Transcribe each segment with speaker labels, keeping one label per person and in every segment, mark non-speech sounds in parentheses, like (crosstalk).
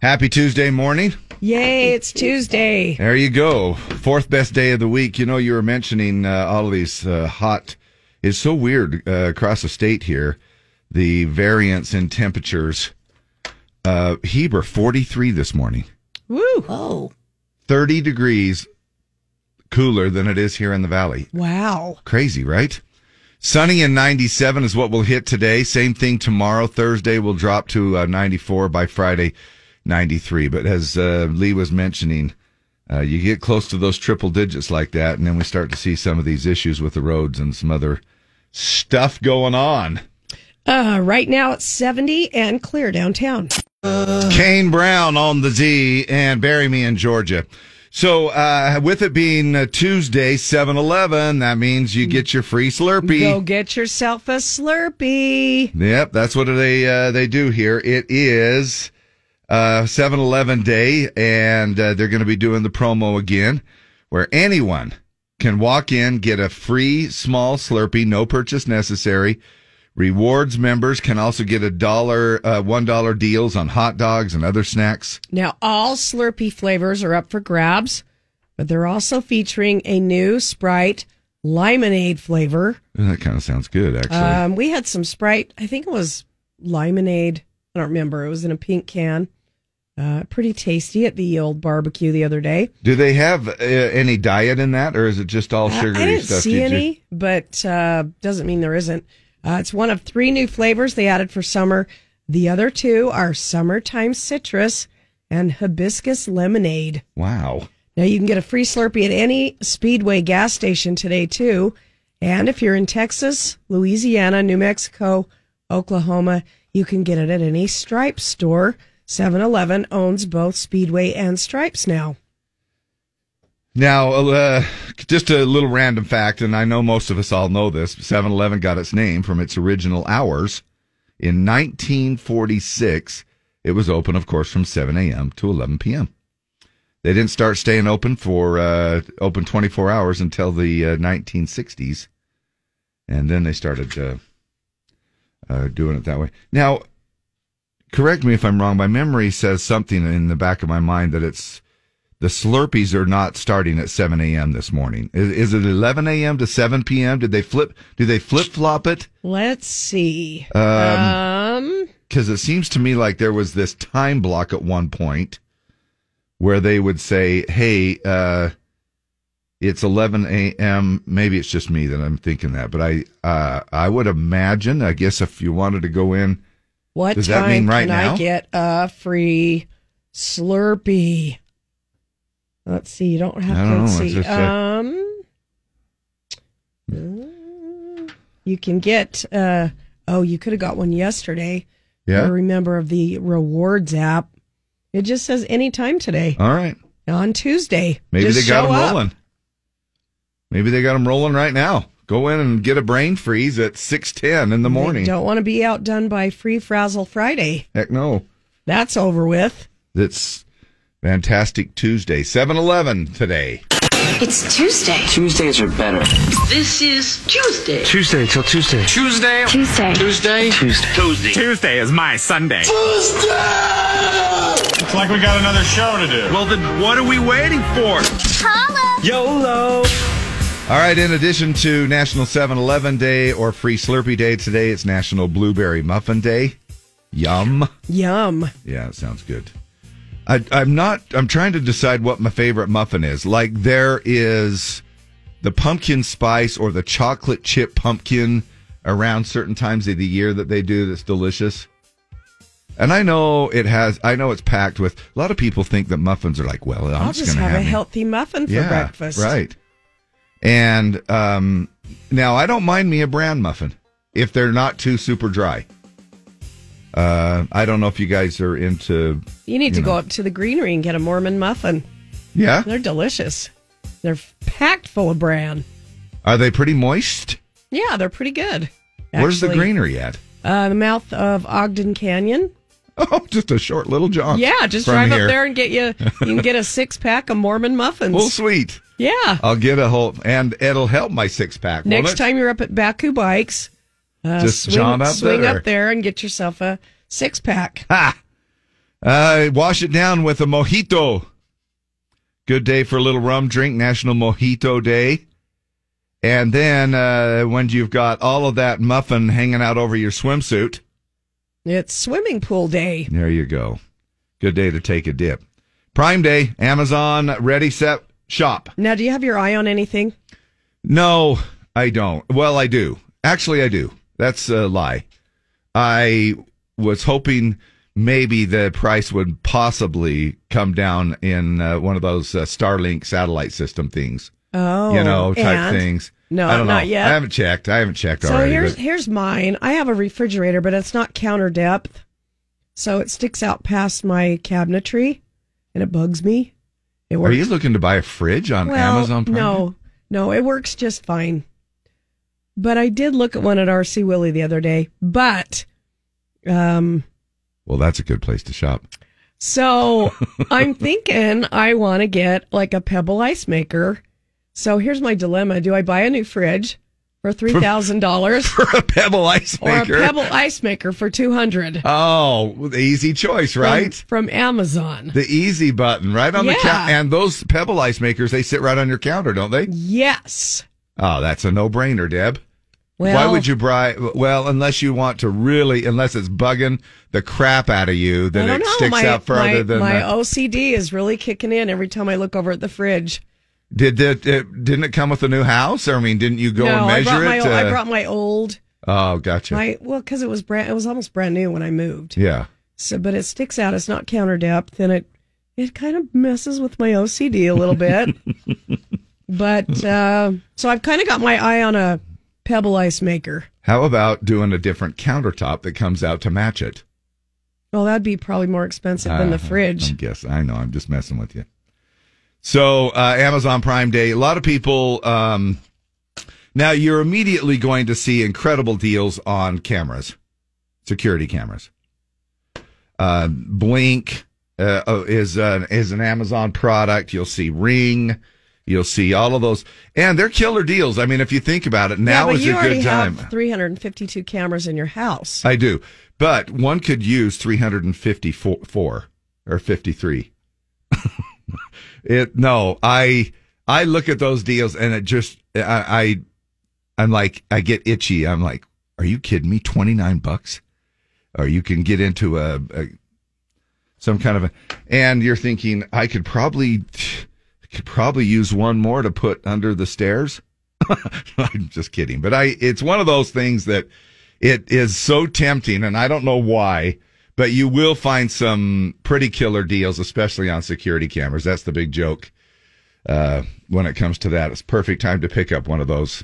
Speaker 1: Happy Tuesday morning.
Speaker 2: Yay, it's Tuesday.
Speaker 1: There you go. Fourth best day of the week. You know, you were mentioning uh, all of these uh, hot. It's so weird uh, across the state here, the variance in temperatures. Uh, Heber, 43 this morning,
Speaker 2: Woo.
Speaker 1: 30 degrees cooler than it is here in the valley.
Speaker 2: Wow.
Speaker 1: Crazy, right? Sunny and 97 is what we'll hit today. Same thing tomorrow. Thursday will drop to uh, 94 by Friday, 93. But as uh, Lee was mentioning, uh, you get close to those triple digits like that, and then we start to see some of these issues with the roads and some other stuff going on.
Speaker 2: Uh, right now it's 70 and clear downtown.
Speaker 1: Kane Brown on the Z and Bury Me in Georgia. So, uh, with it being uh, Tuesday, 7 Eleven, that means you get your free Slurpee.
Speaker 2: Go get yourself a Slurpee.
Speaker 1: Yep, that's what they uh, they do here. It is uh 7-Eleven day and uh, they're going to be doing the promo again where anyone can walk in, get a free small Slurpee, no purchase necessary. Rewards members can also get a dollar uh, $1 deals on hot dogs and other snacks.
Speaker 2: Now, all Slurpee flavors are up for grabs, but they're also featuring a new Sprite limonade flavor.
Speaker 1: That kind of sounds good actually.
Speaker 2: Um, we had some Sprite, I think it was limonade. I don't remember. It was in a pink can. Uh, pretty tasty at the old barbecue the other day.
Speaker 1: do they have uh, any diet in that or is it just all
Speaker 2: Uh,
Speaker 1: sugary
Speaker 2: I didn't
Speaker 1: stuff?
Speaker 2: see
Speaker 1: Did you-
Speaker 2: any, but uh, doesn't mean there isn't. Uh, it's one of three new flavors they added for summer. The other two are summertime citrus and hibiscus lemonade.
Speaker 1: Wow.
Speaker 2: Now you can get a free Slurpee at any Speedway gas station today too. And if you're in Texas, Louisiana, New Mexico, Oklahoma, you can get it at any Stripe store. 7-Eleven owns both Speedway and Stripes now.
Speaker 1: Now, uh, just a little random fact, and I know most of us all know this 7 Eleven got its name from its original hours. In 1946, it was open, of course, from 7 a.m. to 11 p.m. They didn't start staying open for uh, open 24 hours until the uh, 1960s, and then they started uh, uh, doing it that way. Now, correct me if I'm wrong. My memory says something in the back of my mind that it's the Slurpees are not starting at 7 a.m. this morning. Is, is it 11 a.m. to 7 p.m.? Did they flip? Do they flip flop it?
Speaker 2: Let's see.
Speaker 1: Because
Speaker 2: Um,
Speaker 1: it seems to me like there was this time block at one point where they would say, "Hey, uh, it's 11 a.m." Maybe it's just me that I'm thinking that, but I uh, I would imagine. I guess if you wanted to go in,
Speaker 2: What
Speaker 1: Does that
Speaker 2: time
Speaker 1: mean right
Speaker 2: can
Speaker 1: now?
Speaker 2: I get a free Slurpee? Let's see. You don't have
Speaker 1: I
Speaker 2: to
Speaker 1: don't
Speaker 2: let's
Speaker 1: know, it's
Speaker 2: see.
Speaker 1: just a-
Speaker 2: um, mm, you can get. Uh, oh, you could have got one yesterday.
Speaker 1: Yeah.
Speaker 2: I remember of the rewards app. It just says anytime today
Speaker 1: all right.
Speaker 2: on Tuesday.
Speaker 1: Maybe
Speaker 2: Just
Speaker 1: they got
Speaker 2: show
Speaker 1: them
Speaker 2: up.
Speaker 1: rolling. Maybe they got them rolling right now. Go in and get a brain freeze at six ten in the
Speaker 2: They
Speaker 1: morning.
Speaker 2: Don't want to be outdone by Free Frazzle Friday.
Speaker 1: Heck no.
Speaker 2: That's over with.
Speaker 1: That's fantastic Tuesday. 7-Eleven today.
Speaker 3: It's Tuesday.
Speaker 4: Tuesdays are better.
Speaker 5: This is Tuesday.
Speaker 4: Tuesday till Tuesday.
Speaker 6: Tuesday.
Speaker 3: Tuesday.
Speaker 6: Tuesday.
Speaker 4: Tuesday. Tuesday.
Speaker 6: Tuesday is my Sunday.
Speaker 7: It's like we got another show to do.
Speaker 6: Well, then what are we waiting for? YOLO.
Speaker 1: All right, in addition to National 7-Eleven Day or Free Slurpee Day today, it's National Blueberry Muffin Day. Yum.
Speaker 2: Yum.
Speaker 1: Yeah, it sounds good. I, I'm not. I'm trying to decide what my favorite muffin is. Like there is the pumpkin spice or the chocolate chip pumpkin around certain times of the year that they do. That's delicious. And I know it has. I know it's packed with. A lot of people think that muffins are like. Well, I'm
Speaker 2: I'll just
Speaker 1: gonna
Speaker 2: have a
Speaker 1: me-
Speaker 2: healthy muffin for
Speaker 1: yeah,
Speaker 2: breakfast.
Speaker 1: Right. And um, now I don't mind me a bran muffin if they're not too super dry. Uh, I don't know if you guys are into.
Speaker 2: You need to
Speaker 1: You
Speaker 2: go
Speaker 1: know.
Speaker 2: up to the greenery and get a Mormon muffin.
Speaker 1: Yeah.
Speaker 2: They're delicious. They're packed full of bran.
Speaker 1: Are they pretty moist?
Speaker 2: Yeah, they're pretty good.
Speaker 1: Where's the
Speaker 2: actually.
Speaker 1: greenery at? (laughs)
Speaker 2: Uh, the mouth of Ogden Canyon.
Speaker 1: Oh, just a short little jaunt.
Speaker 2: Yeah, just
Speaker 1: Oh,
Speaker 2: drive
Speaker 1: from here.
Speaker 2: up there and get you. You can
Speaker 1: (laughs)
Speaker 2: get a six pack of Mormon muffins.
Speaker 1: Well, Oh, sweet.
Speaker 2: yeah.
Speaker 1: I'll get a whole, and it'll help my six pack. won't
Speaker 2: Next
Speaker 1: it?
Speaker 2: time you're up at Baku Bikes, uh,
Speaker 1: Just
Speaker 2: swing,
Speaker 1: jaunt up
Speaker 2: swing
Speaker 1: there.
Speaker 2: up there and get yourself a six pack.
Speaker 1: Ha! Uh, wash it down with a mojito. Good day for a little rum drink, National Mojito Day. And then uh, when you've got all of that muffin hanging out over your swimsuit,
Speaker 2: It's swimming pool day.
Speaker 1: there you go. Good day to take a dip. Prime Day, Amazon, ready, set, shop.
Speaker 2: Now, do you have your eye on anything?
Speaker 1: No, I don't. Well, I do. Actually, I do. That's a lie. I was hoping maybe the price would possibly come down in uh, one of those uh, Starlink satellite system things,
Speaker 2: Oh,
Speaker 1: you know, type
Speaker 2: and-
Speaker 1: things.
Speaker 2: No,
Speaker 1: I don't know.
Speaker 2: not yet.
Speaker 1: I haven't checked. I haven't checked
Speaker 2: So
Speaker 1: already.
Speaker 2: here's
Speaker 1: but-
Speaker 2: here's mine. I have a refrigerator, but it's not counter depth, so it sticks out past my cabinetry, and it bugs me. It
Speaker 1: are
Speaker 2: works.
Speaker 1: you looking to buy a fridge on
Speaker 2: well,
Speaker 1: Amazon Prime?
Speaker 2: no, no, it works just fine. But I did look at one at RC Willie the other day. But, um,
Speaker 1: Well, that's a good place to shop. (laughs)
Speaker 2: so I'm thinking I want to get like a Pebble ice maker. So here's my dilemma: Do I buy a new fridge for three thousand dollars?
Speaker 1: For a pebble ice
Speaker 2: or a
Speaker 1: (laughs) maker.
Speaker 2: pebble ice maker for 200
Speaker 1: Oh, easy choice, right?
Speaker 2: from, from amazon
Speaker 1: The easy button, right on the
Speaker 2: Yeah.
Speaker 1: counter. And those pebble ice makers, they sit right on your counter, don't they?
Speaker 2: yes
Speaker 1: Oh, that's a no brainer, Deb.
Speaker 2: well
Speaker 1: Why would you buy? Well, unless you want to really, unless it's bugging the crap out of you,
Speaker 2: I
Speaker 1: then
Speaker 2: don't
Speaker 1: it
Speaker 2: know.
Speaker 1: sticks
Speaker 2: my,
Speaker 1: out further
Speaker 2: my,
Speaker 1: than.
Speaker 2: my
Speaker 1: the-
Speaker 2: OCD is really kicking in every time I look over at the fridge.
Speaker 1: did it, it? Didn't it come with a new house? I mean, didn't you go
Speaker 2: no,
Speaker 1: and measure
Speaker 2: I brought my
Speaker 1: it?
Speaker 2: old, I
Speaker 1: uh,
Speaker 2: brought my old
Speaker 1: oh, gotcha.
Speaker 2: my well because it was brand it was almost brand new when I moved.
Speaker 1: yeah.
Speaker 2: So but it sticks out. It's not counter depth, and it it kind of messes with my OCD a little
Speaker 1: (laughs)
Speaker 2: bit. but uh, so I've kind of got my eye on a pebble ice maker.
Speaker 1: How about doing a different countertop that comes out to match it?
Speaker 2: Well, that'd be probably more expensive than the
Speaker 1: Uh,
Speaker 2: fridge.
Speaker 1: I guess I know. I'm just messing with you. So uh, Amazon Prime Day, a lot of people. Um, now you're immediately going to see incredible deals on cameras, security cameras. Uh, Blink uh, oh, is an, is an Amazon product. You'll see Ring. You'll see all of those, and they're killer deals. I mean, if you think about it,
Speaker 2: yeah,
Speaker 1: now
Speaker 2: but
Speaker 1: is
Speaker 2: you
Speaker 1: a
Speaker 2: already
Speaker 1: good time.
Speaker 2: have 352 cameras in your house.
Speaker 1: I do. But one could use 354 four, or 53. (laughs) it no, I I look at those deals and it just I, I I'm like I get itchy. I'm like, are you kidding me? 29 bucks? Or you can get into a, a some kind of a and you're thinking I could probably I could probably use one more to put under the stairs. (laughs) I'm just kidding, but I it's one of those things that it is so tempting and I don't know why, but you will find some pretty killer deals especially on security cameras. That's the big joke. Uh, when it comes to that, it's perfect time to pick up one of those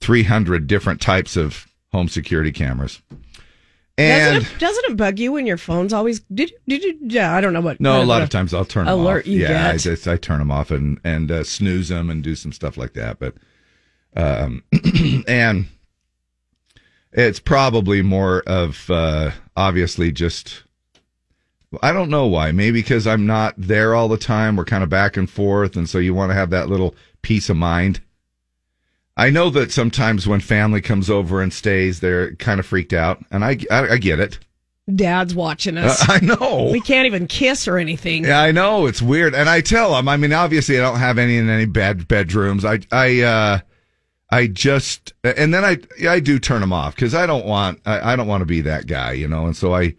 Speaker 1: 300 different types of home security cameras. And
Speaker 2: doesn't, it, doesn't it bug you when your phone's always did did, did yeah, I don't know what.
Speaker 1: No,
Speaker 2: what-
Speaker 1: a lot
Speaker 2: what-
Speaker 1: of times I'll turn 'em
Speaker 2: alert
Speaker 1: off.
Speaker 2: you
Speaker 1: yeah, I
Speaker 2: get.
Speaker 1: just I turn them off and and uh, snooze them and do some stuff like that. But um, (clears throat) and it's probably more of uh, obviously just I don't know why. Maybe because I'm not there all the time. We're kind of back and forth, and so you want to have that little peace of mind. I know that sometimes when family comes over and stays, they're kind of freaked out, and I I, I get it.
Speaker 2: Dad's watching us.
Speaker 1: (laughs) I know.
Speaker 2: We can't even kiss or anything.
Speaker 1: Uh, Yeah, I know it's weird, and I tell them. I mean, obviously, I don't have any in any bed bedrooms. I, I, uh, I just, and then I, I do turn them off because I don't want, I, I don't want to be that guy, you know. And so I,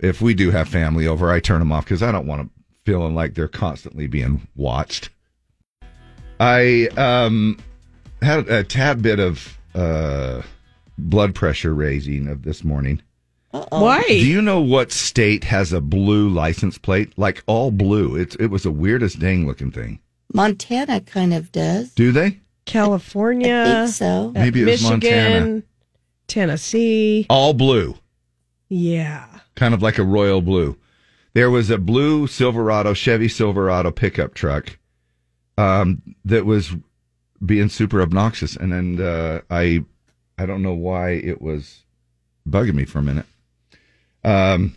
Speaker 1: if we do have family over, I turn them off because I don't want them feeling like they're constantly being watched. I um had a tad bit of uh blood pressure raising of this morning.
Speaker 3: Uh-uh.
Speaker 2: Why?
Speaker 1: Oh, Do you know what state has a blue license plate? Like all blue. It's it was the weirdest dang looking thing.
Speaker 3: Montana kind of does.
Speaker 1: Do they?
Speaker 2: California,
Speaker 3: I think so.
Speaker 2: uh,
Speaker 1: Maybe it was
Speaker 2: Michigan,
Speaker 1: Montana.
Speaker 2: Tennessee.
Speaker 1: All blue.
Speaker 2: Yeah.
Speaker 1: Kind of like a royal blue. There was a blue Silverado, Chevy Silverado pickup truck um that was being super obnoxious and then uh I I don't know why it was bugging me for a minute. Um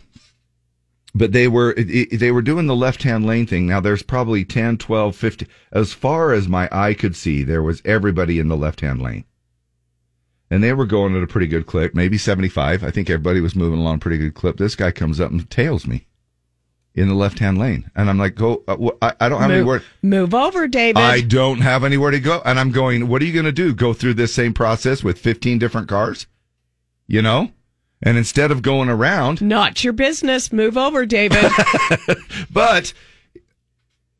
Speaker 1: but they were it- it- they were doing the left-hand lane thing. Now there's probably 10, 12, 50 as far as my eye could see, there was everybody in the left-hand lane. And they were going at a pretty good clip, maybe 75. I think everybody was moving along a pretty good clip. This guy comes up and tails me. in the left hand lane. And I'm like, go, uh, wh- I, I don't have any
Speaker 2: Move,
Speaker 1: word.
Speaker 2: move over, David.
Speaker 1: I don't have anywhere to go. And I'm going, what are you going to do? Go through this same process with 15 different cars? You know? And instead of going around,
Speaker 2: Not your business. Move over, David.
Speaker 1: but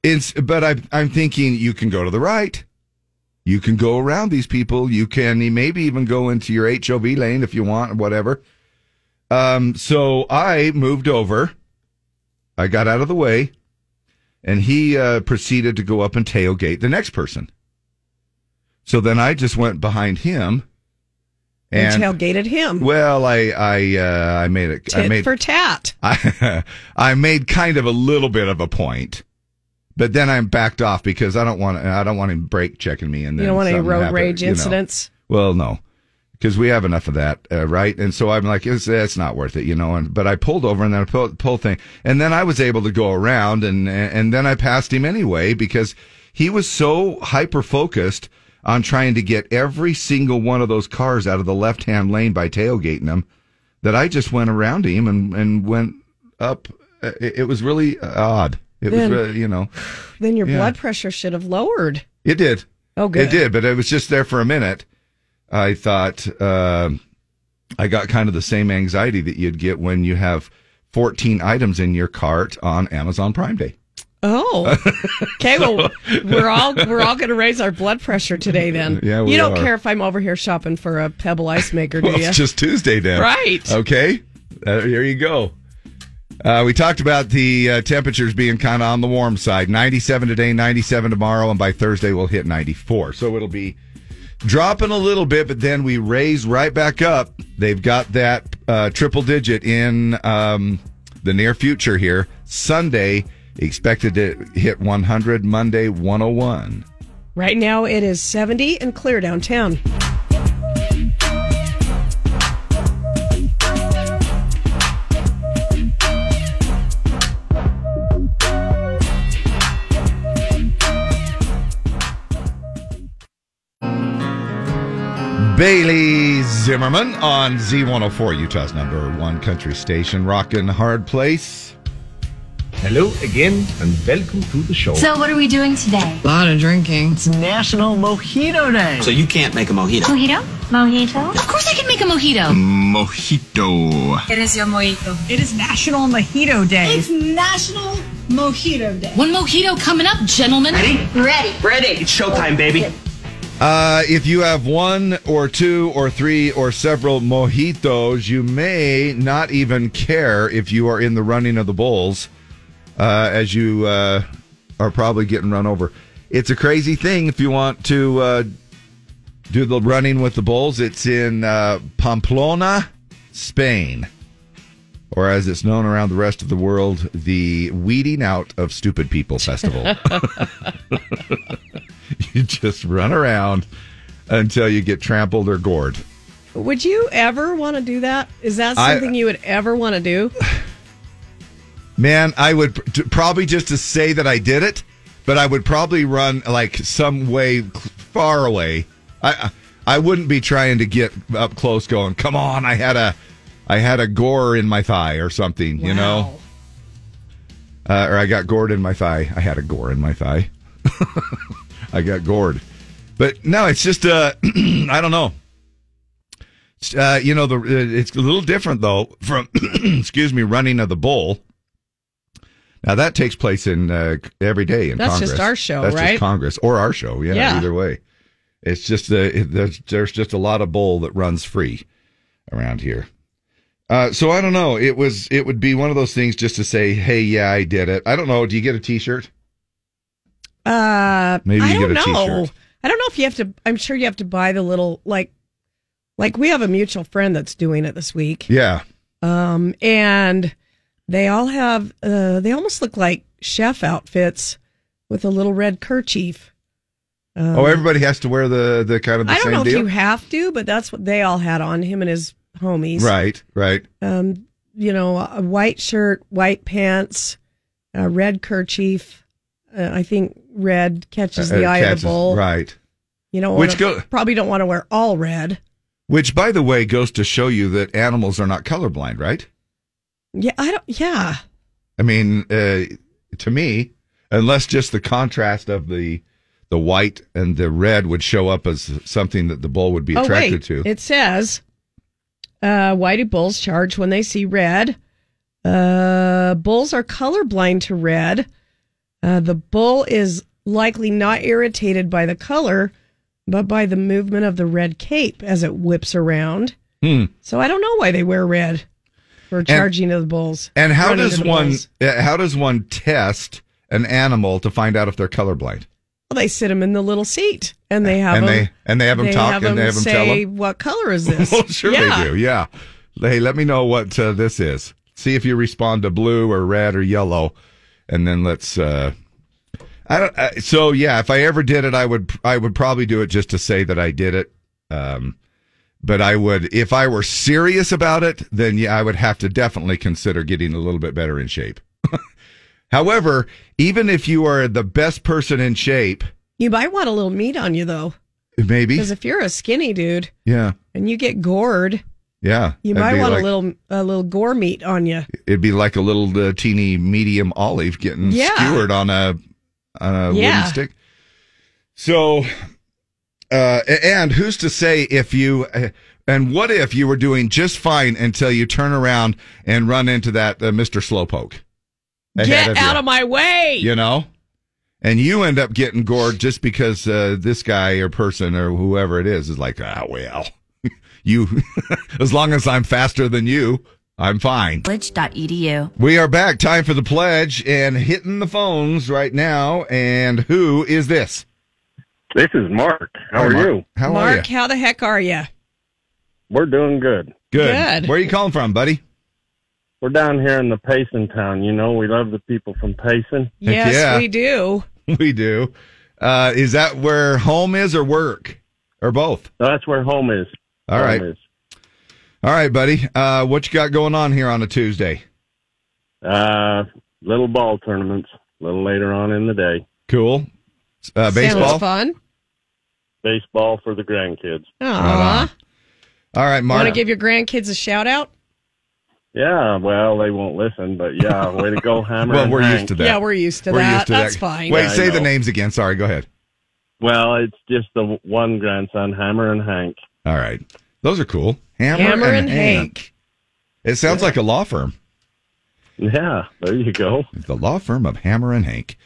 Speaker 1: it's, but I, I'm thinking you can go to the right. You can go around these people. You can maybe even go into your HOV lane if you want, whatever. Um, so I moved over. I got out of the way and he uh, proceeded to go up and tailgate the next person. So then I just went behind him
Speaker 2: and
Speaker 1: (laughs) and,
Speaker 2: tailgated him.
Speaker 1: well, I, I, uh, I made it, I
Speaker 2: Tit
Speaker 1: made,
Speaker 2: for tat.
Speaker 1: I, (laughs) I made kind of a little bit of a point, but then I'm backed off because I don't want, I don't want him brake checking me. And
Speaker 2: You
Speaker 1: then
Speaker 2: don't want any
Speaker 1: something
Speaker 2: road
Speaker 1: happen,
Speaker 2: rage
Speaker 1: you know.
Speaker 2: incidents.
Speaker 1: Well, no, because we have enough of that, uh, right? And so I'm like, it's, it's not worth it, you know. And but I pulled over and then I pulled, pulled thing, and then I was able to go around, and and then I passed him anyway because he was so hyper focused on trying to get every single one of those cars out of the left hand lane by tailgating them that I just went around him and and went up. Uh, It, it was really odd. It
Speaker 2: Then-
Speaker 1: was, really, you know,
Speaker 2: Then your
Speaker 1: Yeah.
Speaker 2: blood pressure should have lowered.
Speaker 1: it did.
Speaker 2: Oh, good.
Speaker 1: It did, but it was just there for a minute. I thought um I got kind of the same anxiety that you'd get when you have 14 items in your cart on Amazon Prime Day. (laughs)
Speaker 2: Oh, okay. Well, we're all we're all going to raise our blood pressure today. Then,
Speaker 1: Yeah, we
Speaker 2: you don't
Speaker 1: are.
Speaker 2: care if I'm over here shopping for a pebble ice maker, do
Speaker 1: Well,
Speaker 2: you?
Speaker 1: (laughs) it's just Tuesday then.
Speaker 2: Right.
Speaker 1: Okay. Uh, here you go. Uh, we talked about the uh, temperatures being kind of on the warm side 97 today, 97 tomorrow, and by Thursday we'll hit 94. So it'll be dropping a little bit, but then we raise right back up. They've got that uh, triple digit in um, the near future here. Sunday, expected to hit 100, Monday, 101.
Speaker 2: Right now, it is 70 and clear downtown.
Speaker 1: Bailey Zimmerman on Z104, Utah's number one country station, rockin' hard place.
Speaker 8: Hello again and welcome to the show.
Speaker 9: So, what are we doing today?
Speaker 10: A lot of drinking.
Speaker 11: National Mojito Day.
Speaker 4: So you can't make a mojito.
Speaker 9: Mojito? Mojito? Of course, I can make a mojito.
Speaker 4: Mojito.
Speaker 10: It is your mojito.
Speaker 11: It is National Mojito Day.
Speaker 10: National Mojito Day.
Speaker 9: One mojito coming up, gentlemen. Ready? Ready.
Speaker 6: Ready? It's showtime, baby.
Speaker 1: Uh, if you have one or two or three or several mojitos, you may not even care if you are in the running of the bulls, uh, as you uh, are probably getting run over. It's a crazy thing if you want to uh, do the running with the bulls. It's in uh, Pamplona, Spain, or as it's known around the rest of the world, the Weeding Out of Stupid People Festival. (laughs) you just run around until you get trampled or gored.
Speaker 2: Would you ever want to do that? Is that
Speaker 1: I-
Speaker 2: something you would ever want to do?
Speaker 1: Man, I would t- probably just to say that I did it, but I would probably run like some way cl- far away. I I I wouldn't be trying to get up close, going, "Come on, I had a I had a gore in my thigh or something," you know, uh, or I got gored in my thigh. I had a gore in my thigh. I got gored, but no, it's just uh, (clears throat) I don't know. Uh, you know, the it's a little different though from (clears throat) excuse me, running of the bull. Now that takes place in uh, every day in
Speaker 2: That's
Speaker 1: Congress.
Speaker 2: just our show,
Speaker 1: That's
Speaker 2: right?
Speaker 1: Just Congress or our show, yeah,
Speaker 2: Yeah.
Speaker 1: Either way, it's just the it- there's, there's just a lot of bull that runs free around here. Uh, so I don't know. It was it would be one of those things just to say, hey, yeah, I did it. I don't know. Do you get a T-shirt?
Speaker 2: Uh,
Speaker 1: Maybe
Speaker 2: I
Speaker 1: you
Speaker 2: don't
Speaker 1: get a
Speaker 2: know.
Speaker 1: t-shirt.
Speaker 2: I don't know if you have to. I'm sure you have to buy the little like, like we have a mutual friend that's doing it this week.
Speaker 1: Yeah,
Speaker 2: um, and they all have uh, they almost look like chef outfits with a little red kerchief. Um,
Speaker 1: Oh, everybody has to wear the the kind of the
Speaker 2: I don't
Speaker 1: same
Speaker 2: know
Speaker 1: deal,
Speaker 2: if you have to, but that's what they all had on him and his homies.
Speaker 1: right? Right.
Speaker 2: Um, you know, a white shirt, white pants, a red kerchief. Uh, I think red catches the
Speaker 1: Uh,
Speaker 2: eye
Speaker 1: catches-
Speaker 2: of the bull.
Speaker 1: right?
Speaker 2: You know,
Speaker 1: Which go-
Speaker 2: probably don't want to wear all red.
Speaker 1: Which, by the way, goes to show you that animals are not colorblind, right?
Speaker 2: Yeah, I don't. Yeah,
Speaker 1: I mean, uh, to me, unless just the contrast of the the white and the red would show up as something that the bull
Speaker 2: Oh,
Speaker 1: would be attracted to.
Speaker 2: It says, uh, "Why do bulls charge when they see red?" Uh, bulls are colorblind to red. Uh, the bull is likely not irritated by the color, but by the movement of the red cape as it whips around.
Speaker 1: Hmm.
Speaker 2: So I don't know why they wear red for charging of the bulls.
Speaker 1: And how
Speaker 2: running to
Speaker 1: does
Speaker 2: the
Speaker 1: one
Speaker 2: bulls.
Speaker 1: uh, how does one test an animal to find out if they're colorblind?
Speaker 2: Well, they sit them in the little seat, and they have
Speaker 1: and
Speaker 2: 'em-
Speaker 1: they and they have them talk and they have them
Speaker 2: say,
Speaker 1: tell them.
Speaker 2: "What color
Speaker 1: (laughs)
Speaker 2: is this?"
Speaker 1: Well, sure
Speaker 2: Yeah.
Speaker 1: they do. Yeah. Hey, let me know what uh, this is. See if you respond to blue or red or yellow, and then let's. Uh, I don't. Uh, so yeah, if I ever did it, I would. I would probably do it just to say that I did it. Um, but I would, if I were serious about it, then yeah, I would have to definitely consider getting a little bit better in shape. (laughs) However, even if you are the best person in shape,
Speaker 2: You might want a little meat on you though,
Speaker 1: maybe,
Speaker 2: because if you're a skinny dude
Speaker 1: yeah,
Speaker 2: and you get gored,
Speaker 1: yeah,
Speaker 2: you
Speaker 1: that'd
Speaker 2: might
Speaker 1: be
Speaker 2: want
Speaker 1: like-
Speaker 2: a little a little gore meat on you.
Speaker 1: It'd be like a little uh, teeny medium olive getting
Speaker 2: Yeah.
Speaker 1: skewered on a on
Speaker 2: Yeah.
Speaker 1: a wooden stick. So, uh, a- and who's to say if you uh, and what if you were doing just fine until you turn around and run into that uh, Mister Slowpoke? ahead
Speaker 2: Get
Speaker 1: you,
Speaker 2: out of my way!
Speaker 1: You know, and you end up getting gored just because uh, this guy or person or whoever it is is like, ah, well, (laughs) you. (laughs) as long as I'm faster than you, I'm fine.
Speaker 9: E
Speaker 12: Glitch.edu.
Speaker 1: We are back. Time for the pledge and hitting the phones right now. And who is this?
Speaker 13: This is Mark. How
Speaker 1: Hi,
Speaker 13: are
Speaker 1: Mark.
Speaker 13: you?
Speaker 1: How
Speaker 2: Mark,
Speaker 1: are you?
Speaker 2: how the heck are you?
Speaker 13: We're doing good.
Speaker 1: Good. Good. Where are you calling from, buddy? (laughs)
Speaker 13: We're down here in the Payson town. You know, we love the people from Payson.
Speaker 2: Yes, we do.
Speaker 1: We do. Uh, is that where home is or work or both?
Speaker 13: that's where home is.
Speaker 1: All
Speaker 13: Home
Speaker 1: right.
Speaker 13: is.
Speaker 1: All right, buddy. Uh, what you got going on here on a Tuesday?
Speaker 13: Uh, little ball tournaments a little later on in the day.
Speaker 1: Cool. Uh,
Speaker 2: Sounds
Speaker 1: baseball.
Speaker 2: fun.
Speaker 13: Baseball for the grandkids.
Speaker 2: Aw.
Speaker 1: All right,
Speaker 2: want to
Speaker 13: Mark.
Speaker 2: give your grandkids a shout out?
Speaker 13: Yeah, well, they won't listen, but
Speaker 1: (laughs)
Speaker 13: yeah, way to go, Hammer.
Speaker 1: Well,
Speaker 13: and
Speaker 1: we're
Speaker 13: Hank.
Speaker 1: used to that.
Speaker 2: Yeah, we're used to that. That's fine.
Speaker 1: Wait,
Speaker 13: Yeah, I
Speaker 1: say the
Speaker 13: know.
Speaker 1: names again. Sorry, go ahead.
Speaker 13: Well, it's just the w- one grandson, Hammer and Hank.
Speaker 1: All right. Those are cool. Hammer,
Speaker 13: Hammer
Speaker 1: and,
Speaker 13: and
Speaker 1: Hank. It sounds like a law firm.
Speaker 13: Yeah, there you go.
Speaker 1: The law firm of Hammer and Hank.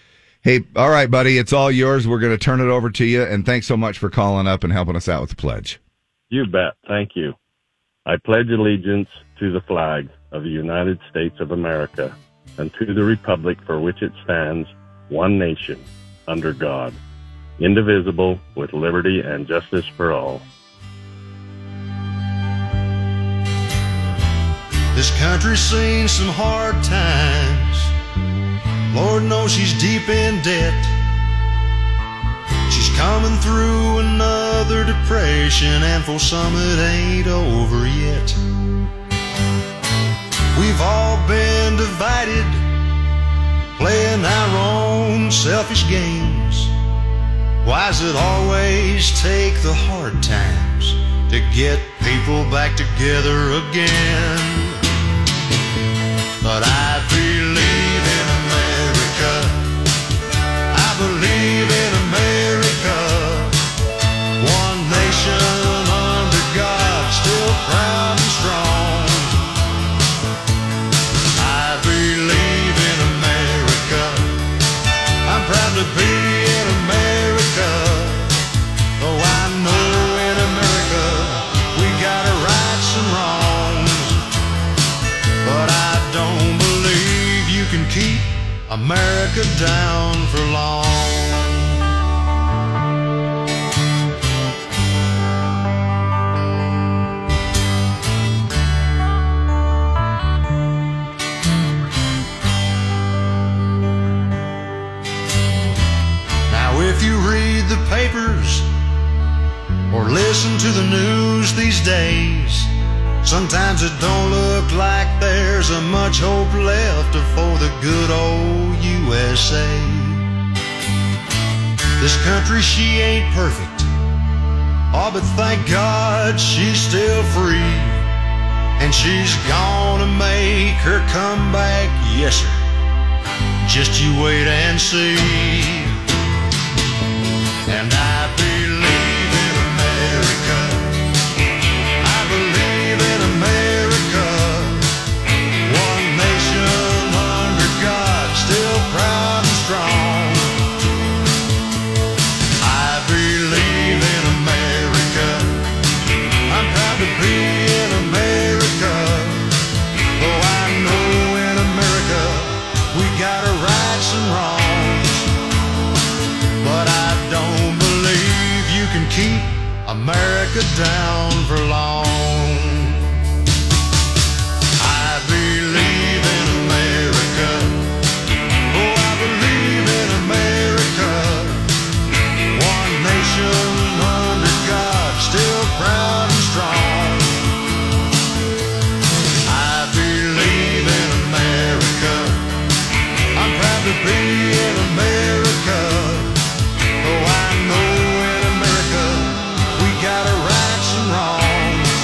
Speaker 1: Hey, all right, buddy. It's all yours. We're going to turn it over to you. And thanks so much for calling up and helping us out with the pledge.
Speaker 13: You bet. Thank you. I pledge allegiance to the flag of the United States of America and to the republic for which it stands, one nation, under God, indivisible, with liberty and justice for all.
Speaker 14: This country's seen some hard times. Lord knows she's deep in debt. She's coming through another depression, and for some it ain't over yet. We've all been divided, playing our own selfish games. Why's it always take the hard times to get people back together again? But I believe in America. I believe in America. One nation under God, still proud and strong. I believe in America. I'm proud to be in America. Though I know in America we got our rights and wrongs. But I don't believe you can keep America down for long. Now, if you read the papers or listen to the news these days, sometimes it don't look like there's a much hope left for the good old USA. This country, she ain't perfect. Oh, but thank God she's still free. And she's gonna make her comeback, yes, sir. Just you wait and see. And I believe in America. I believe in America. One nation under God, still proud and strong. I believe in America. I'm proud to be in America. Oh, I know in America we gotta right some wrongs. But I don't believe you can keep America down for long. I believe in America. Oh, I believe in America. One nation under God, still proud and strong. I believe in America. I'm proud to be in America. Oh, I know in America we gotta right some wrongs.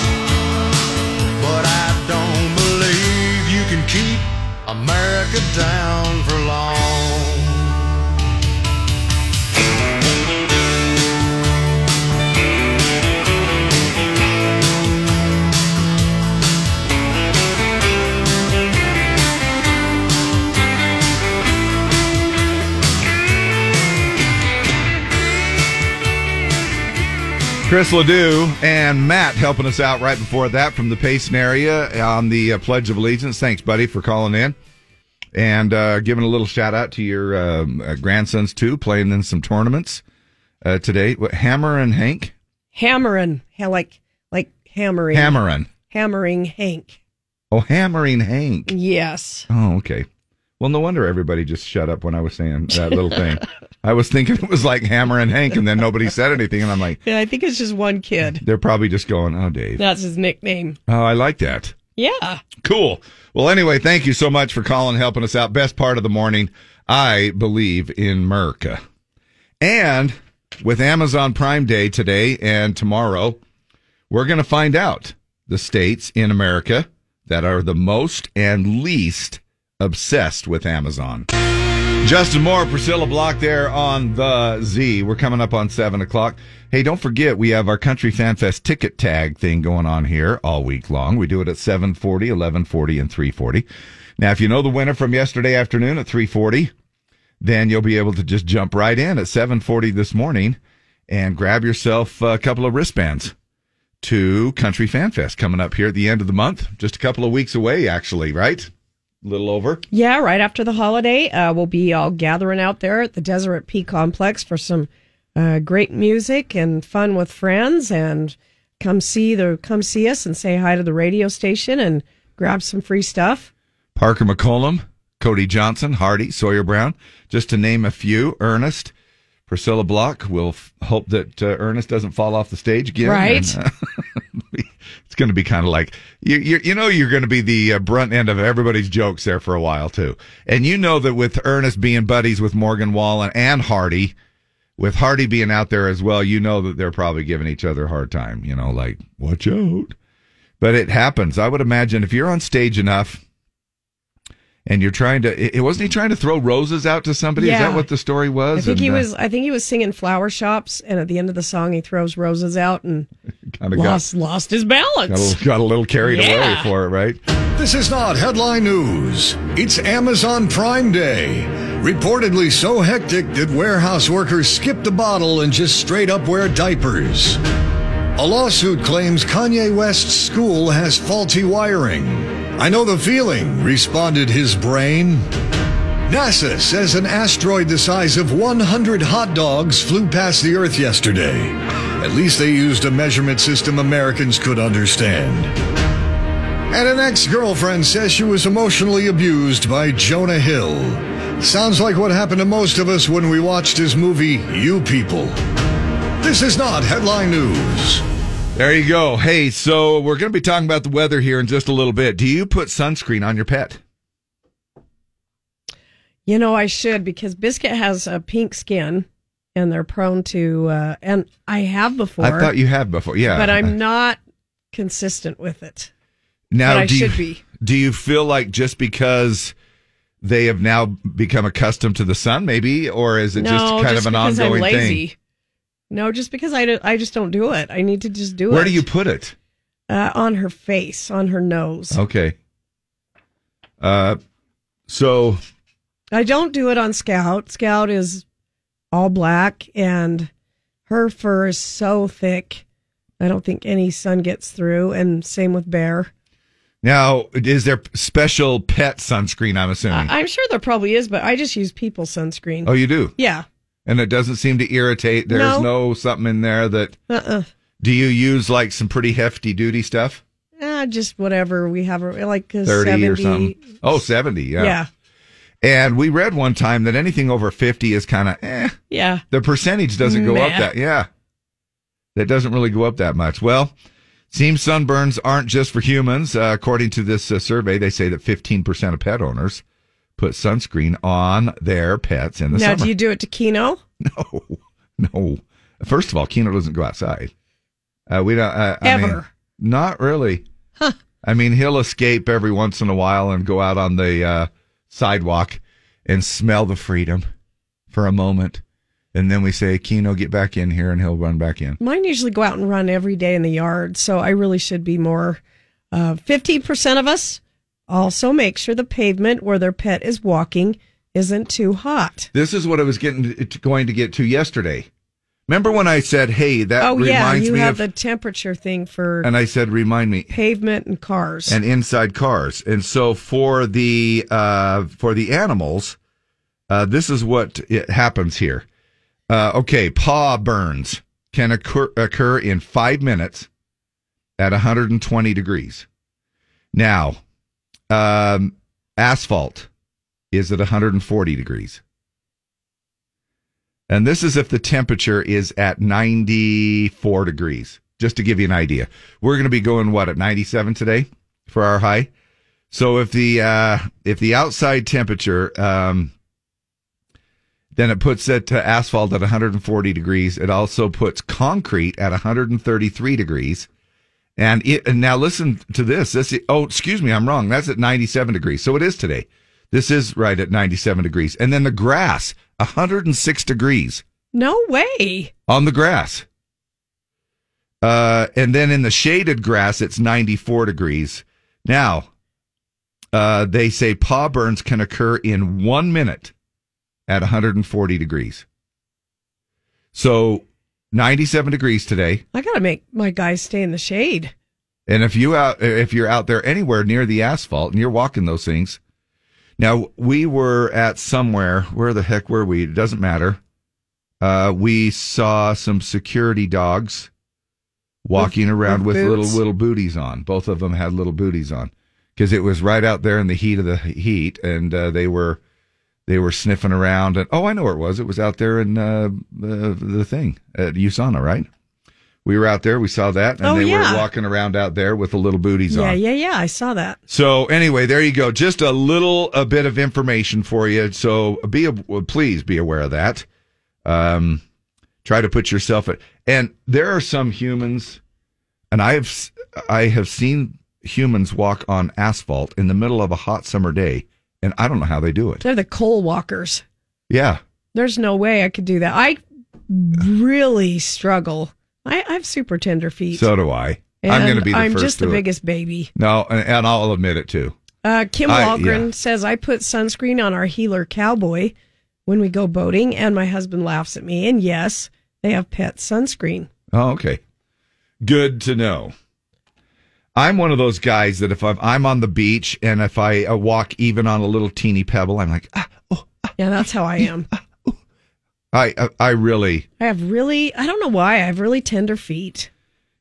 Speaker 14: But I don't believe you can keep America down for long.
Speaker 1: Chris Ledoux and Matt helping us out right before that from the Payson area on the uh, Pledge of Allegiance. Thanks, buddy, for calling in and uh, giving a little shout out to your um, uh, grandsons too, playing in some tournaments uh, today. What, Hammer and Hank,
Speaker 2: Hammering, ha- like like hammering,
Speaker 1: Hammerin.
Speaker 2: hammering Hank.
Speaker 1: Oh, hammering Hank.
Speaker 2: Yes.
Speaker 1: Oh, okay. Well, no wonder everybody just shut up when I was saying that little thing. I was thinking it was like Hammer and Hank, and then nobody said anything, and I'm like,
Speaker 2: And I think it's just one kid.
Speaker 1: they're probably just going, "Oh, Dave,
Speaker 2: That's his nickname.
Speaker 1: Oh, I like that.
Speaker 2: Yeah.
Speaker 1: Cool. Well, anyway, thank you so much for calling, helping us out. Best part of the morning. I believe in America. And with Amazon Prime Day today and tomorrow, we're going to find out the states in America that are the most and least obsessed with Amazon. Justin Moore, Priscilla Block there on the Z. We're coming up on 7 o'clock. Hey, don't forget, we have our Country Fan Fest ticket tag thing going on here all week long. We do it at 740, 1140, and 340. Now, if you know the winner from yesterday afternoon at 340, then you'll be able to just jump right in at 740 this morning and grab yourself a couple of wristbands to Country Fan Fest coming up here at the end of the month. Just a couple of weeks away, actually, right? A little over.
Speaker 2: Yeah, right after the holiday, uh, we'll be all gathering out there at the Deseret P Complex for some uh, great music and fun with friends. And come see the come see us and say hi to the radio station and grab some free stuff.
Speaker 1: Parker McCollum, Cody Johnson, Hardy, Sawyer Brown, just to name a few. Ernest, Priscilla Block. We'll f- hope that uh, Ernest doesn't fall off the stage again.
Speaker 2: Right.
Speaker 1: And, uh, (laughs) it's going to be kind of like you, you. You know, you're going to be the uh, brunt end of everybody's jokes there for a while too. And you know that with Ernest being buddies with Morgan Wallen and Hardy, with Hardy being out there as well, you know that they're probably giving each other a hard time. You know, like watch out. But it happens. I would imagine if you're on stage enough and you're trying to, it- it wasn't he trying to throw roses out to somebody? Is that
Speaker 2: Yeah.
Speaker 1: what the story
Speaker 2: I
Speaker 1: was?
Speaker 2: think he
Speaker 1: And, uh,
Speaker 2: was. I think he was singing flower shops, and at the end of the song, he throws roses out and
Speaker 1: kinda got-
Speaker 2: lost lost his balance.
Speaker 1: Got a, little- got a little carried away
Speaker 2: Yeah.
Speaker 1: for it, right?
Speaker 12: This is not headline news. It's Amazon Prime Day. Reportedly so hectic that warehouse workers skip the bottle and just straight up wear diapers. A lawsuit claims Kanye West's school has faulty wiring. I know the feeling, responded his brain. NASA says an asteroid the size of 100 hot dogs flew past the Earth yesterday. At least they used a measurement system Americans could understand. And an ex girlfriend says she was emotionally abused by Jonah Hill. Sounds like what happened to most of us when we watched his movie, You People. This is not headline news.
Speaker 1: There you go. Hey, so we're going to be talking about the weather here in just a little bit. Do you put sunscreen on your pet?
Speaker 2: You know, I should because Biscuit has a pink skin, and they're prone to. Uh, and I have before.
Speaker 1: I thought you had before. Yeah.
Speaker 2: but I'm not consistent with it.
Speaker 1: Now,
Speaker 2: but I
Speaker 1: do
Speaker 2: should
Speaker 1: you,
Speaker 2: be.
Speaker 1: Do you feel like just because they have now become accustomed to the sun, maybe, or is it just kind of an
Speaker 2: because
Speaker 1: ongoing
Speaker 2: I'm lazy.
Speaker 1: thing?
Speaker 2: No, just because I, do- I just don't do it. I need to just do it.
Speaker 1: Where do you put it?
Speaker 2: Uh, on her face, on her nose.
Speaker 1: Okay. Uh, so
Speaker 2: I don't do it on Scout. Scout is all black and her fur is so thick. I don't think any sun gets through. And same with Bear.
Speaker 1: now, is there special pet sunscreen? I'm assuming.
Speaker 2: I'm sure there probably is, but I just use people sunscreen.
Speaker 1: Hmm. oh, you do.
Speaker 2: Yeah.
Speaker 1: And it doesn't seem to irritate. There's
Speaker 2: No.
Speaker 1: no something in there that.
Speaker 2: Uh-uh.
Speaker 1: Do you use like some pretty hefty duty stuff?
Speaker 2: Ah, just whatever we have, like a
Speaker 1: 30
Speaker 2: 70.
Speaker 1: or something. Oh, 70, yeah.
Speaker 2: Yeah.
Speaker 1: And we read one time that anything over 50 is kind of eh.
Speaker 2: Yeah.
Speaker 1: The percentage doesn't go
Speaker 2: Meh.
Speaker 1: up that. Yeah. That doesn't really go up that much. Well, seems sunburns aren't just for humans. Uh, according to this uh, survey, they say that 15% of pet owners put sunscreen on their pets in the
Speaker 2: Now,
Speaker 1: summer.
Speaker 2: do you do it to Kino?
Speaker 1: (laughs) No. First of all, Keno doesn't go outside. Uh, we don't uh, I mean,
Speaker 2: Ever.
Speaker 1: not really.
Speaker 2: Huh.
Speaker 1: I mean, he'll escape every once in a while and go out on the uh, sidewalk and smell the freedom for a moment, and then we say, "Keno, get back in here," and he'll run back in.
Speaker 2: Mine usually go out and run every day in the yard, so I really should be more. uh, Fifty percent of us also make sure the pavement where their pet is walking isn't too hot.
Speaker 1: This is what I was getting to, going to get to yesterday. Remember when I said, "Hey, that
Speaker 2: oh yeah,
Speaker 1: reminds
Speaker 2: you
Speaker 1: me
Speaker 2: have
Speaker 1: of,"
Speaker 2: the temperature thing for
Speaker 1: and I said, "Remind me."
Speaker 2: pavement and cars.
Speaker 1: and inside cars. And so for the uh, for the animals, uh, this is what it happens here. Uh, okay, paw burns can occur, occur in five minutes at 120 degrees. Now, um, asphalt is at 140 degrees. And this is if the temperature is at 94 degrees, just to give you an idea. We're going to be going what at 97 today for our high. So if the uh, if the outside temperature, um, then it puts it to asphalt at 140 degrees. It also puts concrete at 133 degrees. And, it, and now listen to this. This oh, excuse me, I'm wrong. That's at 97 degrees. So it is today. This is right at 97 degrees. And then the grass, 106 degrees
Speaker 2: no way.
Speaker 1: on the grass. Uh, and then in the shaded grass, it's 94 degrees. Now, uh, they say paw burns can occur in one minute at 140 degrees. So 97 degrees today.
Speaker 2: I gotta make my guys stay in the shade.
Speaker 1: And if you out, if you're out there anywhere near the asphalt and you're walking those things, now we were at somewhere. Where the heck were we? It doesn't matter. Uh, we saw some security dogs walking around
Speaker 15: with
Speaker 1: with, little
Speaker 15: boots?
Speaker 1: little booties on. Both of them had little booties on because it was right out there in the heat of the heat, and uh, they were they were sniffing around. And oh, I know where it was. It was out there in uh, the, the thing at USANA, right? We were out there. We saw that, and
Speaker 2: Oh,
Speaker 1: they
Speaker 2: yeah.
Speaker 1: were walking around out there with the little booties
Speaker 2: yeah,
Speaker 1: on.
Speaker 2: yeah, yeah. I saw that.
Speaker 1: So anyway, there you go. Just a little a bit of information for you. So be a, please be aware of that. Um, try to put yourself at, and there are some humans, and I've s- I have seen humans walk on asphalt in the middle of a hot summer day, and I don't know how they do it.
Speaker 2: They're the coal walkers.
Speaker 1: Yeah,
Speaker 2: There's no way I could do that. I really struggle. I, I have super tender feet.
Speaker 1: so do I. I'm
Speaker 2: And
Speaker 1: going to be the
Speaker 2: I'm
Speaker 1: first
Speaker 2: just the
Speaker 1: to it.
Speaker 2: biggest baby.
Speaker 1: No, and, and I'll admit it too.
Speaker 2: Uh, Kim
Speaker 1: I-
Speaker 2: Walgren
Speaker 1: yeah.
Speaker 2: says, I put sunscreen on our healer cowboy when we go boating, and my husband laughs at me. And yes, they have pet sunscreen.
Speaker 1: Oh, okay. Good to know. I'm one of those guys that if I'm, I'm on the beach and if I uh, walk even on a little teeny pebble, I'm like, ah,
Speaker 2: Yeah, that's how I am.
Speaker 1: I, uh, I, I really,
Speaker 2: I have really, I don't know why, I have really tender feet.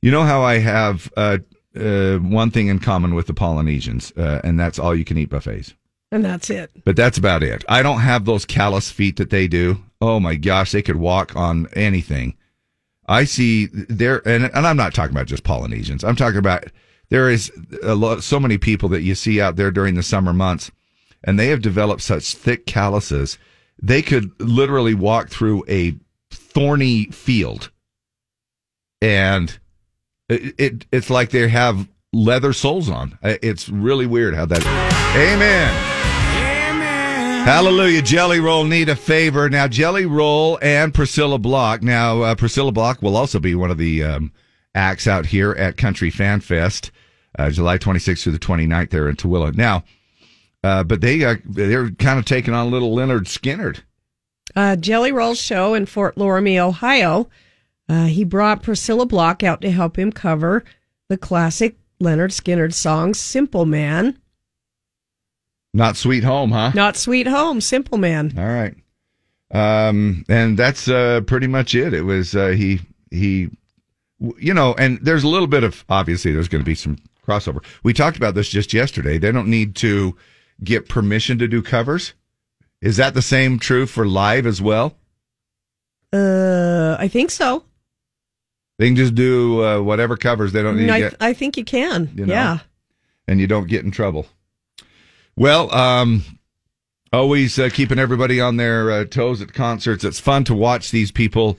Speaker 1: you know how I have uh, uh, one thing in common with the Polynesians, uh, and that's all you can eat buffets.
Speaker 2: And that's it.
Speaker 1: But that's about it. I don't have those callous feet that they do. Oh my gosh, they could walk on anything. I see there, and, and I'm not talking about just Polynesians. I'm talking about there is a lot, so many people that you see out there during the summer months, and they have developed such thick calluses. They could literally walk through a thorny field, and it, it it's like they have leather soles on. It's really weird how that. Amen. Hallelujah. Jelly Roll need a favor. Now, Jelly Roll and Priscilla Block. Now, uh, Priscilla Block will also be one of the um, acts out here at Country Fan Fest, uh, July 26th through the 29th there in Tooele. Now, uh, but they, uh, they're kind of taking on little Leonard Skinnard.
Speaker 2: uh, Jelly Roll show in Fort Laramie, Ohio. Uh, he brought Priscilla Block out to help him cover the classic Leonard Skinner song "Simple Man."
Speaker 1: Not Sweet Home, huh?
Speaker 2: Not "Sweet Home," "Simple Man."
Speaker 1: All right. Um, and that's uh, pretty much it. It was uh, he he, w- you know, and there's a little bit of obviously there's going to be some crossover. We talked about this just yesterday. They don't need to get permission to do covers. Is that the same true for live as well?
Speaker 2: Uh, I think so.
Speaker 1: They can just do uh, whatever covers they don't need
Speaker 2: I,
Speaker 1: to
Speaker 2: th-
Speaker 1: get,
Speaker 2: I think you can.
Speaker 1: You know?
Speaker 2: Yeah.
Speaker 1: and you don't get in trouble. Well, um, always uh, keeping everybody on their uh, toes at concerts. It's fun to watch these people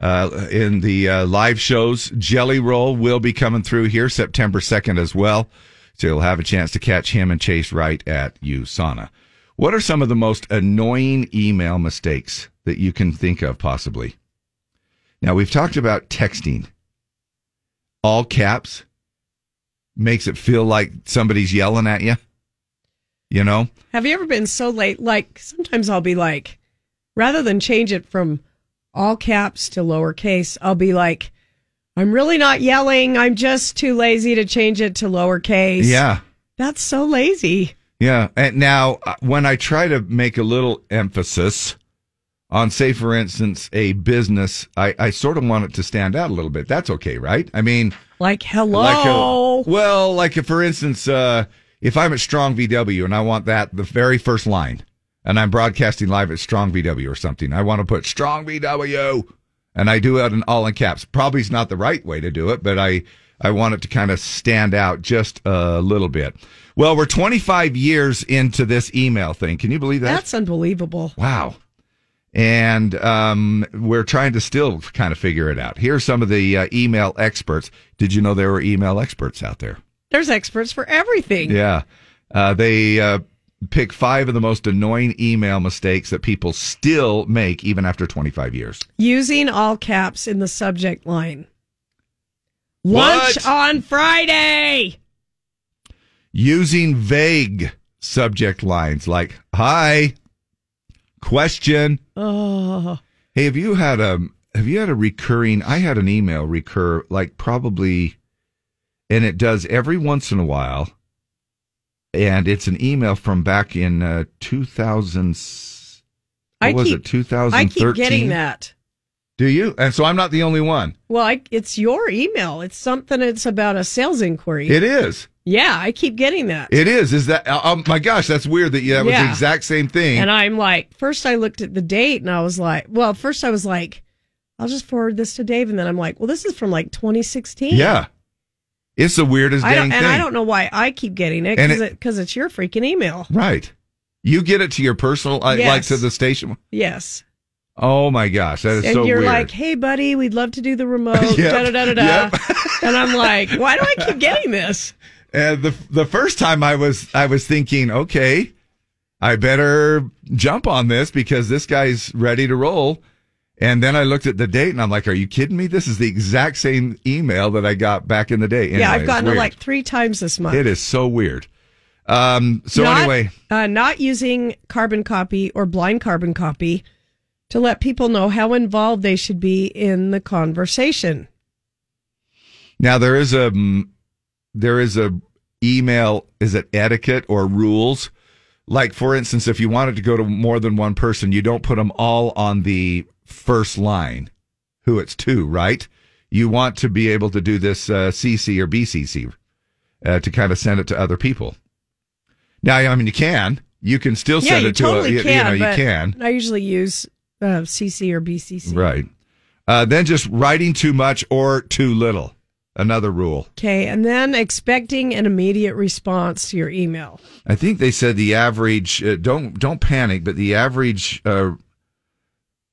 Speaker 1: uh, in the uh, live shows. Jelly Roll will be coming through here September 2nd as well. So you'll have a chance to catch him and Chase Wright at USANA. What are some of the most annoying email mistakes that you can think of possibly? Now, we've talked about texting. All caps makes it feel like somebody's yelling at you, you know?
Speaker 2: Have you ever been so late? Like sometimes I'll be like, rather than change it from all caps to lowercase, I'll be like, I'm really not yelling. I'm just too lazy to change it to lowercase.
Speaker 1: Yeah.
Speaker 2: That's so lazy.
Speaker 1: Yeah. And now, uh, when I try to make a little emphasis on, say, for instance, a business, I, I sort of want it to stand out a little bit. That's okay, right? I mean,
Speaker 2: Like, hello.
Speaker 1: like a, well, like if, for instance, uh, if I'm at Strong VW and I want that the very first line, and I'm broadcasting live at Strong VW or something, I want to put Strong VW, and I do it in all in caps. Probably is not the right way to do it, but I I want it to kind of stand out just a little bit. Well, we're 25 years into this email thing. Can you believe that?
Speaker 2: That's unbelievable.
Speaker 1: Wow. And um, we're trying to still kind of figure it out. Here are some of the uh, email experts. Did you know there were email experts out there?
Speaker 2: There's experts for everything.
Speaker 1: Yeah. Uh, they uh, pick five of the most annoying email mistakes that people still make even after 25 years.
Speaker 2: Using all caps in the subject line. Lunch
Speaker 1: What?
Speaker 2: on Friday.
Speaker 1: Using vague subject lines like, hi, question,
Speaker 2: Oh.
Speaker 1: Hey, have you had a have you had a recurring? I had an email recur like probably, and it does every once in a while. And it's an email from back in uh, two thousand. What
Speaker 2: I
Speaker 1: was
Speaker 2: keep,
Speaker 1: it? Two thousand
Speaker 2: I
Speaker 1: thirteen.
Speaker 2: keep getting that.
Speaker 1: Do you? And so I'm not the only one.
Speaker 2: Well, I, it's your email. It's something. It's about a sales inquiry.
Speaker 1: It is.
Speaker 2: Yeah, I keep getting that.
Speaker 1: It is. Is that? Oh my gosh, that's weird. That yeah, that was the
Speaker 2: Yeah.
Speaker 1: exact same thing.
Speaker 2: And I'm like, first I looked at the date and I was like, well, first I was like, I'll just forward this to Dave. And then I'm like, well, this is from like 2016.
Speaker 1: yeah, it's the weirdest
Speaker 2: I
Speaker 1: dang
Speaker 2: don't,
Speaker 1: thing.
Speaker 2: and I don't know why I keep getting it
Speaker 1: And
Speaker 2: because
Speaker 1: it-
Speaker 2: it, 'cause it's your freaking email.
Speaker 1: Right. You get it to your personal, uh, like
Speaker 2: Yes.
Speaker 1: to the station.
Speaker 2: Yes.
Speaker 1: Oh my gosh, that is
Speaker 2: and
Speaker 1: so
Speaker 2: you're
Speaker 1: weird.
Speaker 2: like, hey, buddy, we'd love to do the remote.
Speaker 1: (laughs) Yep.
Speaker 2: Da, da, da, da, da.
Speaker 1: Yep.
Speaker 2: And I'm like, why do I keep getting this?
Speaker 1: And the the first time I was I was thinking, okay, I better jump on this because this guy's ready to roll. And then I looked at the date and I'm like, are you kidding me? This is the exact same email that I got back in the day. (laughs) Anyway,
Speaker 2: yeah, I've
Speaker 1: it's
Speaker 2: gotten it
Speaker 1: weird.
Speaker 2: like three times this month.
Speaker 1: It is so weird. Um. So
Speaker 2: Not-
Speaker 1: anyway,
Speaker 2: uh, not using carbon copy or blind carbon copy to let people know how involved they should be in the conversation.
Speaker 1: now there is a mm, there is a email. Is it etiquette or rules? Like for instance, if you wanted to go to more than one person, you don't put them all on the first line. who it's to, right? You want to be able to do this uh, CC or BCC uh, to kind of send it to other people. Now, I mean, you can. You can still
Speaker 2: yeah,
Speaker 1: send
Speaker 2: you
Speaker 1: it to
Speaker 2: totally
Speaker 1: a, you-
Speaker 2: can.
Speaker 1: you know, you
Speaker 2: but
Speaker 1: can.
Speaker 2: I usually use uh, CC or BCC.
Speaker 1: Right. Uh, then just writing too much or too little. Another rule.
Speaker 2: Okay, and then expecting an immediate response to your email.
Speaker 1: I think they said the average. Uh, don't don't panic, but the average uh,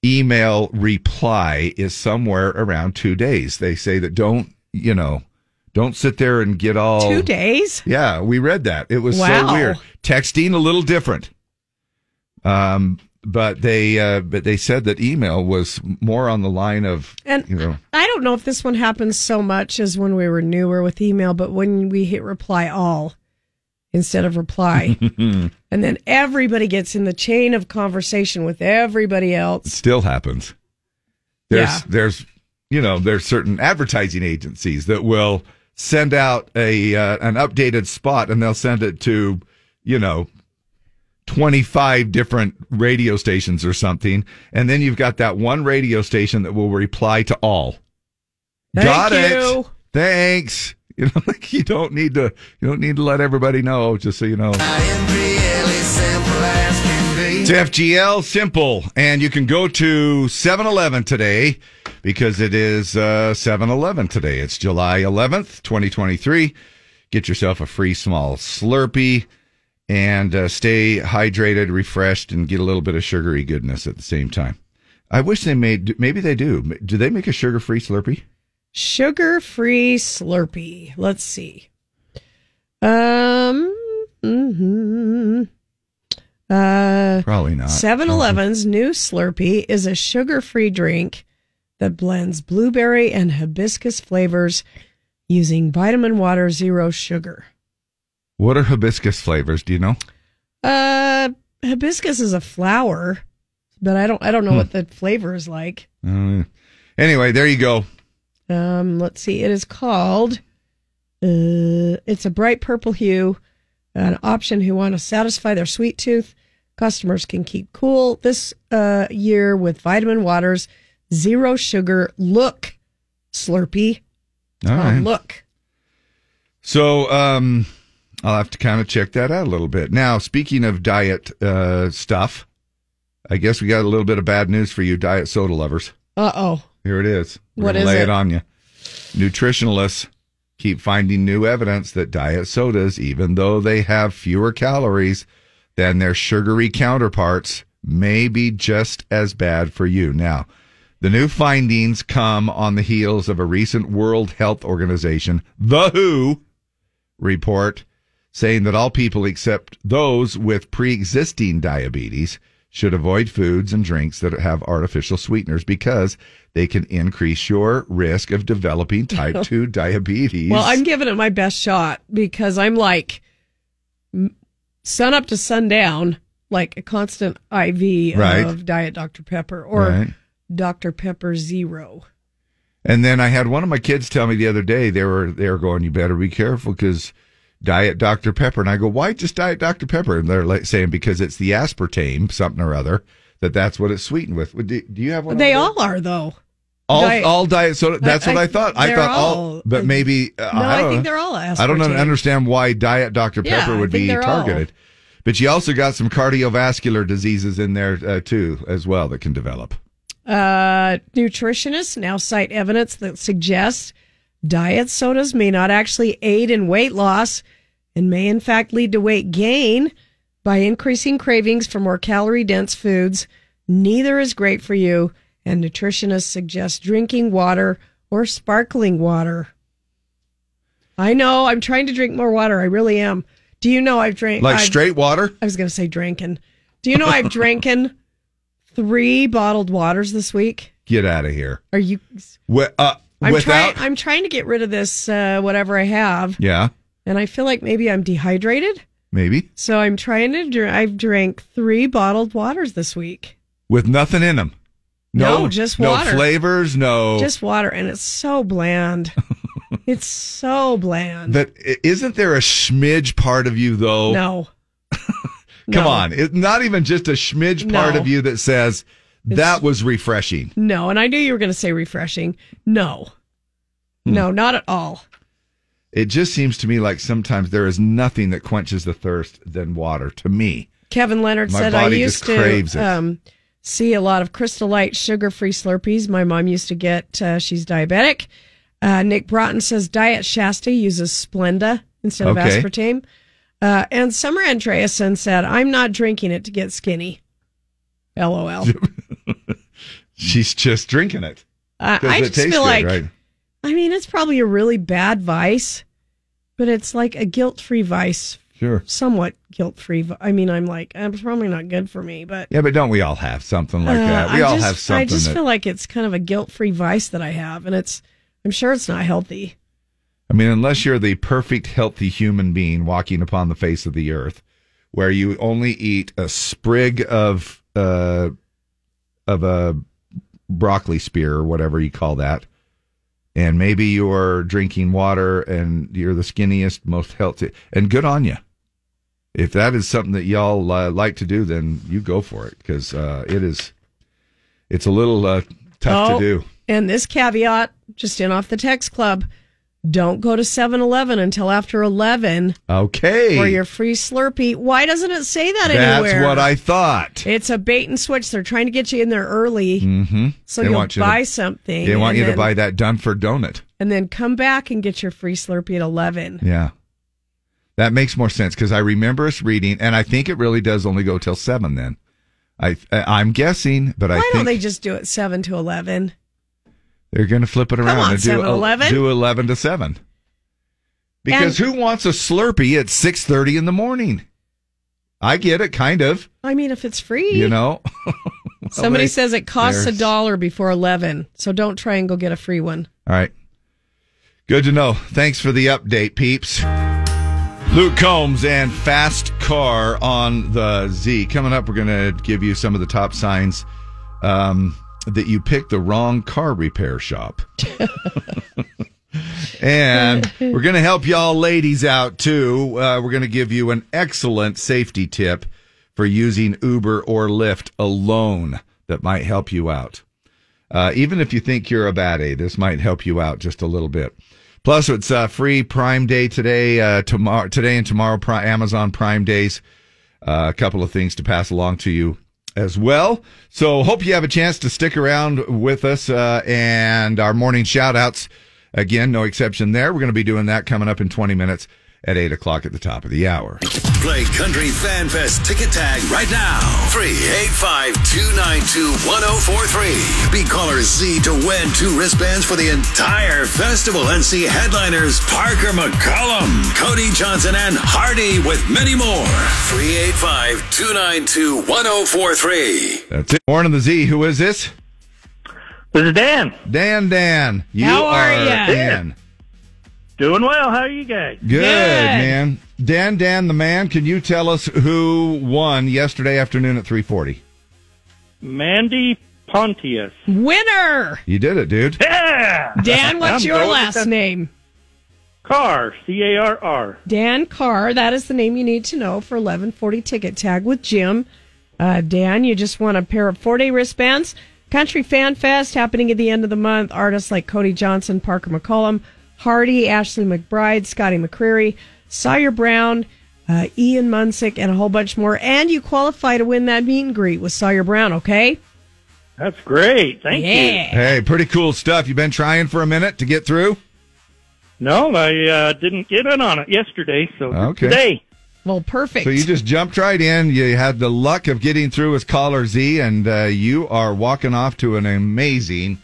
Speaker 1: email reply is somewhere around two days. They say that don't you know, don't sit there and get all
Speaker 2: Two days?
Speaker 1: Yeah, we read that. It was so
Speaker 2: Wow.
Speaker 1: weird. Texting a little different. Um, but they uh, but they said that email was more on the line of
Speaker 2: And-
Speaker 1: you know
Speaker 2: I don't know if this one happens so much as when we were newer with email, but when we hit reply all instead of reply,
Speaker 1: (laughs)
Speaker 2: and then everybody gets in the chain of conversation with everybody else.
Speaker 1: still happens. There's
Speaker 2: Yeah.
Speaker 1: there's you know there's certain advertising agencies that will send out a uh, an updated spot and they'll send it to you know 25 different radio stations or something and then you've got that one radio station that will reply to all.
Speaker 2: Thank
Speaker 1: got
Speaker 2: you.
Speaker 1: it. Thanks. (laughs) You know like you don't need to you don't need to let everybody know just so you know. It's FGL Simple, and you can go to 7 Eleven today because it is 7 Eleven today. It's July 11th, 2023. Get yourself a free small Slurpee and uh, stay hydrated, refreshed, and get a little bit of sugary goodness at the same time. I wish they made, maybe they do. Do they make a sugar free Slurpee?
Speaker 2: Sugar free Slurpee. Let's see. Um. hmm Uh,
Speaker 1: Probably not.
Speaker 2: 7 Eleven's new Slurpee is a sugar free drink that blends blueberry and hibiscus flavors using vitamin water, zero sugar.
Speaker 1: What are hibiscus flavors? Do you know?
Speaker 2: Uh, hibiscus is a flower, but I don't I don't know
Speaker 1: Hmm.
Speaker 2: what the flavor is like.
Speaker 1: Uh, anyway, there you go.
Speaker 2: Um, let's see. It is called. Uh, it's a bright purple hue, an option who want to satisfy their sweet tooth. Customers can keep cool this uh, year with Vitamin Waters Zero Sugar Look Slurpee. It's
Speaker 1: All
Speaker 2: called
Speaker 1: right.
Speaker 2: Look.
Speaker 1: So um, I'll have to kind of check that out a little bit. Now, speaking of diet uh, stuff, I guess we got a little bit of bad news for you, diet soda lovers.
Speaker 2: Uh oh.
Speaker 1: Here it is. We're
Speaker 2: What
Speaker 1: gonna
Speaker 2: is
Speaker 1: lay it?
Speaker 2: it?
Speaker 1: on you. Nutritionalists keep finding new evidence that diet sodas, even though they have fewer calories than their sugary counterparts, may be just as bad for you. Now, the new findings come on the heels of a recent World Health Organization, The WHO, report saying that all people except those with pre-existing diabetes should avoid foods and drinks that have artificial sweeteners because they can increase your risk of developing type 2 diabetes.
Speaker 2: Well, I'm giving it my best shot because I'm like m- sun up to sundown, like a constant IV
Speaker 1: Right.
Speaker 2: of Diet Dr. Pepper or
Speaker 1: Right.
Speaker 2: Dr. Pepper Zero.
Speaker 1: And then I had one of my kids tell me the other day they were they were going, you better be careful because Diet Dr Pepper. And I go, why just Diet Dr Pepper? And they're like saying because it's the aspartame something or other that that's what it's sweetened with. Would- Do, do you have one?
Speaker 2: They
Speaker 1: over there?
Speaker 2: all are though.
Speaker 1: all
Speaker 2: Diet-
Speaker 1: all diet soda. That's
Speaker 2: I-
Speaker 1: what
Speaker 2: I-
Speaker 1: I thought. I
Speaker 2: they're
Speaker 1: thought all,
Speaker 2: all-
Speaker 1: but maybe uh,
Speaker 2: No, I
Speaker 1: don't
Speaker 2: think
Speaker 1: know.
Speaker 2: they're all
Speaker 1: I don't
Speaker 2: aspartame.
Speaker 1: understand why diet Dr
Speaker 2: Yeah,
Speaker 1: Pepper
Speaker 2: I
Speaker 1: would
Speaker 2: think
Speaker 1: be
Speaker 2: they're all.
Speaker 1: targeted. But you also got some cardiovascular diseases in there uh, too, as well, that can develop.
Speaker 2: Uh, nutritionists now cite evidence that suggests diet sodas may not actually aid in weight loss and may in fact lead to weight gain by increasing cravings for more calorie dense foods. Neither is great for you, and nutritionists suggest drinking water or sparkling water. I know I'm trying to drink more water. I really am. Do you know I've drank
Speaker 1: Like
Speaker 2: I've-
Speaker 1: straight water.
Speaker 2: I was going to say drinking. Do you know I've drinking three bottled waters this week?
Speaker 1: Get out of here.
Speaker 2: Are you?
Speaker 1: Wh- uh,
Speaker 2: I'm
Speaker 1: without
Speaker 2: trying. I'm trying to get rid of this uh, whatever I have,
Speaker 1: yeah,
Speaker 2: and I feel like maybe I'm dehydrated.
Speaker 1: maybe
Speaker 2: So I'm trying to. Dr- I've drank three bottled waters this week,
Speaker 1: with nothing in them.
Speaker 2: No, just water.
Speaker 1: No flavors. No.
Speaker 2: just water, and it's so
Speaker 1: (laughs)
Speaker 2: bland. it's so bland.
Speaker 1: But i- isn't there a schmidge part of you though?
Speaker 2: No,
Speaker 1: Oh.
Speaker 2: (laughs)
Speaker 1: Come
Speaker 2: No.
Speaker 1: on. It's not even just a schmidge part
Speaker 2: No.
Speaker 1: of you that says that was refreshing.
Speaker 2: no, and I knew you were going to say refreshing. No,
Speaker 1: Hmm.
Speaker 2: no, not at all.
Speaker 1: It just seems to me like sometimes there is nothing that quenches the thirst than water to me.
Speaker 2: Kevin Leonard
Speaker 1: My
Speaker 2: said, "I
Speaker 1: body
Speaker 2: used
Speaker 1: just craves it."
Speaker 2: to um, see a lot of Crystal Light sugar-free Slurpees. My mom used to get. Uh, she's diabetic." Uh, Nick Broughton says Diet Shasta uses Splenda instead of
Speaker 1: Okay.
Speaker 2: aspartame. Uh, and Summer Andreasen said, "I'm not drinking it to get skinny."
Speaker 1: (laughs)
Speaker 2: LOL.
Speaker 1: She's just drinking it.
Speaker 2: Uh,
Speaker 1: 'Cause
Speaker 2: I
Speaker 1: it
Speaker 2: just
Speaker 1: tastes
Speaker 2: feel
Speaker 1: good,
Speaker 2: like-
Speaker 1: right?
Speaker 2: I mean, it's probably a really bad vice, but it's like a guilt-free vice
Speaker 1: Sure.
Speaker 2: somewhat guilt free. I mean, I'm like, it's probably not good for me, but
Speaker 1: Yeah, but don't we all have something like
Speaker 2: Uh,
Speaker 1: that? We
Speaker 2: I
Speaker 1: all
Speaker 2: just,
Speaker 1: have something.
Speaker 2: I just
Speaker 1: that,
Speaker 2: feel like it's kind of a guilt-free vice that I have, and it's. I'm sure it's not healthy.
Speaker 1: I mean, unless you're the perfect healthy human being walking upon the face of the earth, where you only eat a sprig of uh, of a broccoli spear or whatever you call that, and maybe you're drinking water and you're the skinniest, most healthy, and good on you. If that is something that y'all uh, like to do, then you go for it because uh, it is it's a little uh, tough
Speaker 2: Oh,
Speaker 1: to do.
Speaker 2: And this caveat, just in off the text club, don't go to 7-Eleven until after 11
Speaker 1: Okay,
Speaker 2: for your free Slurpee. Why doesn't it say that
Speaker 1: that's
Speaker 2: anywhere?
Speaker 1: what I thought.
Speaker 2: It's a bait and switch. They're trying to get you in there early,
Speaker 1: Mm-hmm.
Speaker 2: so you'll buy something.
Speaker 1: They
Speaker 2: and
Speaker 1: want you to
Speaker 2: then-
Speaker 1: buy that Dunford donut.
Speaker 2: and then come back and get your free Slurpee at eleven.
Speaker 1: Yeah, that makes more sense because I remember us reading, and I think it really does only go till seven. Then I I- I'm guessing, but I
Speaker 2: Why don't
Speaker 1: think
Speaker 2: they just do it seven to eleven?
Speaker 1: they're going to flip it around
Speaker 2: on,
Speaker 1: and do
Speaker 2: 7-Eleven.
Speaker 1: do eleven to seven. Because who wants a Slurpee at six thirty in the morning? I get it, kind of.
Speaker 2: I mean, if it's free,
Speaker 1: You know, (laughs) Well,
Speaker 2: Somebody
Speaker 1: they-
Speaker 2: says it costs a
Speaker 1: there's-
Speaker 2: dollar before eleven, so don't try and go get a free one.
Speaker 1: All right. Good to know. Thanks for the update, peeps. Luke Combs and Fast Car on the Z. Coming up, we're going to give you some of the top signs um, that you picked the wrong car repair shop. (laughs) and we're going to help y'all ladies out too. Uh, we're going to give you an excellent safety tip for using Uber or Lyft alone that might help you out. Uh, even if you think you're a bad A, this might help you out just a little bit. Plus, it's uh, free Prime Day today, uh, tomorrow, today and tomorrow. Pri- Amazon Prime Days. Uh, a couple of things to pass along to you as well. So, hope you have a chance to stick around with us uh, and our morning shout outs. Again, no exception there. We're going to be doing that coming up in 20 minutes at 8 o'clock at the top of the hour.
Speaker 15: Play Country Fan Fest ticket tag right now. 385 292 1043. Be caller Z to win two wristbands for the entire festival and see headliners Parker McCollum, Cody Johnson, and Hardy with many more. 385 292 1043.
Speaker 1: That's it. Morning on the Z. Who is this?
Speaker 16: This is Dan.
Speaker 1: Dan, Dan. You
Speaker 16: How are ya?
Speaker 1: Dan.
Speaker 16: Doing well. How are you guys?
Speaker 1: Good, man. Dan, Dan, the man. Can you tell us who won yesterday afternoon at three forty?
Speaker 16: Mandy Pontius.
Speaker 2: Winner.
Speaker 1: You did it, dude.
Speaker 16: Yeah. (laughs)
Speaker 2: Dan, what's
Speaker 16: I'm
Speaker 2: your
Speaker 16: going
Speaker 2: last
Speaker 16: with the-
Speaker 2: name?
Speaker 16: Carr. C A R R.
Speaker 2: Dan Carr. That is the name you need to know for eleven forty ticket tag with Jim. Uh, Dan, you just won a pair of four day wristbands. Country Fan Fest happening at the end of the month. Artists like Cody Johnson, Parker McCollum, Hardy, Ashley McBride, Scotty McCreery, Sawyer Brown, uh, Ian Munsick, and a whole bunch more. And you qualify to win that meet and greet with Sawyer Brown. Okay.
Speaker 16: That's great. Thank
Speaker 2: Yeah.
Speaker 16: you.
Speaker 1: Hey, pretty cool stuff. You've been trying for a minute to get through.
Speaker 16: No, I uh, didn't get in on it yesterday, so
Speaker 1: Okay.
Speaker 16: today.
Speaker 2: Well, perfect.
Speaker 1: So you just jumped right in. You had the luck of getting through as caller Z, and uh, you are walking off to an amazing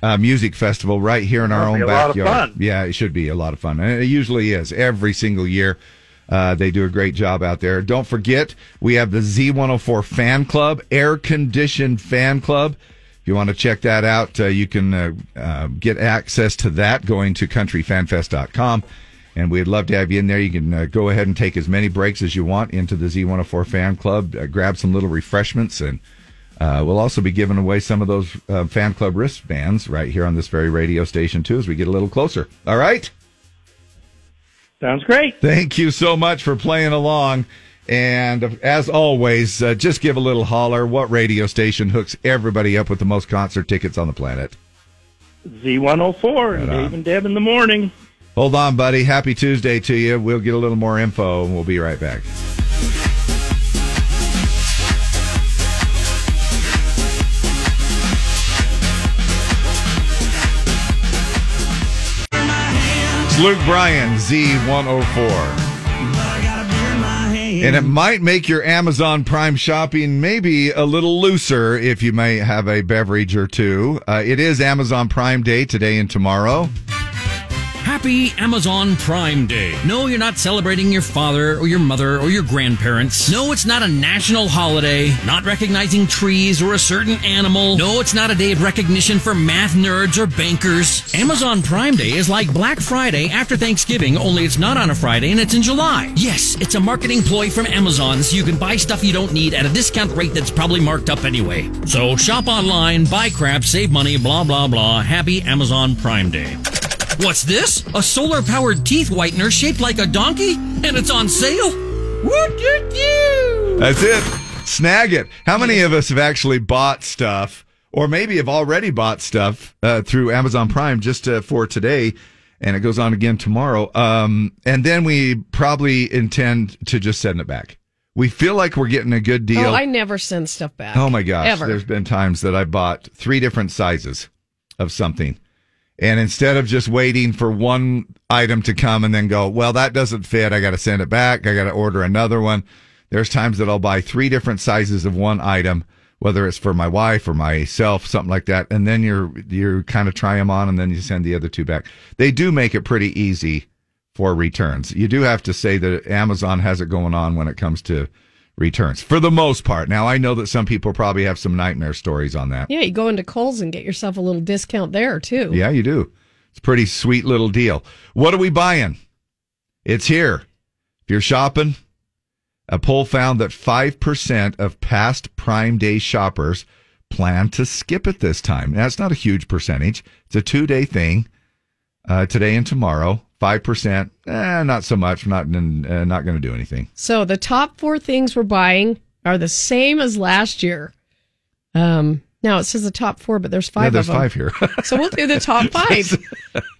Speaker 1: uh, music festival right here in our
Speaker 16: That'll
Speaker 1: own
Speaker 16: be a lot of
Speaker 1: backyard.
Speaker 16: fun.
Speaker 1: Yeah, it should be a lot of fun. And It usually is every single year. Uh, they do a great job out there. Don't forget, we have the Z104 Fan Club, air conditioned fan club. If you want to check that out, uh, you can uh, uh, get access to that going to countryfanfest.com. And we'd love to have you in there. You can uh, go ahead and take as many breaks as you want into the Z104 Fan Club, uh, grab some little refreshments, and uh, we'll also be giving away some of those uh, fan club wristbands right here on this very radio station, too, as we get a little closer. All right?
Speaker 16: Sounds great.
Speaker 1: Thank you so much for playing along. And uh, as always, uh, just give a little holler. What radio station hooks everybody up with the most concert tickets on the planet?
Speaker 16: Z104 and oh Dave and Deb in the morning.
Speaker 1: Hold on, buddy. Happy Tuesday to you. We'll get a little more info and we'll be right back. It's Luke Bryan, Z104. And it might make your Amazon Prime shopping maybe a little looser if you may have a beverage or two. Uh, it is Amazon Prime Day today and tomorrow.
Speaker 17: Happy Amazon Prime Day. No, you're not celebrating your father or your mother or your grandparents. No, it's not a national holiday, not recognizing trees or a certain animal. No, it's not a day of recognition for math nerds or bankers. Amazon Prime Day is like Black Friday after Thanksgiving, only it's not on a Friday and it's in July. Yes, it's a marketing ploy from Amazon so you can buy stuff you don't need at a discount rate that's probably marked up anyway. So shop online, buy crap, save money, blah, blah, blah. Happy Amazon Prime Day. What's this? A solar powered teeth whitener shaped like a donkey? And it's on sale? Woot doot doo!
Speaker 1: That's it. Snag it. How many of us have actually bought stuff, or maybe have already bought stuff uh, through Amazon Prime just uh, for today? And it goes on again tomorrow. Um, and then we probably intend to just send it back. We feel like we're getting a good deal.
Speaker 2: Oh, I never send stuff back.
Speaker 1: Oh my gosh.
Speaker 2: Ever.
Speaker 1: There's been times that I bought three different sizes of something. And instead of just waiting for one item to come and then go, well, that doesn't fit. I got to send it back. I got to order another one. There's times that I'll buy three different sizes of one item, whether it's for my wife or myself, something like that. And then you're, you're kind of try them on and then you send the other two back. They do make it pretty easy for returns. You do have to say that Amazon has it going on when it comes to returns for the most part. Now, I know that some people probably have some nightmare stories on that.
Speaker 2: Yeah, you go into Kohl's and get yourself a little discount there too.
Speaker 1: Yeah, you do. It's a pretty sweet little deal. What are we buying? It's here. If you're shopping, a poll found that 5% of past Prime Day shoppers plan to skip it this time. Now, it's not a huge percentage, it's a two day thing uh, today and tomorrow. 5%, eh, not so much, not, uh, not going to do anything.
Speaker 2: So the top four things we're buying are the same as last year. Um, now it says the top four, but there's five.
Speaker 1: yeah, there's
Speaker 2: of them.
Speaker 1: five here. (laughs)
Speaker 2: so we'll do the top five: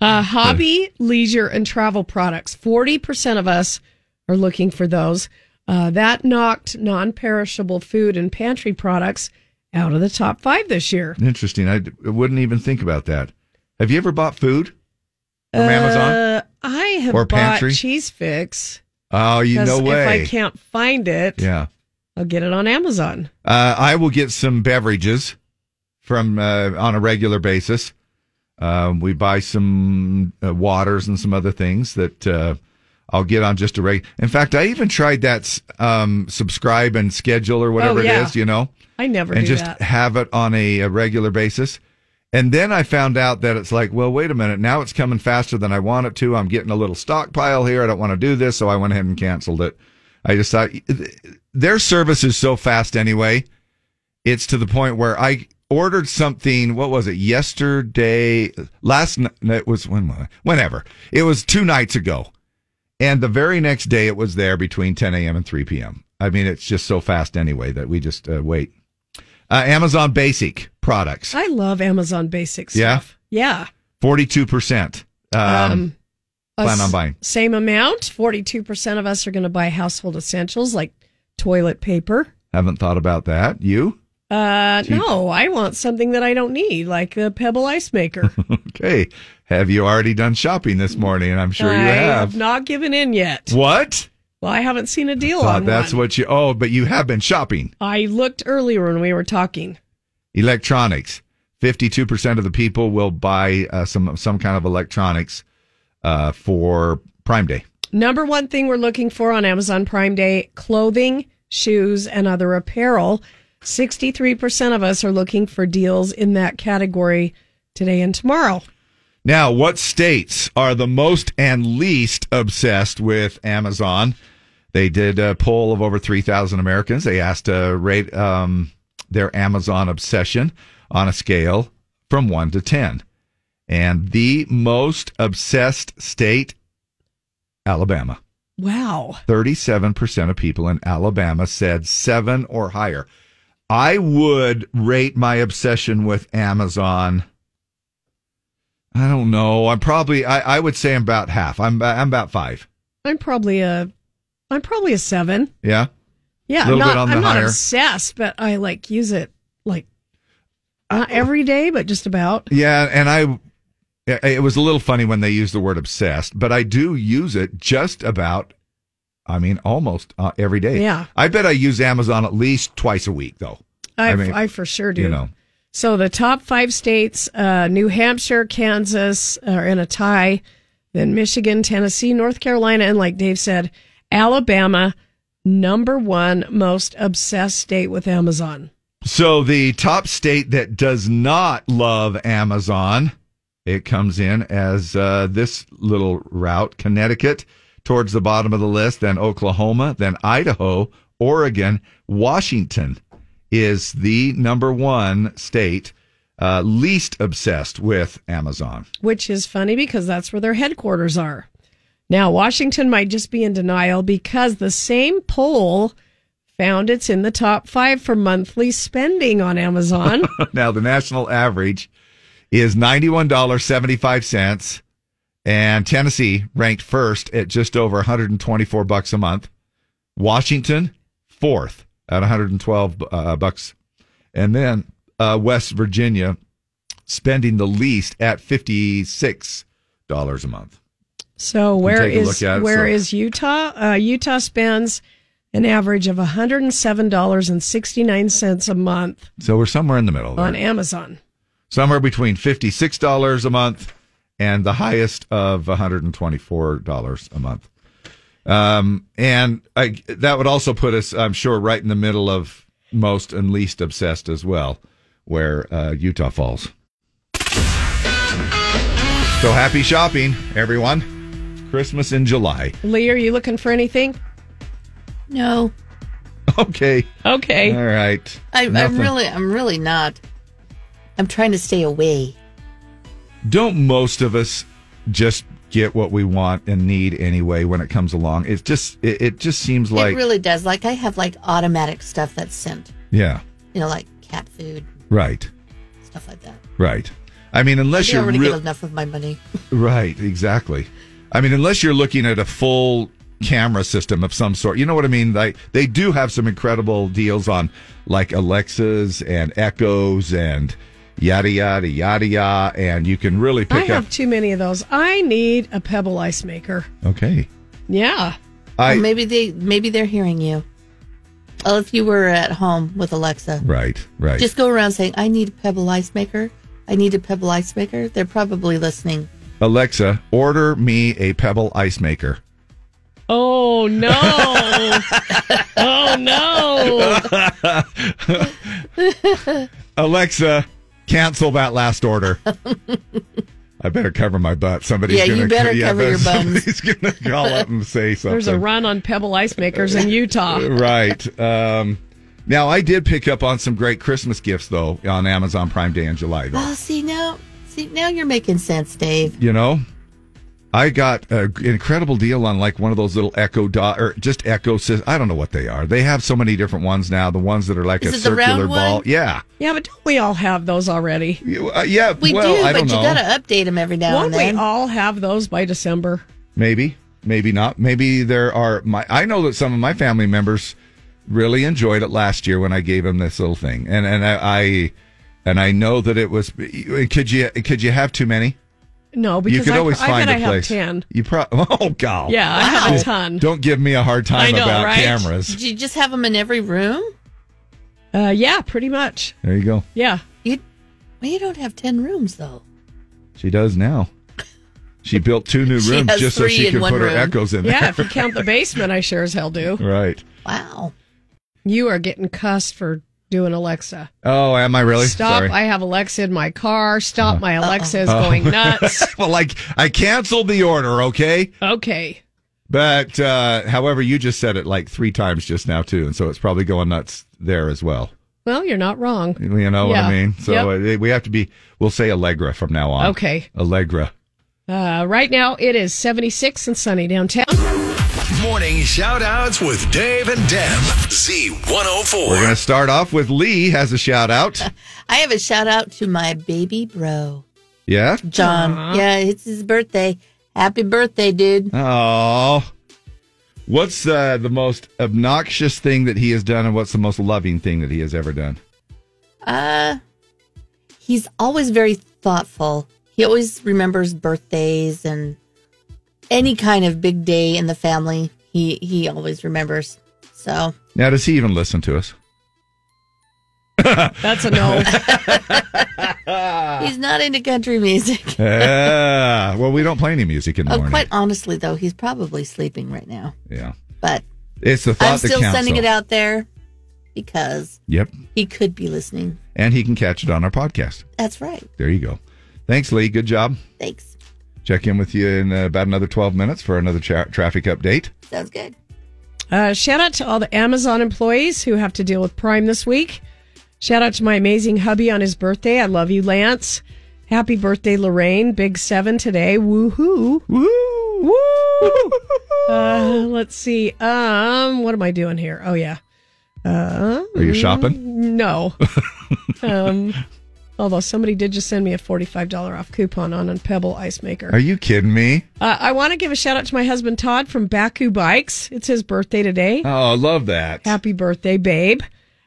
Speaker 2: uh, hobby, leisure, and travel products. Forty percent of us are looking for those. Uh, that knocked non-perishable food and pantry products out of the top five this year.
Speaker 1: Interesting. I d- wouldn't even think about that. Have you ever bought food from Amazon?
Speaker 2: Uh, I have
Speaker 1: Or
Speaker 2: bought
Speaker 1: pantry?
Speaker 2: Cheese Fix.
Speaker 1: Oh, you
Speaker 2: 'cause
Speaker 1: no way.
Speaker 2: If I can't find it,
Speaker 1: Yeah.
Speaker 2: I'll get it on Amazon.
Speaker 1: Uh, I will get some beverages from uh, on a regular basis. Um, we buy some uh, waters and some other things that uh, I'll get on just a regular. In fact, I even tried that s- um, subscribe and schedule or whatever
Speaker 2: Oh, yeah.
Speaker 1: it is, you know,
Speaker 2: I never
Speaker 1: and
Speaker 2: do
Speaker 1: just
Speaker 2: that.
Speaker 1: have it on a, a regular basis. And then I found out that it's like, well, wait a minute. Now it's coming faster than I want it to. I'm getting a little stockpile here. I don't want to do this. So I went ahead and canceled it. I just thought their service is so fast anyway. It's to the point where I ordered something. What was it? Yesterday, last night it was when, whenever it was two nights ago. And the very next day it was there between 10 a.m. and 3 p.m. I mean, it's just so fast anyway that we just uh, wait. Uh, Amazon basic products.
Speaker 2: I love Amazon Basics.
Speaker 1: Yeah.
Speaker 2: Yeah.
Speaker 1: Forty-two percent. Um,
Speaker 2: Us-
Speaker 1: plan on buying.
Speaker 2: Same amount. 42% of us are going to buy household essentials like toilet paper.
Speaker 1: Haven't thought about that. You
Speaker 2: Uh,
Speaker 1: Gee.
Speaker 2: no, I want something that I don't need, like a pebble ice maker.
Speaker 1: okay? Have you already done shopping this morning? I'm (laughs) sure
Speaker 2: I
Speaker 1: you have.
Speaker 2: not given in yet.
Speaker 1: What?
Speaker 2: Well, I haven't seen a deal
Speaker 1: Thought
Speaker 2: on
Speaker 1: that's
Speaker 2: one.
Speaker 1: what you. Oh, but you have been shopping.
Speaker 2: I looked earlier when we were talking.
Speaker 1: Electronics. Fifty-two percent of the people will buy uh, some some kind of electronics uh, for Prime Day.
Speaker 2: Number one thing we're looking for on Amazon Prime Day clothing, shoes, and other apparel. 63% of us are looking for deals in that category today and tomorrow.
Speaker 1: Now, what states are the most and least obsessed with Amazon? They did a poll of over 3,000 Americans. They asked to rate um, their Amazon obsession on a scale from 1 to 10. And the most obsessed state, Alabama.
Speaker 2: Wow.
Speaker 1: 37% of people in Alabama said seven or higher. I would rate my obsession with Amazon. I don't know. I'm probably, I, I would say I'm about half. I'm, I'm about five.
Speaker 2: I'm probably a I'm probably a 7.
Speaker 1: Yeah.
Speaker 2: Yeah, I'm
Speaker 1: Little
Speaker 2: not
Speaker 1: bit on the
Speaker 2: I'm not
Speaker 1: higher.
Speaker 2: obsessed, but I like use it like not
Speaker 1: Uh,
Speaker 2: every day, but just about.
Speaker 1: Yeah. And I, it was a little funny when they used the word obsessed, but I do use it just about, I mean, almost uh, every day.
Speaker 2: Yeah.
Speaker 1: I bet I use Amazon at least twice a week, though.
Speaker 2: I I,
Speaker 1: mean,
Speaker 2: for sure do.
Speaker 1: you know.
Speaker 2: uh, So the top five states: uh, New Hampshire, Kansas are in a tie. Then Michigan, Tennessee, North Carolina, and like Dave said, Alabama, number one most obsessed state with Amazon.
Speaker 1: So the top state that does not love Amazon, it comes in as uh, this little route: Connecticut towards the bottom of the list, then Oklahoma, then Idaho, Oregon, Washington is the number one state uh, least obsessed with Amazon.
Speaker 2: which is funny because that's where their headquarters are. Now, Washington might just be in denial because the same poll found it's in the top five for monthly spending on Amazon.
Speaker 1: now the national average is $91.75 and Tennessee ranked first at just over 124 bucks a month. Washington fourth at 112 uh, bucks. And then uh, West Virginia spending the least at $56 a month.
Speaker 2: so, where
Speaker 1: take a
Speaker 2: is
Speaker 1: look at it,
Speaker 2: where
Speaker 1: so-
Speaker 2: is Utah? Uh, Utah spends an average of $107.69 a month
Speaker 1: So we're somewhere in the middle. there.
Speaker 2: on Amazon.
Speaker 1: somewhere between $56 a month and the highest of $124 a month. Um, and I, that would also put us, I'm sure, right in the middle of most and least obsessed as well, where uh, Utah falls. So happy shopping, everyone. Christmas in July. (laughs)
Speaker 2: Lee, are you looking for anything?
Speaker 3: No,
Speaker 1: Okay.
Speaker 2: Okay.
Speaker 1: All right.
Speaker 3: I, I'm
Speaker 1: Nothing.
Speaker 3: really, I'm really not. I'm trying to stay away.
Speaker 1: don't most of us just get what we want and need anyway when it comes along it's just it, it just seems like
Speaker 3: it really does. Like I have like automatic stuff that's sent.
Speaker 1: yeah
Speaker 3: You know, like cat food
Speaker 1: right
Speaker 3: stuff like that.
Speaker 1: right i mean unless
Speaker 3: I
Speaker 1: you're
Speaker 3: already
Speaker 1: real
Speaker 3: get enough of my money.
Speaker 1: right exactly i mean unless you're looking at a full camera system of some sort you know what i mean like they do have some incredible deals on like alexas and echoes and yada yada yada yada and you can really
Speaker 2: I
Speaker 1: pick up
Speaker 2: have too many of those. I need a pebble ice maker.
Speaker 1: okay
Speaker 2: Yeah.
Speaker 1: I-
Speaker 3: Well, maybe they, maybe they're hearing you. Oh, if you were at home with Alexa,
Speaker 1: right right
Speaker 3: Just go around saying, "I need a pebble ice maker. I need a pebble ice maker." They're probably listening.
Speaker 1: alexa order me a pebble ice maker
Speaker 2: Oh (laughs) no! oh no!
Speaker 1: Alexa, cancel that last order. (laughs) I better cover my butt. Somebody's
Speaker 2: Yeah, you
Speaker 1: gonna
Speaker 2: better cover
Speaker 1: but
Speaker 2: your buns.
Speaker 1: Somebody's gonna call up and say something.
Speaker 2: (laughs) There's a run on pebble ice makers in Utah.
Speaker 1: right. Um, now I did pick up on some great Christmas gifts though on Amazon Prime Day in July though.
Speaker 3: Oh, see now, see now, you're making sense, Dave.
Speaker 1: You know, I got a- an incredible deal on like one of those little Echo dot or just Echo. sys- I don't know what they are. They have so many different ones now. The ones that are like
Speaker 2: Is
Speaker 1: a
Speaker 2: it the round
Speaker 1: circular ball.
Speaker 2: one?
Speaker 1: Yeah.
Speaker 2: Yeah, but don't we all have those already?
Speaker 1: uh, yeah,
Speaker 3: We
Speaker 1: well,
Speaker 3: do,
Speaker 1: I
Speaker 3: but
Speaker 1: don't
Speaker 3: you
Speaker 1: know.
Speaker 3: gotta update them every now
Speaker 2: Won't
Speaker 3: and then.
Speaker 2: we all have those by December?
Speaker 1: Maybe, maybe not. Maybe there are my. I know that some of my family members really enjoyed it last year when I gave them this little thing, and and I, I and I know that it was. Could you could you have too many?
Speaker 2: No, because
Speaker 1: you could
Speaker 2: I,
Speaker 1: always
Speaker 2: I
Speaker 1: find
Speaker 2: bet
Speaker 1: a
Speaker 2: I have
Speaker 1: place.
Speaker 2: ten.
Speaker 1: You probably. (laughs) Oh God.
Speaker 2: Yeah, I have a ton.
Speaker 1: Don't give me a hard time about cameras.
Speaker 3: Did you just have them in every room?
Speaker 2: Uh, yeah, pretty much.
Speaker 1: There you go.
Speaker 2: Yeah.
Speaker 3: You, well, you don't have ten rooms though.
Speaker 1: She does now. She built two
Speaker 3: (laughs)
Speaker 1: new
Speaker 3: She
Speaker 1: rooms
Speaker 3: has
Speaker 1: just so
Speaker 3: three
Speaker 1: she
Speaker 3: in
Speaker 1: could
Speaker 3: one
Speaker 1: put her
Speaker 3: room.
Speaker 1: echoes in
Speaker 2: Yeah,
Speaker 1: there.
Speaker 2: if you count the basement, I sure as hell do.
Speaker 1: (laughs) right.
Speaker 3: Wow.
Speaker 2: You are getting cussed for doing Alexa.
Speaker 1: Oh, am I really?
Speaker 2: Stop.
Speaker 1: Sorry.
Speaker 2: I have Alexa in my car. Stop. My Alexa is
Speaker 1: Oh. (laughs)
Speaker 2: going nuts.
Speaker 1: well, like I canceled the order, okay?
Speaker 2: Okay.
Speaker 1: But uh, however, you just said it like three times just now too, and so it's probably going nuts there as well.
Speaker 2: Well, you're not wrong.
Speaker 1: You know what I
Speaker 2: Yeah.
Speaker 1: mean? So uh, we have to be. We'll say Allegra from now on.
Speaker 2: Okay.
Speaker 1: Allegra.
Speaker 2: Uh, right now, it is 76 and sunny downtown.
Speaker 15: Morning shout outs with Dave and Deb. Z104.
Speaker 1: We're gonna start off with Lee has a
Speaker 3: (laughs)
Speaker 1: shout out.
Speaker 3: I have a shout out to my baby bro,
Speaker 1: Yeah.
Speaker 3: John. Yeah, it's his birthday. Happy birthday, dude.
Speaker 1: Oh. What's uh, the most obnoxious thing that he has done, and what's the most loving thing that he has ever done?
Speaker 3: Uh, he's always very thoughtful. He always remembers birthdays and any kind of big day in the family. He he always remembers. So
Speaker 1: Now, does he
Speaker 3: (laughs)
Speaker 1: even listen to us? (laughs)
Speaker 2: That's a no.
Speaker 3: He's not into country music. (laughs)
Speaker 1: Ah, well, we don't play any music in the
Speaker 3: Oh,
Speaker 1: morning.
Speaker 3: quite honestly, though, he's probably sleeping right now.
Speaker 1: Yeah.
Speaker 3: But
Speaker 1: It's the
Speaker 3: I'm
Speaker 1: thought
Speaker 3: still
Speaker 1: that counts.
Speaker 3: sending
Speaker 1: though.
Speaker 3: it out there because
Speaker 1: Yep.
Speaker 3: he could be listening.
Speaker 1: And he can catch it on our podcast.
Speaker 3: That's right.
Speaker 1: There you go. Thanks, Lee. Good job.
Speaker 3: Thanks.
Speaker 1: Check in with you in uh, about another 12 minutes for another tra- traffic update.
Speaker 3: Sounds good.
Speaker 2: Uh, shout out to all the Amazon employees who have to deal with Prime this week. Shout out to my amazing hubby on his birthday. I love you, Lance. Happy birthday, Lorraine. Big seven today. Woohoo.
Speaker 1: Woo.
Speaker 2: Woo. Uh, let's see. Um, what am I doing here? Oh, yeah. Uh,
Speaker 1: Are you shopping? (laughs)
Speaker 2: No. um, although somebody did just send me a $45 off coupon on a Pebble ice maker.
Speaker 1: Are you kidding me?
Speaker 2: Uh, I want to give a shout out to my husband Todd from Baku Bikes. It's his birthday today.
Speaker 1: Oh, I love that.
Speaker 2: Happy birthday, babe.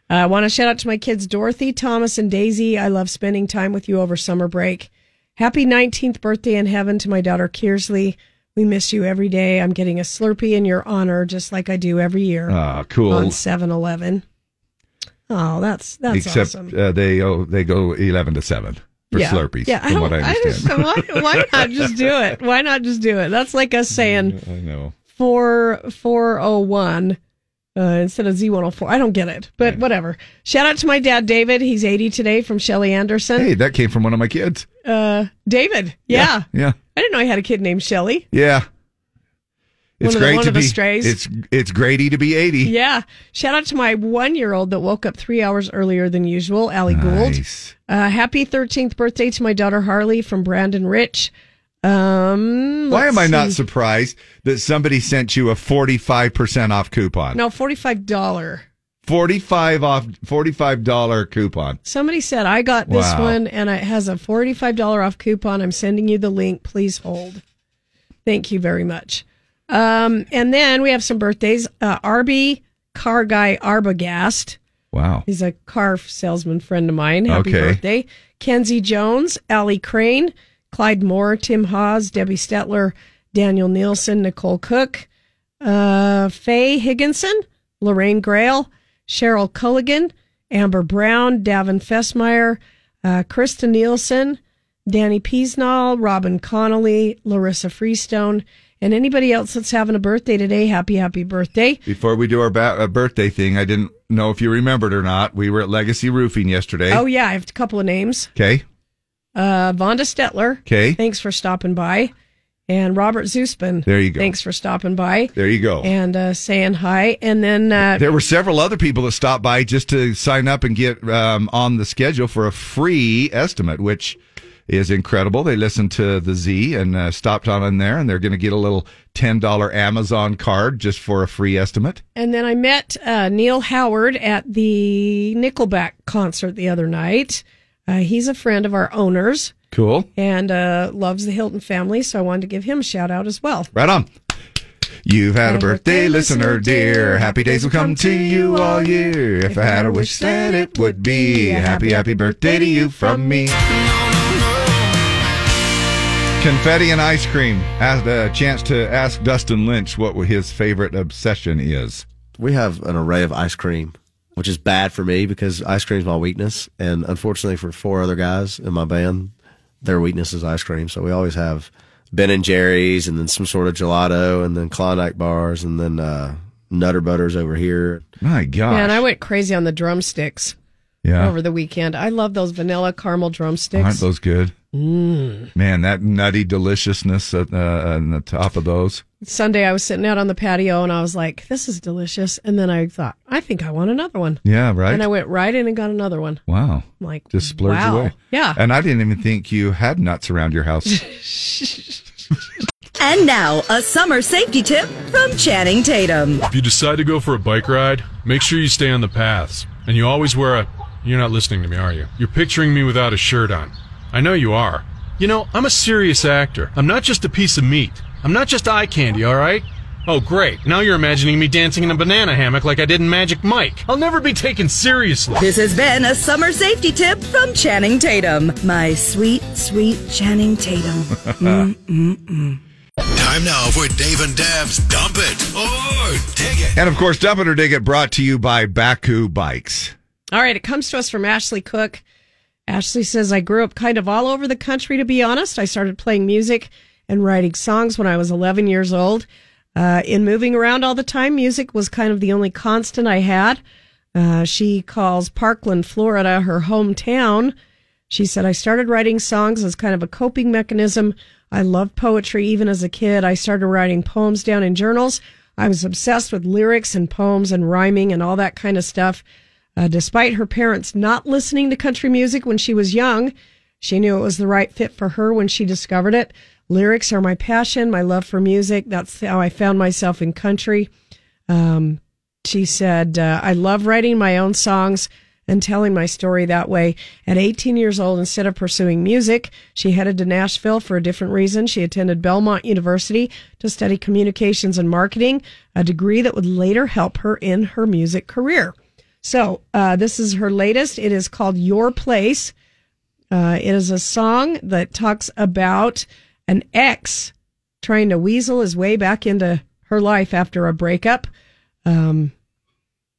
Speaker 2: Uh, I want to shout out to my kids, Dorothy, Thomas, and Daisy. I love spending time with you over summer break. Happy 19th birthday in heaven to my daughter, Kearsley. We miss you every day. I'm getting a Slurpee in your honor, just like I do every year.
Speaker 1: Ah, cool.
Speaker 2: On 7 Eleven. Oh, that's that's
Speaker 1: Except
Speaker 2: awesome.
Speaker 1: uh, they oh, they go 11 to 7 for
Speaker 2: yeah.
Speaker 1: Slurpees,
Speaker 2: Yeah, I
Speaker 1: from
Speaker 2: don't,
Speaker 1: what I
Speaker 2: (laughs) I just,
Speaker 1: understand.
Speaker 2: why, why not just do it? Why not just do it? That's like us saying
Speaker 1: I know.
Speaker 2: four four oh one uh, instead of Z one oh four. I don't get it, but whatever. Shout out to my dad, David. He's eighty today from Shelly Anderson.
Speaker 1: Hey, that came from one of my kids.
Speaker 2: Uh, David, yeah.
Speaker 1: Yeah.
Speaker 2: I didn't know I had a kid named Shelly.
Speaker 1: Yeah.
Speaker 2: One
Speaker 1: It's
Speaker 2: of the-
Speaker 1: great
Speaker 2: one
Speaker 1: to
Speaker 2: of the
Speaker 1: be
Speaker 2: strays.
Speaker 1: It's it's Grady to be 80.
Speaker 2: Yeah. Shout out to my one year old that woke up three hours earlier than usual, Allie
Speaker 1: Nice.
Speaker 2: Gould. Uh, happy 13th birthday to my daughter Harley from Brandon Rich. Um,
Speaker 1: Why am
Speaker 2: let's
Speaker 1: I not
Speaker 2: see.
Speaker 1: surprised that somebody sent you a 45% off coupon?
Speaker 2: No, $45.
Speaker 1: 45 off $45 coupon.
Speaker 2: Somebody said, I got this
Speaker 1: Wow.
Speaker 2: one and it has a $45 off coupon. I'm sending you the link. Please hold. Thank you very much. Um, and then we have some birthdays. Uh, Arby car guy Arbogast.
Speaker 1: Wow.
Speaker 2: He's a car f- salesman friend of mine. Happy
Speaker 1: Okay.
Speaker 2: birthday. Kenzie Jones, Allie Crane, Clyde Moore, Tim Hawes, Debbie Stetler, Daniel Nielsen, Nicole Cook, uh, Faye Higginson, Lorraine Grail, Cheryl Culligan, Amber Brown, Davin Fessmeyer, uh, Krista Nielsen, Danny Peasnall, Robin Connolly, Larissa Freestone, and anybody else that's having a birthday today, happy, happy birthday.
Speaker 1: Before we do our ba- uh, birthday thing, I didn't know if you remembered or not. We were at Legacy Roofing yesterday.
Speaker 2: Oh, yeah, I have a couple of names.
Speaker 1: Okay.
Speaker 2: Uh, Vonda Stetler.
Speaker 1: Okay.
Speaker 2: Thanks for stopping by. And Robert Zusman.
Speaker 1: There you go.
Speaker 2: Thanks for stopping by
Speaker 1: There you go.
Speaker 2: and uh, saying hi. And then uh,
Speaker 1: there were several other people that stopped by just to sign up and get um, on the schedule for a free estimate, which is incredible. They listened to the Z and uh, stopped on in there, and they're going to get a little ten dollar Amazon card just for a free estimate.
Speaker 2: and then I met uh, Neil Howard at the Nickelback concert the other night. Uh, he's a friend of our owners
Speaker 1: Cool.
Speaker 2: and uh, loves the Hilton family, so I wanted to give him a shout out as well.
Speaker 1: Right on. You've had a birthday, listener dear. Happy days will come to you all year. If I had a wish that it would be happy, happy birthday to you from me. Confetti and ice cream. Ask a chance to ask Dustin Lynch what his favorite obsession is.
Speaker 18: We have an array of ice cream, which is bad for me because ice cream is my weakness. And unfortunately, for four other guys in my band, their weakness is ice cream. So we always have Ben and Jerry's and then some sort of gelato and then Klondike bars and then uh, Nutter Butters over here.
Speaker 1: My God.
Speaker 2: Man, I went crazy on the drumsticks
Speaker 1: Yeah.
Speaker 2: over the weekend. I love those vanilla caramel drumsticks.
Speaker 1: Aren't those good?
Speaker 2: Mm.
Speaker 1: Man, that nutty deliciousness at, uh, on the top of those.
Speaker 2: Sunday, I was sitting out on the patio and I was like, this is delicious. And then I thought, I think I want another one.
Speaker 1: Yeah, right?
Speaker 2: And I went right in and got another one.
Speaker 1: Wow.
Speaker 2: I'm like,
Speaker 1: Just splurge
Speaker 2: wow.
Speaker 1: away.
Speaker 2: Yeah.
Speaker 1: And I didn't even think you had nuts around
Speaker 2: (laughs)
Speaker 1: your house.
Speaker 19: And now, a summer safety tip from Channing Tatum.
Speaker 20: If you decide to go for a bike ride, make sure you stay on the paths. And you always wear a. You're not listening to me, are you? You're picturing me without a shirt on. I know you are. You know, I'm a serious actor. I'm not just a piece of meat. I'm not just eye candy, alright? Oh, great. Now you're imagining me dancing in a banana hammock like I did in Magic Mike. I'll never be taken seriously.
Speaker 19: This has been a summer safety tip from Channing Tatum. My sweet, sweet Channing Tatum. Mm, mm, mm.
Speaker 15: Time now for Dave and Dab's Dump It or Dig It.
Speaker 1: And of course, Dump It or Dig It brought to you by Baku Bikes.
Speaker 2: All right. It comes to us from Ashley Cook. Ashley says, I grew up kind of all over the country, to be honest. I started playing music and writing songs when I was 11 years old. Uh, in moving around all the time, music was kind of the only constant I had. Uh, she calls Parkland, Florida, her hometown. She said, I started writing songs as kind of a coping mechanism. I loved poetry even as a kid. I started writing poems down in journals. I was obsessed with lyrics and poems and rhyming and all that kind of stuff. Uh, despite her parents not listening to country music when she was young, she knew it was the right fit for her when she discovered it. Lyrics are my passion, my love for music. That's how I found myself in country. Um, she said, uh, I love writing my own songs and telling my story that way. At 18 years old, instead of pursuing music, she headed to Nashville for a different reason. She attended Belmont University to study communications and marketing, a degree that would later help her in her music career. So, uh, this is her latest. It is called Your Place. Uh, it is a song that talks about an ex trying to weasel his way back into her life after a breakup. Um,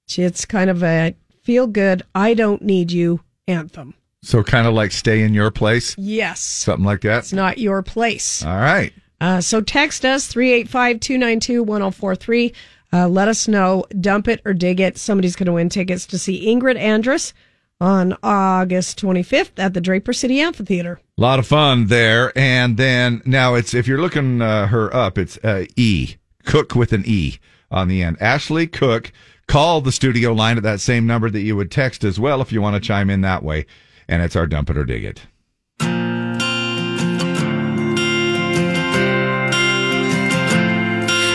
Speaker 2: she- it's kind of a feel good, I don't need you anthem.
Speaker 1: So kind of like stay in your place.
Speaker 2: Yes.
Speaker 1: Something like that.
Speaker 2: It's not your place.
Speaker 1: All right.
Speaker 2: Uh, so text us 385 292 1043. Uh, Let us know. Dump it or dig it. Somebody's going to win tickets to see Ingrid Andress on August 25th at the Draper City Amphitheater.
Speaker 1: A lot of fun there. And then now it's, if you're looking uh, her up, it's uh, E, Cook with an E on the end. Ashley Cook, call the studio line at that same number that you would text as well if you want to chime in that way. And it's our dump it or dig it.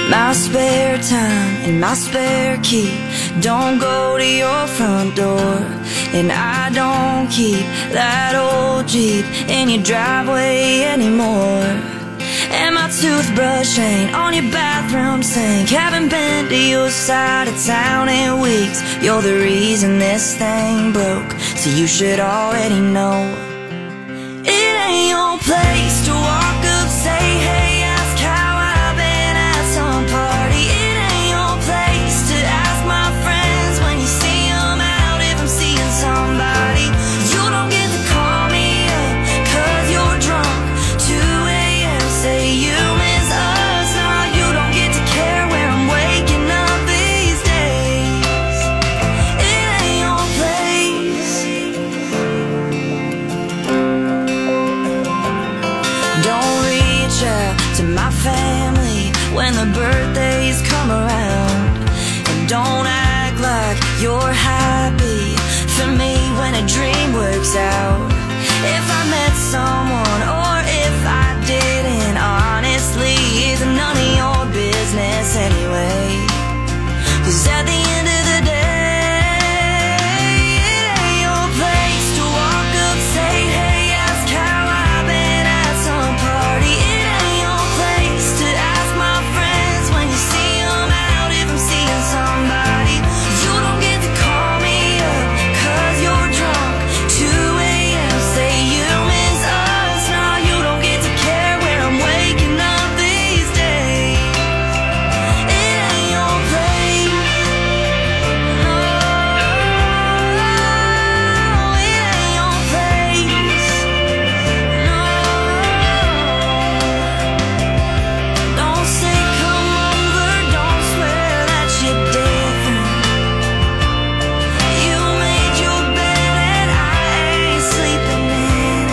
Speaker 21: My spare time and my spare key don't go to your front door. And I don't keep that old Jeep in your driveway anymore. And my toothbrush ain't on your bathroom sink. Haven't been to your side of town in weeks. You're the reason this thing broke, so you should already know. It ain't your place to walk up, say hey, ask how I've been at some party. It ain't your place to ask my friends when you see 'em out if I'm seeing somebody. You don't get to call me up, cause you're drunk. 2 a.m. say you miss us. Now you don't get to care where I'm waking up these days. It ain't your place. Don't reach out to my family when the birthdays come around. And don't act like you're happy for me when a dream works out. If I met someone or if I didn't, honestly, it's none of your business anyway. Cause at the end of the day, it ain't your place to walk up, say, hey, ask how I've been at some party. It ain't your place to ask my friends when you see 'em out if I'm seeing somebody. You don't get to call me up, cause you're drunk. 2 a.m. say you miss us. Now you don't get to care where I'm waking up these days. It ain't your Oh, place. Oh, Don't say come over, don't swear that you different. You made your bed and I ain't sleeping in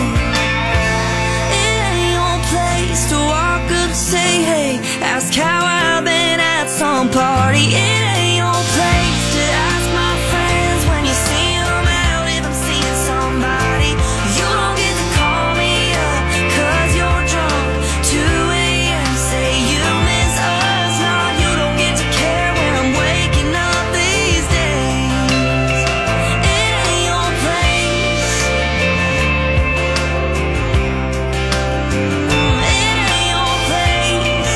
Speaker 21: it. It ain't your place to walk up, say hey, ask how I've been at some party. It ain't your place to ask my friends when you see 'em out if I'm seeing somebody. You don't get to call me up, cause you're drunk. 2 a.m. say you miss us. No, you don't get to care when I'm waking up these days. It ain't your place. It ain't your place.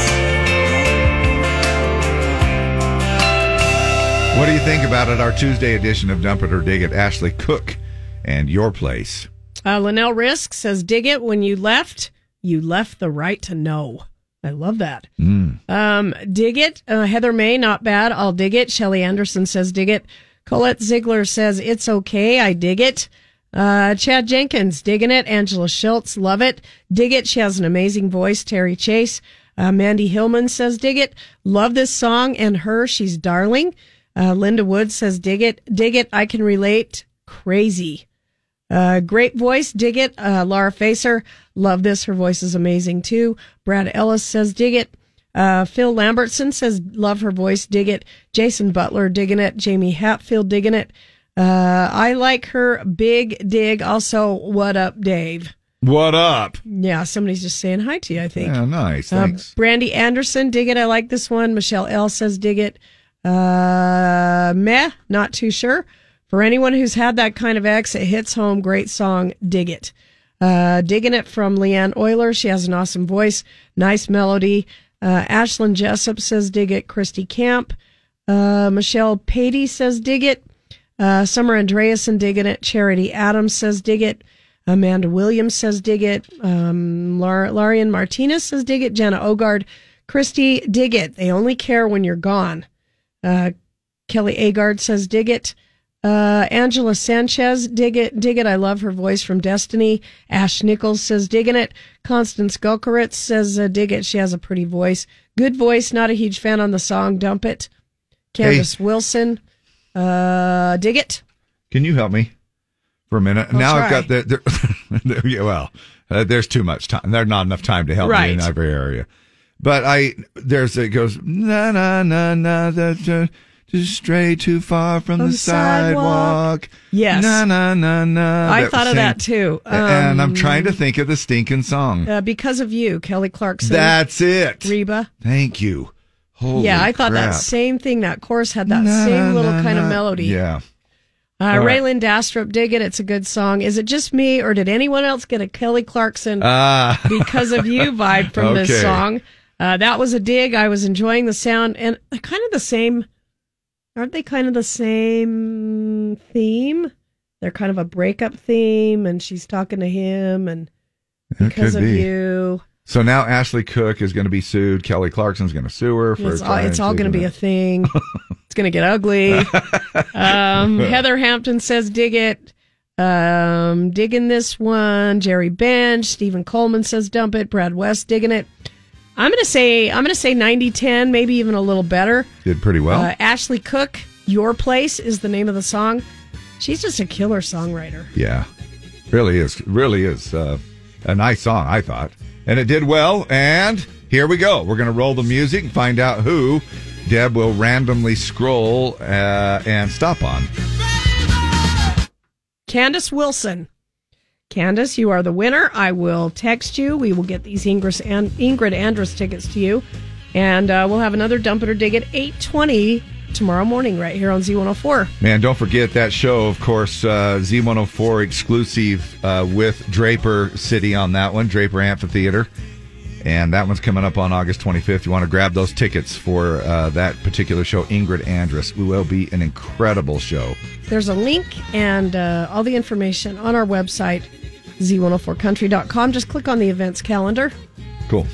Speaker 1: What do you think about it? Our Tuesday edition of Dump It or Dig It, Ashley Cook and your place.
Speaker 2: Uh, Linnell Risk says, Dig it when you left. You left the right to know. I love that.
Speaker 1: Mm.
Speaker 2: Um, dig it. Uh, Heather May, not bad. I'll dig it. Shelley Anderson says, dig it. Colette Ziegler says, it's okay. I dig it. Uh, Chad Jenkins, digging it. Angela Schultz, love it. Dig it. She has an amazing voice. Terry Chase. Uh, Mandy Hillman says, dig it. Love this song and her. She's darling. Uh, Linda Wood says, dig it. Dig it. I can relate. Crazy. Uh, great voice. Dig it. Uh, Laura Facer. Love this. Her voice is amazing too. Brad Ellis says, dig it. Uh, Phil Lambertson says, love her voice. Dig it. Jason Butler digging it. Jamie Hatfield digging it. Uh, I like her big dig. Also, what up, Dave?
Speaker 1: What up?
Speaker 2: Yeah, somebody's just saying hi to you, Um, I think.
Speaker 1: Yeah, nice. Thanks.
Speaker 2: Brandy Anderson, dig it. I like this one. Michelle L says, dig it. Uh, meh, not too sure. For anyone who's had that kind of ex, it hits home. Great song, dig it. Uh, digging it from Leanne Euler. She has an awesome voice, nice melody. Uh, Ashlyn Jessup says, dig it. Christy Camp. Uh, Michelle Patey says, dig it. Uh, Summer Andreasen, digging it. Charity Adams says, dig it. Amanda Williams says, dig it. Um, Lar- Larian Martinez says, dig it. Jenna Ogard, Christy, dig it. They only care when you're gone. Uh, Kelly Agard says, dig it. Uh, Angela Sanchez, dig it, dig it. I love her voice from Destiny. Ash Nichols says, digging it. Constance Gulkeritz says, uh, dig it. She has a pretty voice. Good voice. Not a huge fan on the song. Dump it. Candace Wilson, uh, dig it.
Speaker 1: Can you help me for a minute?
Speaker 2: I'll
Speaker 1: now I've
Speaker 2: try.
Speaker 1: got the, the, (laughs) there- yeah, well, uh, there's too much time. There's not enough time to help me in
Speaker 2: Right.
Speaker 1: every area. But I there's it goes na na na na da, da, just stray too far from
Speaker 2: From
Speaker 1: the,
Speaker 2: the
Speaker 1: sidewalk.
Speaker 2: sidewalk. Yes.
Speaker 1: na na na na.
Speaker 2: I
Speaker 1: That
Speaker 2: thought of
Speaker 1: same-
Speaker 2: that too.
Speaker 1: and I'm
Speaker 2: Um,
Speaker 1: trying to think of the stinking song.
Speaker 2: Uh, because of you, Kelly Clarkson.
Speaker 1: That's it.
Speaker 2: Reba.
Speaker 1: Thank you. Holy
Speaker 2: yeah, I thought
Speaker 1: crap.
Speaker 2: that same thing. That chorus had that
Speaker 1: Na,
Speaker 2: same
Speaker 1: na,
Speaker 2: little
Speaker 1: na,
Speaker 2: kind of
Speaker 1: na.
Speaker 2: melody.
Speaker 1: Yeah.
Speaker 2: Uh,
Speaker 1: All right.
Speaker 2: Raylan Dastrup, dig it. It's a good song. Is it just me, or did anyone else get a Kelly
Speaker 1: (laughs)
Speaker 2: Clarkson
Speaker 1: Ah.
Speaker 2: because of you vibe from
Speaker 1: Okay.
Speaker 2: this song? Uh, that was a dig. I was enjoying the sound and kind of the same. Aren't they kind of the same theme? They're kind of a breakup theme, and she's talking to him, and
Speaker 1: It
Speaker 2: (laughs) because
Speaker 1: could
Speaker 2: of
Speaker 1: be.
Speaker 2: you,
Speaker 1: So now Ashley Cook is going to be sued. Kelly Clarkson's going to sue her for
Speaker 2: it's all, it's
Speaker 1: trying
Speaker 2: all going to be a
Speaker 1: do
Speaker 2: thing. it's going to get ugly. Um, Heather Hampton says, dig it. Um, digging this one. Jerry Bench. Stephen Coleman says, dump it. Brad West digging it. I'm going to say, I'm going to say 90 10, maybe even a little better.
Speaker 1: that. did pretty well.
Speaker 2: Uh, Ashley Cook, Your Place is the name of the song. She's just a killer songwriter.
Speaker 1: yeah, really is, really is uh, a nice song. I thought, and it did well. And here we go. We're going to roll the music and find out who Deb will randomly scroll uh, and stop on.
Speaker 2: Candace Wilson. Candace, you are the winner. I will text you. We will get these Ingris and Ingrid Andress tickets to you. And uh, we'll have another dump it or dig at 820 tomorrow morning right here on Z104.
Speaker 1: Man, don't forget that show, of course, uh, Z104 exclusive uh, with Draper City on that one, Draper Amphitheater. And that one's coming up on August 25th. You want to grab those tickets for uh, that particular show, Ingrid Andress. It will be an incredible show.
Speaker 2: There's a link and uh, all the information on our website, z104country.com. Just click on the events calendar.
Speaker 1: Cool.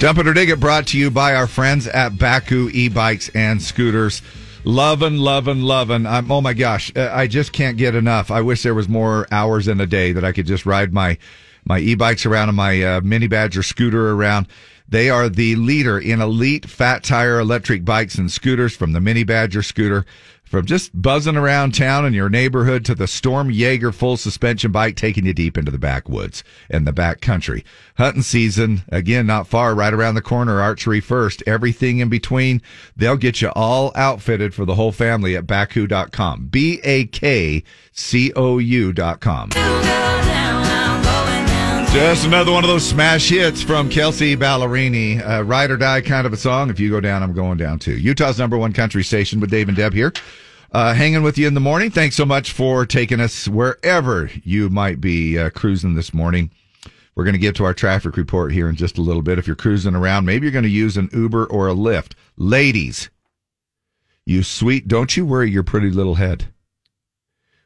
Speaker 1: Dump it or dig it brought to you by our friends at Baku e-bikes and scooters. Lovin', lovin', lovin'. I'm, oh my gosh, uh, I just can't get enough. I wish there was more hours in a day that I could just ride my, my e-bikes around and my uh, mini badger scooter around. They are the leader in elite fat tire electric bikes and scooters from the mini badger scooter from just buzzing around town in your neighborhood to the Storm Jaeger full suspension bike taking you deep into the backwoods and the back country. Hunting season, again, not far, right around the corner, archery first, everything in between. They'll get you all outfitted for the whole family at baku.com. B A K C O U.com. Just another one of those smash hits from Kelsey Ballerini. Uh, Ride or Die kind of a song. If you go down, I'm going down too. Utah's number one country station with Dave and Deb here. Uh, hanging with you in the morning. Thanks so much for taking us wherever you might be uh, cruising this morning. We're going to get to our traffic report here in just a little bit. If you're cruising around, maybe you're going to use an Uber or a Lyft. Ladies, you sweet, don't you worry your pretty little head.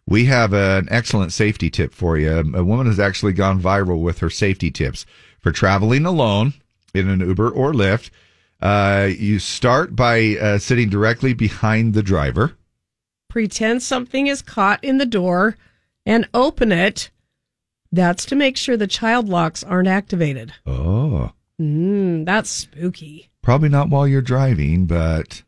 Speaker 1: We have an excellent safety tip for you. A woman has actually gone viral with her safety tips for traveling alone in an Uber or Lyft. Uh, you start by uh, sitting directly behind the driver.
Speaker 2: Pretend something is caught in the door and open it. That's to make sure the child locks aren't activated.
Speaker 1: Oh,
Speaker 2: Mm, that's spooky.
Speaker 1: probably not while you're driving, but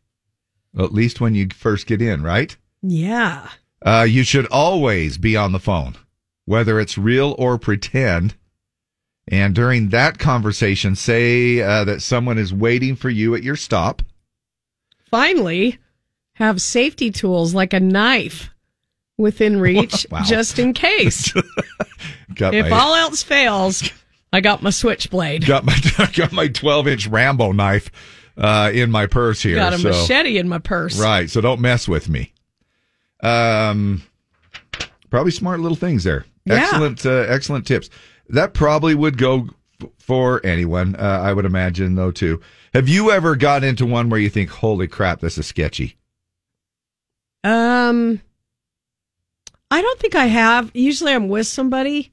Speaker 1: at least when you first get in, right?
Speaker 2: Yeah.
Speaker 1: Uh, you should always be on the phone, whether it's real or pretend. And during that conversation, say uh, that someone is waiting for you at your stop.
Speaker 2: Finally, have safety tools like a knife within reach
Speaker 1: (laughs) Wow.
Speaker 2: just in
Speaker 1: (laughs)
Speaker 2: case.
Speaker 1: Got
Speaker 2: if
Speaker 1: my,
Speaker 2: all else fails, I got my switchblade.
Speaker 1: got my (laughs) got my 12 inch Rambo knife uh, in my purse here.
Speaker 2: got a
Speaker 1: so-
Speaker 2: machete in my purse.
Speaker 1: Right. So don't mess with me. Um, probably smart little things there.
Speaker 2: Yeah.
Speaker 1: Excellent, uh, excellent tips. That probably would go f- for anyone, uh, I would imagine, though, too. Have you ever got into one where you think, holy crap, this is sketchy?
Speaker 2: Um, I don't think I have. Usually, I'm with somebody.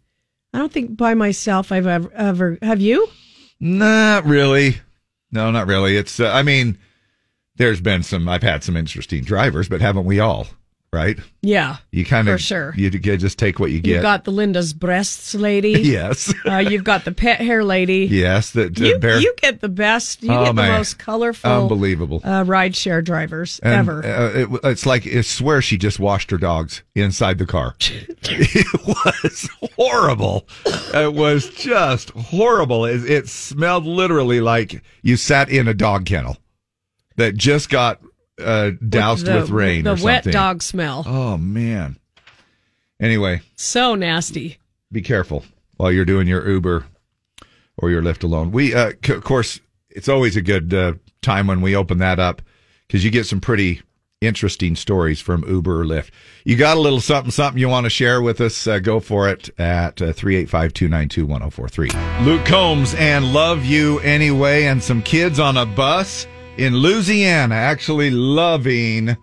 Speaker 2: I don't think by myself I've ever. ever have you?
Speaker 1: Not really. No, not really. It's, uh, I mean, there's been some, I've had some interesting drivers, but haven't we all? Right?
Speaker 2: Yeah,
Speaker 1: You kind of,
Speaker 2: For sure.
Speaker 1: You, you just take what you
Speaker 2: you've
Speaker 1: get.
Speaker 2: got the Linda's breasts lady.
Speaker 1: (laughs) Yes. (laughs)
Speaker 2: uh, you've got the pet hair lady.
Speaker 1: yes. That
Speaker 2: you,
Speaker 1: bear-
Speaker 2: you get the best. You get
Speaker 1: Oh,
Speaker 2: the
Speaker 1: man.
Speaker 2: most colorful,
Speaker 1: Unbelievable.
Speaker 2: uh, rideshare drivers
Speaker 1: And,
Speaker 2: ever.
Speaker 1: Uh, it, w- it's like, I swear she just washed her dogs inside the car.
Speaker 2: (laughs)
Speaker 1: (laughs) it was horrible. It was just horrible. It, it smelled literally like you sat in a dog kennel that just got uh, doused with,
Speaker 2: The-
Speaker 1: rain
Speaker 2: the
Speaker 1: or
Speaker 2: wet
Speaker 1: something.
Speaker 2: dog smell.
Speaker 1: Oh, man. Anyway,
Speaker 2: So nasty.
Speaker 1: be careful while you're doing your Uber or your Lyft alone. We, uh, c- of course, it's always a good uh, time when we open that up because you get some pretty interesting stories from Uber or Lyft. You got a little something, something you want to share with us? Uh, go for it at uh, three eight five two nine two one zero four three. Luke Combs and "Love You Anyway" and some kids on a bus in Louisiana actually loving.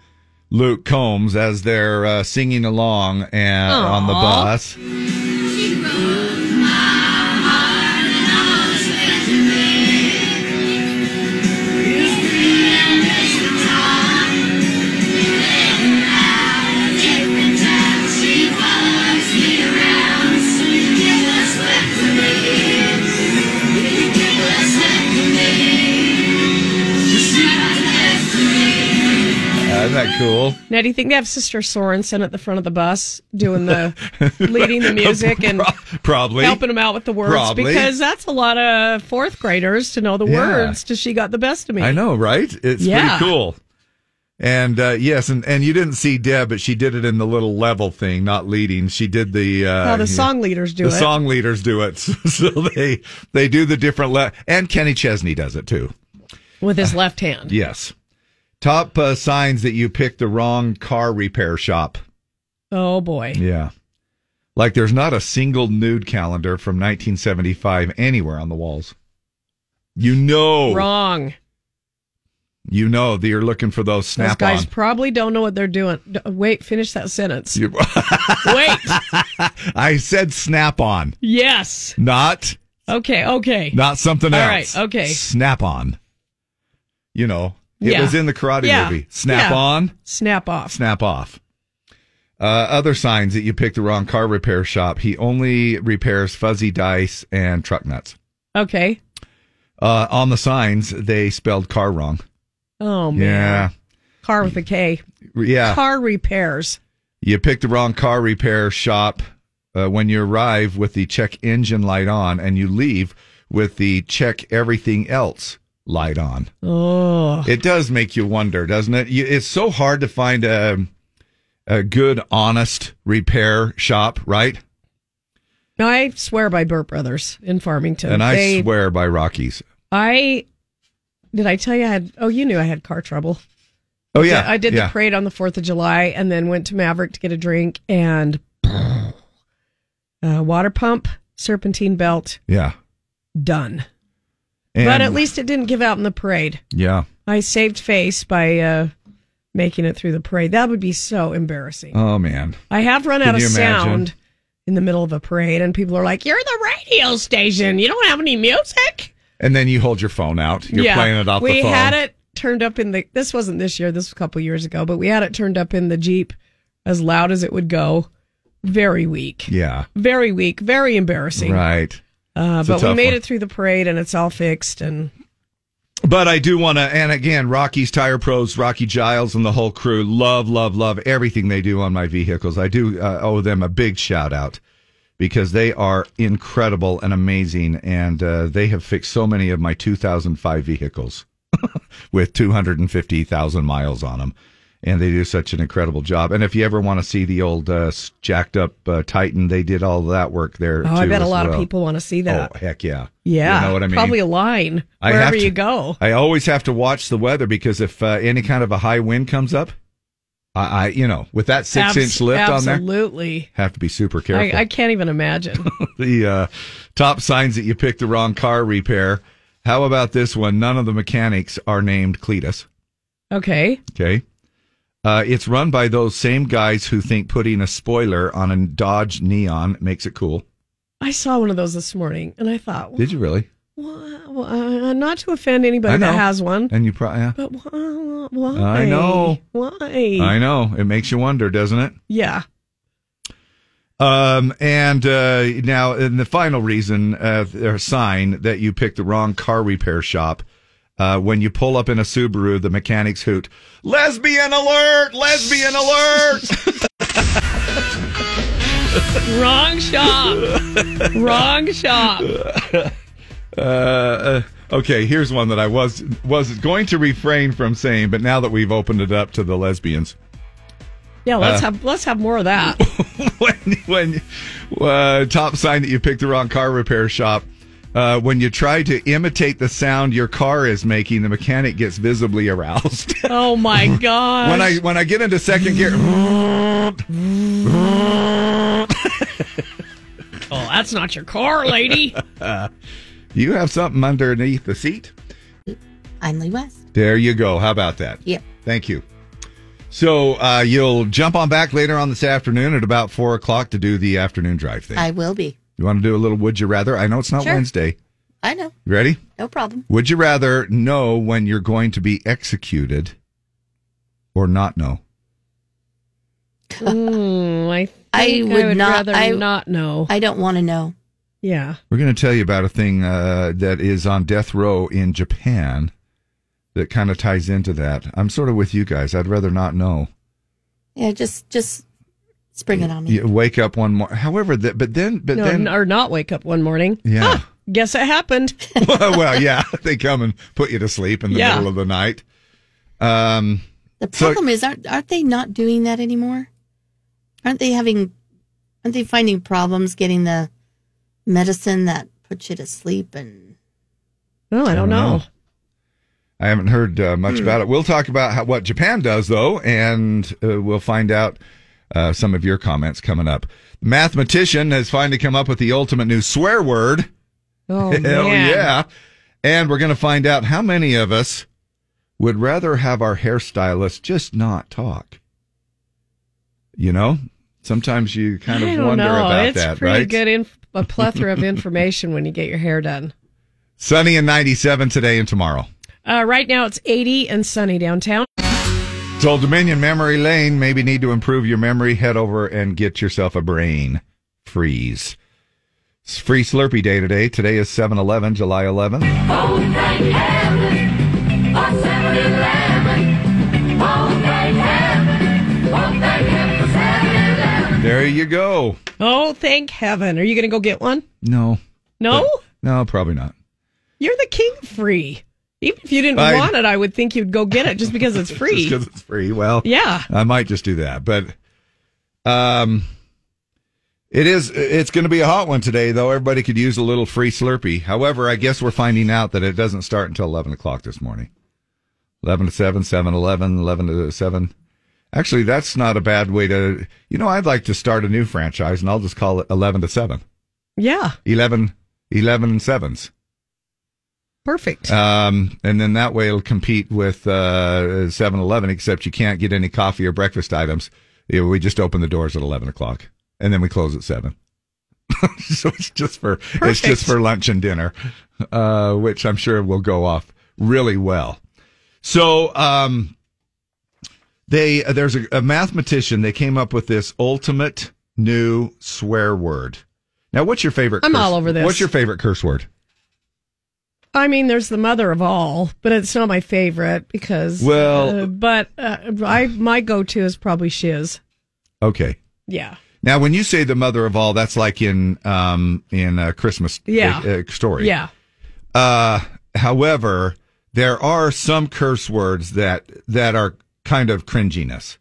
Speaker 1: Luke Combs as they're uh, singing along and on the
Speaker 14: Aw.
Speaker 1: bus. Uh, isn't that
Speaker 2: (laughs)
Speaker 1: cool?
Speaker 2: Now, do you think they have Sister Sorensen at the front of the bus doing
Speaker 1: (laughs)
Speaker 2: the leading the music and
Speaker 1: Probably.
Speaker 2: helping them out with the words?
Speaker 1: Probably.
Speaker 2: Because that's a lot of fourth graders to know the
Speaker 1: Yeah.
Speaker 2: words to "She Got the Best of Me."
Speaker 1: I know, right? It's
Speaker 2: Yeah.
Speaker 1: pretty cool. And uh, yes, and, and you didn't see Deb, but she did it in the little level thing, not leading. She did the uh,
Speaker 2: How the song leaders do
Speaker 1: the
Speaker 2: it.
Speaker 1: song leaders do it. (laughs) so they they do the different le- and Kenny Chesney does it too.
Speaker 2: with his left hand.
Speaker 1: Yes. Top uh, signs that you picked the wrong car repair shop.
Speaker 2: Oh boy.
Speaker 1: Yeah. Like there's not a single nude calendar from 1975 anywhere on the walls. You know,
Speaker 2: Wrong.
Speaker 1: you know that you're looking for
Speaker 2: Those
Speaker 1: those snap
Speaker 2: guys
Speaker 1: on.
Speaker 2: probably don't know what they're doing. D- wait, finish that sentence.
Speaker 1: You- (laughs)
Speaker 2: Wait.
Speaker 1: I said snap on,
Speaker 2: Yes.
Speaker 1: not
Speaker 2: Okay. Okay.
Speaker 1: not something
Speaker 2: All
Speaker 1: else.
Speaker 2: right, okay.
Speaker 1: Snap on. You know, it
Speaker 2: Yeah.
Speaker 1: was in the karate
Speaker 2: Yeah.
Speaker 1: movie. Snap
Speaker 2: Yeah.
Speaker 1: on,
Speaker 2: Snap off.
Speaker 1: snap off. Uh, other signs that you picked the wrong car repair shop. He only repairs fuzzy dice and truck nuts.
Speaker 2: Okay.
Speaker 1: Uh, on the signs, they spelled car wrong.
Speaker 2: Oh man.
Speaker 1: Yeah.
Speaker 2: Car with a K.
Speaker 1: Yeah.
Speaker 2: Car repairs.
Speaker 1: You picked the wrong car repair shop uh, when you arrive with the check engine light on, and you leave with the check everything else
Speaker 2: (laughs)
Speaker 1: light on.
Speaker 2: Oh.
Speaker 1: It does make you wonder, doesn't it? You, it's so hard to find a a good, honest repair shop, right?
Speaker 2: Now, I swear by Burt Brothers in Farmington.
Speaker 1: And I
Speaker 2: They-
Speaker 1: swear by Rockies.
Speaker 2: I did I tell you I had oh you knew I had car trouble.
Speaker 1: Oh, yeah,
Speaker 2: I did
Speaker 1: yeah.
Speaker 2: the parade on the 4th of July and then went to Maverick to get a drink and uh, water pump, serpentine belt,
Speaker 1: Yeah.
Speaker 2: done.
Speaker 1: And-
Speaker 2: but at least it didn't give out in the parade.
Speaker 1: Yeah.
Speaker 2: I saved face by uh, making it through the parade. That would be so embarrassing.
Speaker 1: Oh man.
Speaker 2: I have run
Speaker 1: Can
Speaker 2: out of
Speaker 1: you imagine?
Speaker 2: sound in the middle of a parade, and people are like, "You're the radio station. You don't have any music."
Speaker 1: And then you hold your phone out. You're playing it off
Speaker 2: we
Speaker 1: the phone.
Speaker 2: had it turned up in the. This wasn't this year. This was a couple years ago, but we had it turned up in the jeep as loud as it would go very weak,
Speaker 1: Yeah.
Speaker 2: very weak, very embarrassing.
Speaker 1: Right.
Speaker 2: Uh,
Speaker 1: It's a
Speaker 2: but we
Speaker 1: tough
Speaker 2: made
Speaker 1: one.
Speaker 2: it through the parade and it's all fixed. And
Speaker 1: But I do want to, and again, Rocky's Tire Pros, Rocky Giles, and the whole crew love, love, love everything they do on my vehicles. I do uh, owe them a big shout out because they are incredible and amazing, and uh, they have fixed so many of my 2005 vehicles (laughs) with 250,000 miles on them. And they do such an incredible job. And if you ever want to see the old uh, jacked up uh, Titan, they did all that work there.
Speaker 2: oh, I
Speaker 1: too
Speaker 2: bet a
Speaker 1: as
Speaker 2: lot of
Speaker 1: well.
Speaker 2: people want to see that.
Speaker 1: Oh, heck yeah.
Speaker 2: yeah.
Speaker 1: You know what I mean?
Speaker 2: Probably a line
Speaker 1: I
Speaker 2: wherever
Speaker 1: have to-
Speaker 2: you go.
Speaker 1: I always have to watch the weather because if uh, any kind of a high wind comes up, I, I you know, with that six
Speaker 2: Abs-
Speaker 1: inch lift on there,
Speaker 2: Absolutely.
Speaker 1: have to be super
Speaker 2: I,
Speaker 1: careful.
Speaker 2: I can't even imagine.
Speaker 1: (laughs) the uh, top signs that you picked the wrong car repair. How about this one? None of the mechanics are named Cletus.
Speaker 2: Okay.
Speaker 1: Okay. Uh, it's run by those same guys who think putting a spoiler on a Dodge Neon makes it cool.
Speaker 2: I saw one of those this morning and I thought, well,
Speaker 1: Did you really?
Speaker 2: well, uh, not to offend anybody
Speaker 1: I know.
Speaker 2: that has one,
Speaker 1: And you probably, yeah.
Speaker 2: but why? why?
Speaker 1: I know.
Speaker 2: Why?
Speaker 1: I know. It makes you wonder, doesn't it?
Speaker 2: Yeah.
Speaker 1: Um, and uh, now, and the final reason uh, or sign that you picked the wrong car repair shop uh, when you pull up in a Subaru, the mechanics hoot, Lesbian alert! Lesbian alert!
Speaker 2: Wrong
Speaker 1: (laughs)
Speaker 2: shop. Wrong shop.
Speaker 1: (laughs) Uh, uh, okay, here's one that I was was going to refrain from saying, but now that we've opened it up to the lesbians, (laughs)
Speaker 2: Yeah, let's
Speaker 1: Uh,
Speaker 2: have let's have more of that.
Speaker 1: when uh, top sign that you picked the wrong car repair shop. Uh, when you try to imitate the sound your car is making, the mechanic gets visibly aroused.
Speaker 2: Oh my god.
Speaker 1: (laughs) when I when I get into second gear,
Speaker 3: (laughs)
Speaker 2: Oh, that's not your car, (laughs) lady.
Speaker 1: you have something underneath the seat.
Speaker 3: I'm Lee West.
Speaker 1: There you go. How about that?
Speaker 3: Yep.
Speaker 1: Thank you. So uh, you'll jump on back later on this afternoon at about four o'clock to do the afternoon drive thing.
Speaker 3: I will be.
Speaker 1: you want to do a little would you rather? I know it's not
Speaker 3: Sure.
Speaker 1: Wednesday.
Speaker 3: I know.
Speaker 1: You ready?
Speaker 3: No problem.
Speaker 1: Would you rather know when you're going to be executed or not know?
Speaker 2: Mm, I think
Speaker 3: I
Speaker 2: I
Speaker 3: would,
Speaker 2: would
Speaker 3: not.
Speaker 2: rather
Speaker 3: I
Speaker 2: not know.
Speaker 3: I don't want to know.
Speaker 2: Yeah.
Speaker 1: We're going to tell you about a thing uh, that is on death row in Japan that kind of ties into that. I'm sort of with you guys. I'd rather not know.
Speaker 3: Yeah, just just spring it on me.
Speaker 1: You wake up one more. However, that but then but
Speaker 2: no,
Speaker 1: then
Speaker 2: or not wake up one morning.
Speaker 1: yeah.
Speaker 2: Guess it happened.
Speaker 1: (laughs) well, yeah, (laughs) they come and put you to sleep in the
Speaker 2: Yeah.
Speaker 1: middle of the night. Um,
Speaker 3: The problem is, aren't aren't they not doing that anymore? Aren't they having? Aren't they finding problems getting the medicine that puts you to sleep? And
Speaker 2: No, Oh, I don't know.
Speaker 1: I haven't heard uh, much
Speaker 3: Hmm.
Speaker 1: about it. We'll talk about how, what Japan does, though, and uh, we'll find out uh, some of your comments coming up. Mathematician has finally come up with the ultimate new swear word.
Speaker 2: Oh,
Speaker 1: (laughs) Hell
Speaker 2: man.
Speaker 1: yeah. And we're going to find out how many of us would rather have our hairstylist just not talk. You know, sometimes you kind of
Speaker 2: I don't
Speaker 1: wonder
Speaker 2: know.
Speaker 1: about
Speaker 2: it's
Speaker 1: that,
Speaker 2: pretty
Speaker 1: right?
Speaker 2: good inf- a plethora of information when you get your hair done.
Speaker 1: Sunny and 97 today and tomorrow.
Speaker 2: Uh, right now it's 80 and sunny downtown.
Speaker 1: It's Old Dominion Memory Lane. Maybe need to improve your memory. Head over and get yourself a brain freeze. It's free Slurpee Day today. Today is 7 11, July 11th.
Speaker 14: Oh, thank heaven, for 7-Eleven. Oh, thank heaven, oh, thank heaven for 7-Eleven.
Speaker 1: There you go.
Speaker 2: Oh, thank heaven. Are you going to go get one?
Speaker 1: No,
Speaker 2: No?
Speaker 1: no, probably not.
Speaker 2: You're the king free. Even if you didn't
Speaker 1: I-
Speaker 2: want it, I would think you'd go get it just because
Speaker 1: (laughs)
Speaker 2: it's free.
Speaker 1: because it's free. Well,
Speaker 2: Yeah.
Speaker 1: I might just do that, but um, it is. It's going to be a hot one today, though. Everybody could use a little free Slurpee. However, I guess we're finding out that it doesn't start until eleven o'clock this morning. Eleven to seven, seven eleven, eleven to seven. Actually, that's not a bad way to. You know, I'd like to start a new franchise, and I'll just call it eleven to seven.
Speaker 2: yeah.
Speaker 1: 11, 11 and sevens.
Speaker 2: Perfect.
Speaker 1: Um, and then that way it'll compete with uh, 7 Eleven, except you can't get any coffee or breakfast items. Yeah, we just open the doors at 11 o'clock and then we close at 7. (laughs) so it's just for it's
Speaker 2: Perfect.
Speaker 1: just for lunch and dinner, uh, which I'm sure will go off really well. So um, they there's a, a mathematician. They came up with this ultimate new swear word. Now, what's your favorite?
Speaker 2: I'm all over this.
Speaker 1: What's your favorite curse word?
Speaker 2: I mean, there's the mother of all, but it's not my favorite because.
Speaker 1: Well-
Speaker 2: uh, but uh, I my go to is probably shiz.
Speaker 1: Okay.
Speaker 2: Yeah.
Speaker 1: Now, when you say the mother of all, that's like in um in a Christmas
Speaker 2: Yeah.
Speaker 1: uh, uh, story.
Speaker 2: Yeah.
Speaker 1: Uh, however, there are some curse words that that are kind of cringiness.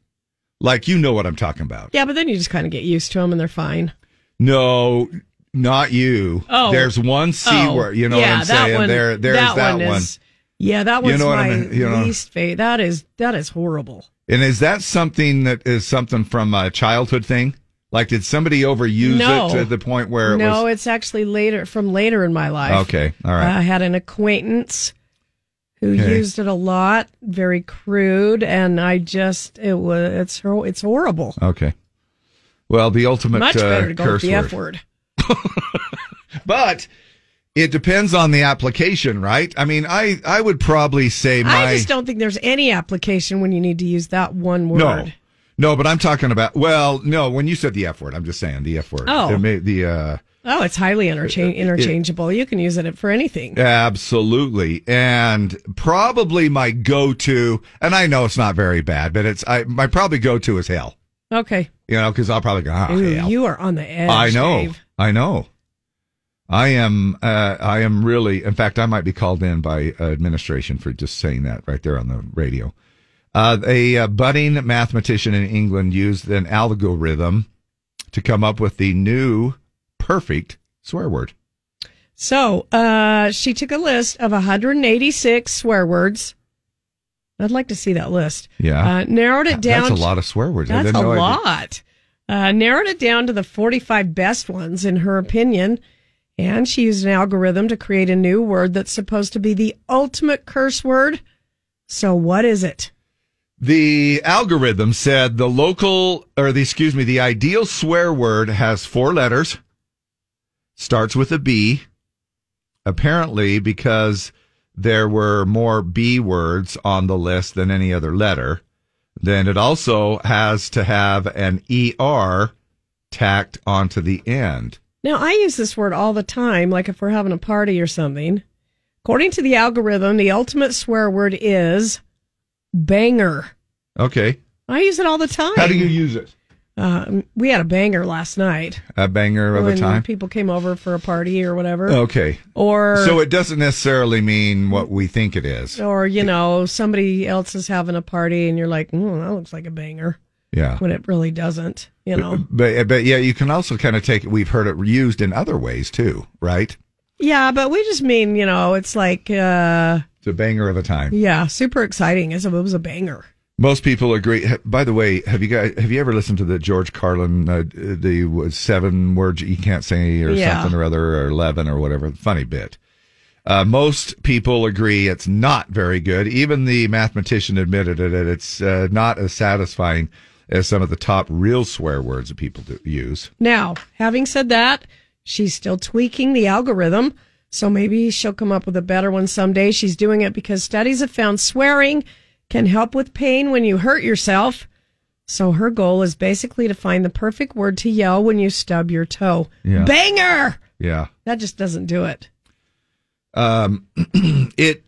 Speaker 1: Like you know what I'm talking about.
Speaker 2: Yeah, but then you just kind of get used to them and they're fine.
Speaker 1: No, not you.
Speaker 2: Oh.
Speaker 1: there's one c
Speaker 2: Oh.
Speaker 1: word. You know
Speaker 2: Yeah,
Speaker 1: what I'm
Speaker 2: that
Speaker 1: saying?
Speaker 2: one-
Speaker 1: there, there's that, one.
Speaker 2: is- yeah, that
Speaker 1: You
Speaker 2: one's
Speaker 1: know what
Speaker 2: my
Speaker 1: I mean? You know-
Speaker 2: least favorite. That is that is horrible.
Speaker 1: And is that something that is something from a childhood thing? Like, did somebody overuse
Speaker 2: No.
Speaker 1: it to the point where it
Speaker 2: no,
Speaker 1: was?
Speaker 2: it's actually later from later in my life.
Speaker 1: Okay, all right.
Speaker 2: I had an acquaintance who
Speaker 1: Okay.
Speaker 2: used it a lot, very crude, and I just it was it's hor- it's horrible.
Speaker 1: Okay. Well, the ultimate
Speaker 2: Much
Speaker 1: uh,
Speaker 2: better to go with
Speaker 1: curse
Speaker 2: the
Speaker 1: word.
Speaker 2: F word.
Speaker 1: But it depends on the application, right? I mean, I I would probably say my
Speaker 2: I just don't think there's any application when you need to use that one word.
Speaker 1: no. No, but I'm talking about well, no. When you said the F word, I'm just saying the F word.
Speaker 2: Oh.
Speaker 1: It may- the uh,
Speaker 2: Oh, it's highly intercha- interchangeable. you can use it for anything.
Speaker 1: Absolutely. And probably my go to, and I know it's not very bad, but it's I, my probably go to is hell,
Speaker 2: Okay.
Speaker 1: you know, because I'll probably go, ah,
Speaker 2: Ooh,
Speaker 1: hell.
Speaker 2: you are on the edge.
Speaker 1: I know.
Speaker 2: Dave.
Speaker 1: I know. I am, uh, I am really, in fact, I might be called in by uh, administration for just saying that right there on the radio. Uh, a uh, budding mathematician in England used an algorithm to come up with the new perfect swear word.
Speaker 2: So uh, she took a list of 186 swear words. I'd like to see that list.
Speaker 1: Yeah.
Speaker 2: Uh, narrowed it down.
Speaker 1: That's a
Speaker 2: to-
Speaker 1: lot of swear words. I
Speaker 2: That's
Speaker 1: didn't
Speaker 2: a
Speaker 1: know I did-
Speaker 2: lot. Uh, narrowed it down to the 45 best ones, in her opinion. And she used an algorithm to create a new word that's supposed to be the ultimate curse word. So, what is it?
Speaker 1: The algorithm said the local, or the, excuse me, the ideal swear word has four letters, starts with a B, apparently because there were more B words on the list than any other letter. Then it also has to have an ER tacked onto the end.
Speaker 2: Now, I use this word all the time, like if we're having a party or something. According to the algorithm, the ultimate swear word is banger.
Speaker 1: Okay.
Speaker 2: I use it all the time.
Speaker 1: How do you use it?
Speaker 2: Um, we had a banger last night
Speaker 1: A banger of
Speaker 2: when
Speaker 1: a time?
Speaker 2: people came over for a party or whatever.
Speaker 1: Okay.
Speaker 2: Or
Speaker 1: So it doesn't necessarily mean what we think it is.
Speaker 2: or you know somebody else is having a party and you're like, mm, that looks like a banger
Speaker 1: Yeah.
Speaker 2: when it really doesn't. You know.
Speaker 1: But uh, but yeah, you can also kind of take it. We've heard it used in other ways too, right?
Speaker 2: Yeah, but we just mean you know it's like uh,
Speaker 1: It's a banger of a time.
Speaker 2: yeah, super exciting as if it was a banger.
Speaker 1: Most people agree. ha- By the way, have you guys have you ever listened to the George Carlin uh, the what, seven words you can't say or
Speaker 2: Yeah.
Speaker 1: something or other or eleven or whatever funny bit? Uh, most people agree it's not very good. Even the mathematician admitted it. that It's uh, not as satisfying as some of the top real swear words that people do, use.
Speaker 2: Now, having said that, she's still tweaking the algorithm. So maybe she'll come up with a better one someday. She's doing it because studies have found swearing can help with pain when you hurt yourself. So her goal is basically to find the perfect word to yell when you stub your toe.
Speaker 1: Yeah.
Speaker 2: Banger!
Speaker 1: Yeah.
Speaker 2: That just doesn't do it.
Speaker 1: um, (clears throat) it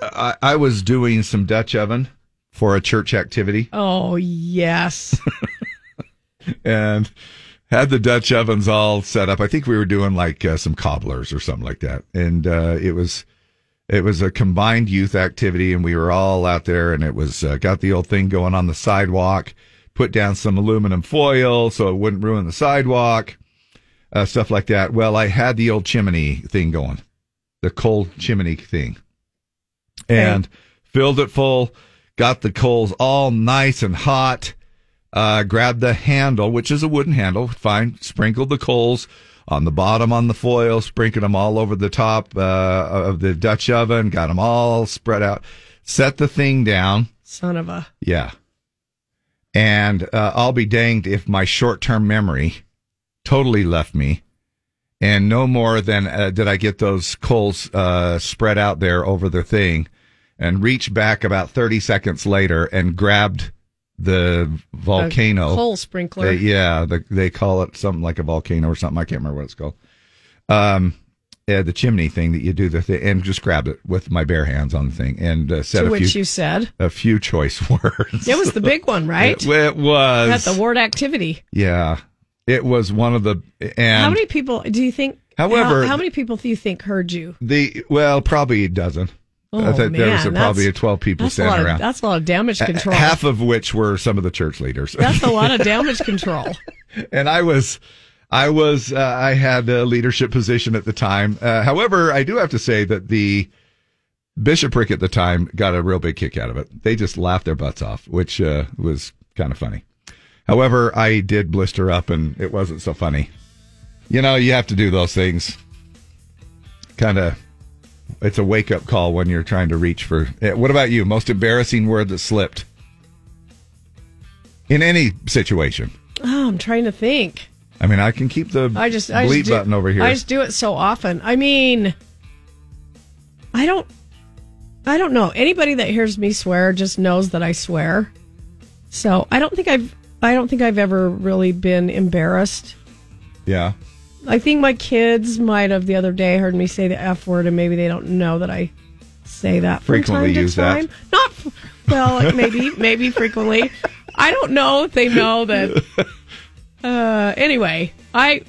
Speaker 1: I, I was doing some dutch oven for a church activity
Speaker 2: Oh,
Speaker 1: (laughs)
Speaker 2: yes.
Speaker 1: and had the dutch ovens all set up i think we were doing like uh, some cobblers or something like that and uh, it was it was a combined youth activity and we were all out there and it was uh, got the old thing going on the sidewalk put down some aluminum foil so it wouldn't ruin the sidewalk uh, stuff like that well i had the old chimney thing going the coal chimney thing and filled it full got the coals all nice and hot uh, grabbed the handle which is a wooden handle fine sprinkled the coals on the bottom on the foil sprinkled them all over the top uh, of the dutch oven got them all spread out set the thing down
Speaker 2: Son of a.
Speaker 1: yeah. And uh, I'll be danged if my short term memory totally left me. And no more than uh, did I get those coals uh, spread out there over the thing and reached back about 30 seconds later and grabbed the volcano
Speaker 2: coal sprinkler.
Speaker 1: They- yeah, the, they call it something like a volcano or something. I can't remember what it's called. Um, uh, the chimney thing that you do the thing, and just grabbed it with my bare hands on the thing and uh, said
Speaker 2: to
Speaker 1: a
Speaker 2: which
Speaker 1: few
Speaker 2: you said
Speaker 1: a few choice (laughs) words.
Speaker 2: it was the big one, right?
Speaker 1: (laughs) It, it was
Speaker 2: At the ward activity.
Speaker 1: Yeah, it was one of the and
Speaker 2: how many people do you think?
Speaker 1: However-
Speaker 2: how, how many people do you think heard you?
Speaker 1: the well probably a dozen.
Speaker 2: Oh,
Speaker 1: I think there was
Speaker 2: man,
Speaker 1: a, probably
Speaker 2: that's-
Speaker 1: a twelve people
Speaker 2: That's a lot
Speaker 1: standing
Speaker 2: of
Speaker 1: around.
Speaker 2: that's a lot of damage
Speaker 1: A-
Speaker 2: control.
Speaker 1: Half of which were some of the church leaders.
Speaker 2: that's a
Speaker 1: (laughs)
Speaker 2: lot of damage control.
Speaker 1: and I was, I was, uh, I had a leadership position at the time. Uh, however, I do have to say that the bishopric at the time got a real big kick out of it. They just laughed their butts off, which uh, was kind of funny. However, I did blister up, and it wasn't so funny. You know, you have to do those things. Kind of, it's a wake up call when you're trying to reach for. eh, What about you? Most embarrassing word that slipped in any situation.
Speaker 2: Oh, I'm trying to think.
Speaker 1: I mean, I can keep the
Speaker 2: I just
Speaker 1: bleep
Speaker 2: I just do-
Speaker 1: button over here.
Speaker 2: I just do it so often. I mean, I don't, I don't know. Anybody that hears me swear just knows that I swear. So I don't think I've, I don't think I've ever really been embarrassed.
Speaker 1: yeah.
Speaker 2: I think my kids might have the other day heard me say the f word, and maybe they don't know that I say that from
Speaker 1: Frequently
Speaker 2: time to
Speaker 1: use that.
Speaker 2: time. Not f- well, like
Speaker 1: (laughs)
Speaker 2: maybe maybe frequently. I don't know if they know
Speaker 1: (laughs)
Speaker 2: that. Uh, anyway, I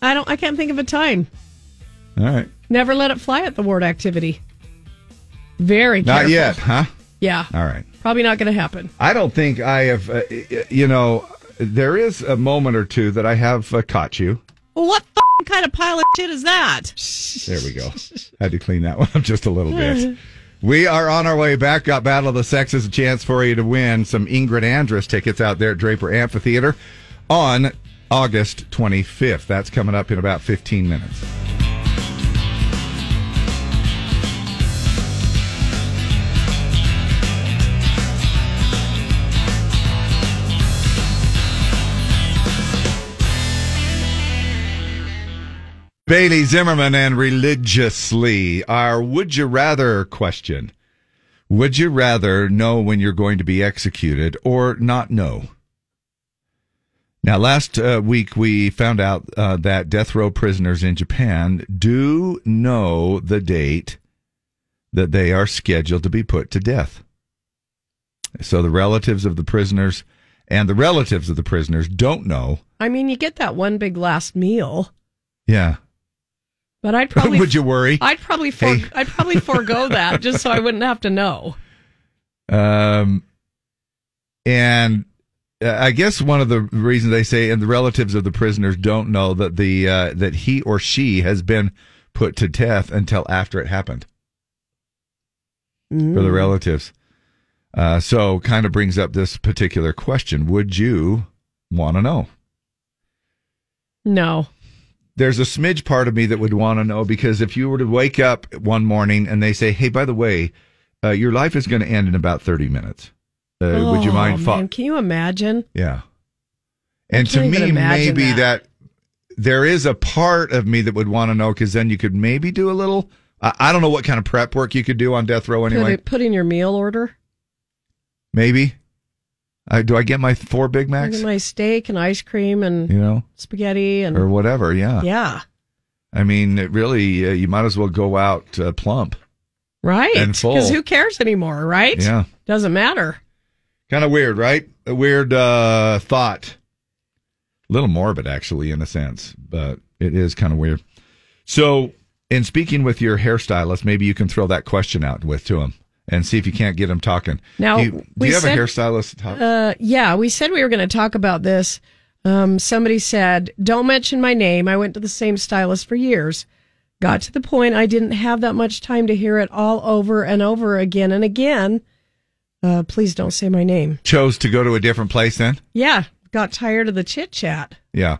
Speaker 2: I don't I can't think of a time.
Speaker 1: All right.
Speaker 2: Never let it fly at the ward activity. Very
Speaker 1: Not
Speaker 2: careful.
Speaker 1: yet, huh?
Speaker 2: Yeah,
Speaker 1: All right.
Speaker 2: probably not going to happen.
Speaker 1: I don't think I have, uh, you know, there is a moment or two that I have uh, caught you.
Speaker 2: Well, what f- kind of pile of shit is that?
Speaker 1: There we go. Had to clean that (laughs) one up just a little bit.
Speaker 2: (laughs)
Speaker 1: We are on our way back. Got Battle of the Sexes, a chance for you to win some Ingrid Andress tickets out there at Draper Amphitheater on August 25th. That's coming up in about 15 minutes. Bailey Zimmerman and religiously, our would you rather question. Would you rather know when you're going to be executed or not know? Now, last uh, week we found out uh, that death row prisoners in Japan do know the date that they are scheduled to be put to death. So the relatives of the prisoners and the relatives of the prisoners don't know.
Speaker 2: I mean, you get that one big last meal,
Speaker 1: Yeah. (laughs)
Speaker 2: but I'd probably
Speaker 1: Would you worry?
Speaker 2: I'd probably for,
Speaker 1: Hey.
Speaker 2: I'd probably forego that just so I wouldn't have to know.
Speaker 1: Um, and uh, I guess one of the reasons they say, and the relatives of the prisoners don't know that the uh, that he or she has been put to death until after it happened for the relatives. Uh, so, kind of brings up this particular question: Would you want to know?
Speaker 2: No.
Speaker 1: there's a smidge part of me that would want to know because if you were to wake up one morning and they say, "Hey, by the way, uh, your life is going to end in about 30 minutes. Uh, would you
Speaker 2: Oh,
Speaker 1: mind?" Fo-
Speaker 2: man, can you imagine?
Speaker 1: yeah. And to
Speaker 2: can't even
Speaker 1: me,
Speaker 2: imagine
Speaker 1: maybe
Speaker 2: that.
Speaker 1: that. there is a part of me that would want to know because then you could maybe do a little. I, I don't know what kind of prep work you could do on death row anyway.
Speaker 2: Put, it- put in your meal order.
Speaker 1: Maybe. I, do I get my four Big Macs?
Speaker 2: Look at My steak and ice cream and
Speaker 1: you know,
Speaker 2: spaghetti and
Speaker 1: or whatever. Yeah.
Speaker 2: yeah,
Speaker 1: I mean, it really, uh, you might as well go out uh, plump.
Speaker 2: right.
Speaker 1: And full.
Speaker 2: Because who cares anymore, right?
Speaker 1: Yeah.
Speaker 2: doesn't matter.
Speaker 1: Kind of weird, right? A weird uh, thought. A little morbid, actually, in a sense, but it is kind of weird. So, in speaking with your hairstylist, maybe you can throw that question out with to him and see if you can't get him talking.
Speaker 2: Now,
Speaker 1: do you, do
Speaker 2: we
Speaker 1: you have
Speaker 2: said-
Speaker 1: a hairstylist? Talk?
Speaker 2: Uh, yeah, we said we were going to talk about this. Um, somebody said, "Don't mention my name." I went to the same stylist for years. Got to the point I didn't have that much time to hear it all over and over again and again. Uh, please don't say my name.
Speaker 1: Chose to go to a different place then?
Speaker 2: Yeah, got tired of the chit chat.
Speaker 1: Yeah.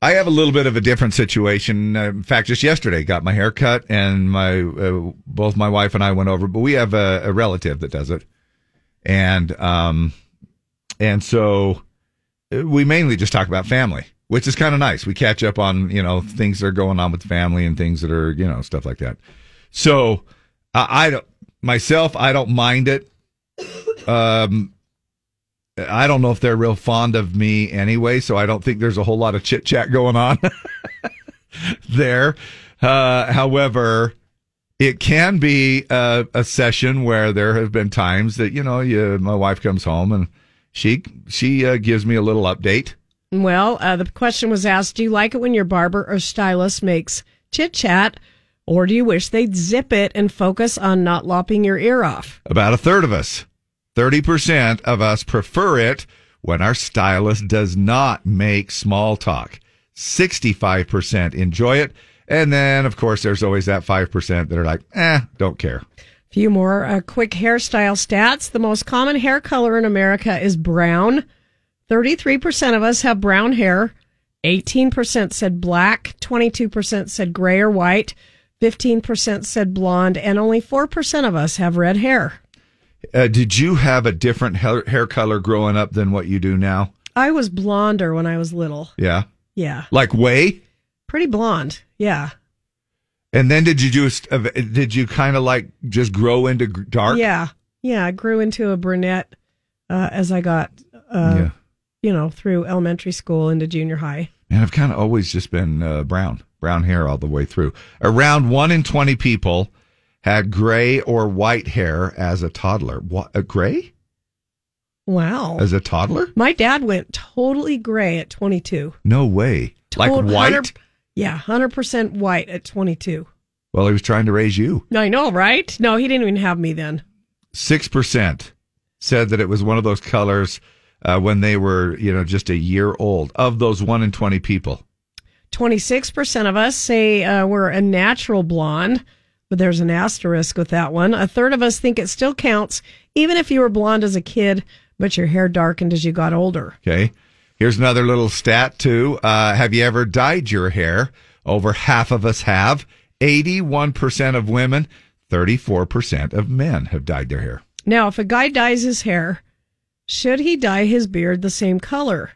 Speaker 1: I have a little bit of a different situation. Uh, In fact, just yesterday, got my hair cut, and my uh, both my wife and I went over. But we have a, a relative that does it, and um, and so uh, we mainly just talk about family, which is kind of nice. We catch up on you know things that are going on with family and things that are you know stuff like that. So I I don't myself, I don't mind it. Um, I don't know if they're real fond of me anyway, so I don't think there's a whole lot of chit chat going on (laughs) there. Uh, however, it can be a, a session where there have been times that you know, you, my wife comes home and she she uh, gives me a little update.
Speaker 2: Well, uh, the question was asked Do you like it when your barber or stylist makes chit chat, or do you wish they'd zip it and focus on not lopping your ear off?
Speaker 1: About a third of us, 30% of us prefer it when our stylist does not make small talk. 65% enjoy it. And then, of course, there's always that 5% that are like, eh, don't care.
Speaker 2: Few more uh, quick hairstyle stats. The most common hair color in America is brown. 33% of us have brown hair. 18% said black. 22% said gray or white. 15% said blonde. And only 4% of us have red hair.
Speaker 1: Uh, did you have a different hair, hair color growing up than what you do now?
Speaker 2: I was blonder when I was little.
Speaker 1: Yeah.
Speaker 2: Yeah.
Speaker 1: Like way?
Speaker 2: Pretty blonde. Yeah.
Speaker 1: And then did you just, uh, did you kind of like just grow into gr- dark?
Speaker 2: Yeah. Yeah. I grew into a brunette uh, as I got, uh,
Speaker 1: Yeah.
Speaker 2: you know, through elementary school into junior high.
Speaker 1: And I've kind of always just been uh, brown, brown hair all the way through. Around one in 20 people had gray or white hair as a toddler. What, a gray?
Speaker 2: Wow.
Speaker 1: As a toddler?
Speaker 2: My dad went totally gray at 22.
Speaker 1: No way. Like
Speaker 2: Total-
Speaker 1: white?
Speaker 2: 100 yeah, 100% white at 22.
Speaker 1: Well, he was trying to raise you.
Speaker 2: I know, right? No, he didn't even have me then.
Speaker 1: 6% said that it was one of those colors uh, when they were, you know, just a year old of those one in 20 people.
Speaker 2: 26% of us say uh, we're a natural blonde, but there's an asterisk with that one. A third of us think it still counts, even if you were blonde as a kid, but your hair darkened as you got older.
Speaker 1: Okay. Here's another little stat too. Uh, have you ever dyed your hair? Over half of us have. 81% of women, 34% of men have dyed their hair.
Speaker 2: Now, if a guy dyes his hair, should he dye his beard the same color?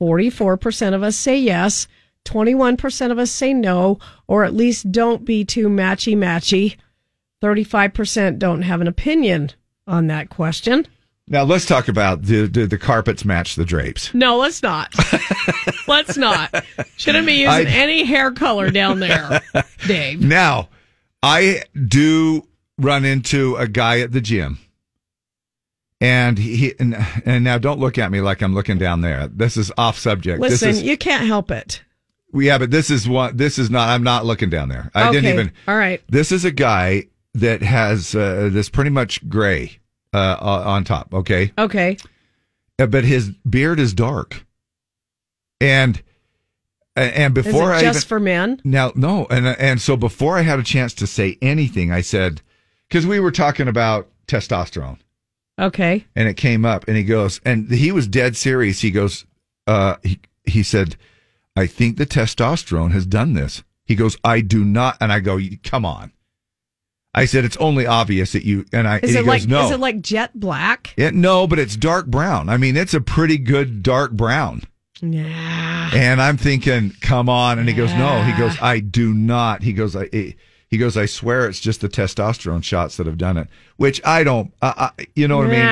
Speaker 2: 44% of us say yes, 21% of us say no, or at least don't be too matchy matchy. 35% don't have an opinion on that question.
Speaker 1: Now let's talk about the, do the carpets match the drapes?
Speaker 2: No, let's (laughs) not. let's not. Shouldn't be using
Speaker 1: I-
Speaker 2: any hair color down (laughs) there, Dave.
Speaker 1: Now, I do run into a guy at the gym, and he and, and now don't look at me like I'm looking down there. This is off subject.
Speaker 2: Listen,
Speaker 1: this is,
Speaker 2: you can't help it.
Speaker 1: yeah, but this is one. This is not. I'm not looking down there. I didn't
Speaker 2: Okay,
Speaker 1: even.
Speaker 2: All right.
Speaker 1: This is a guy that has uh, this pretty much gray uh, o- on top. Okay,
Speaker 2: Okay.
Speaker 1: Uh, but his beard is dark, and and before
Speaker 2: Is
Speaker 1: I
Speaker 2: it just
Speaker 1: even-
Speaker 2: for men?
Speaker 1: now, no, and uh, and so before I had a chance to say anything, I said because we were talking about testosterone,
Speaker 2: Okay.
Speaker 1: and it came up, and he goes, and he was dead serious. He goes, uh, he he said, I think the testosterone has done this. He goes, I do not, and I go, "You- come on. I said it's only obvious that you and I.
Speaker 2: Is
Speaker 1: and he
Speaker 2: it
Speaker 1: goes,
Speaker 2: like
Speaker 1: no,
Speaker 2: is it like jet black?
Speaker 1: Yeah, no, but it's dark brown. I mean, it's a pretty good dark brown.
Speaker 2: Yeah.
Speaker 1: And I'm thinking, come on. And he goes, no. He goes, I do not. He goes, I. I- he goes, I swear it's just the testosterone shots that have done it, which I don't. Uh, I, you know what I mean?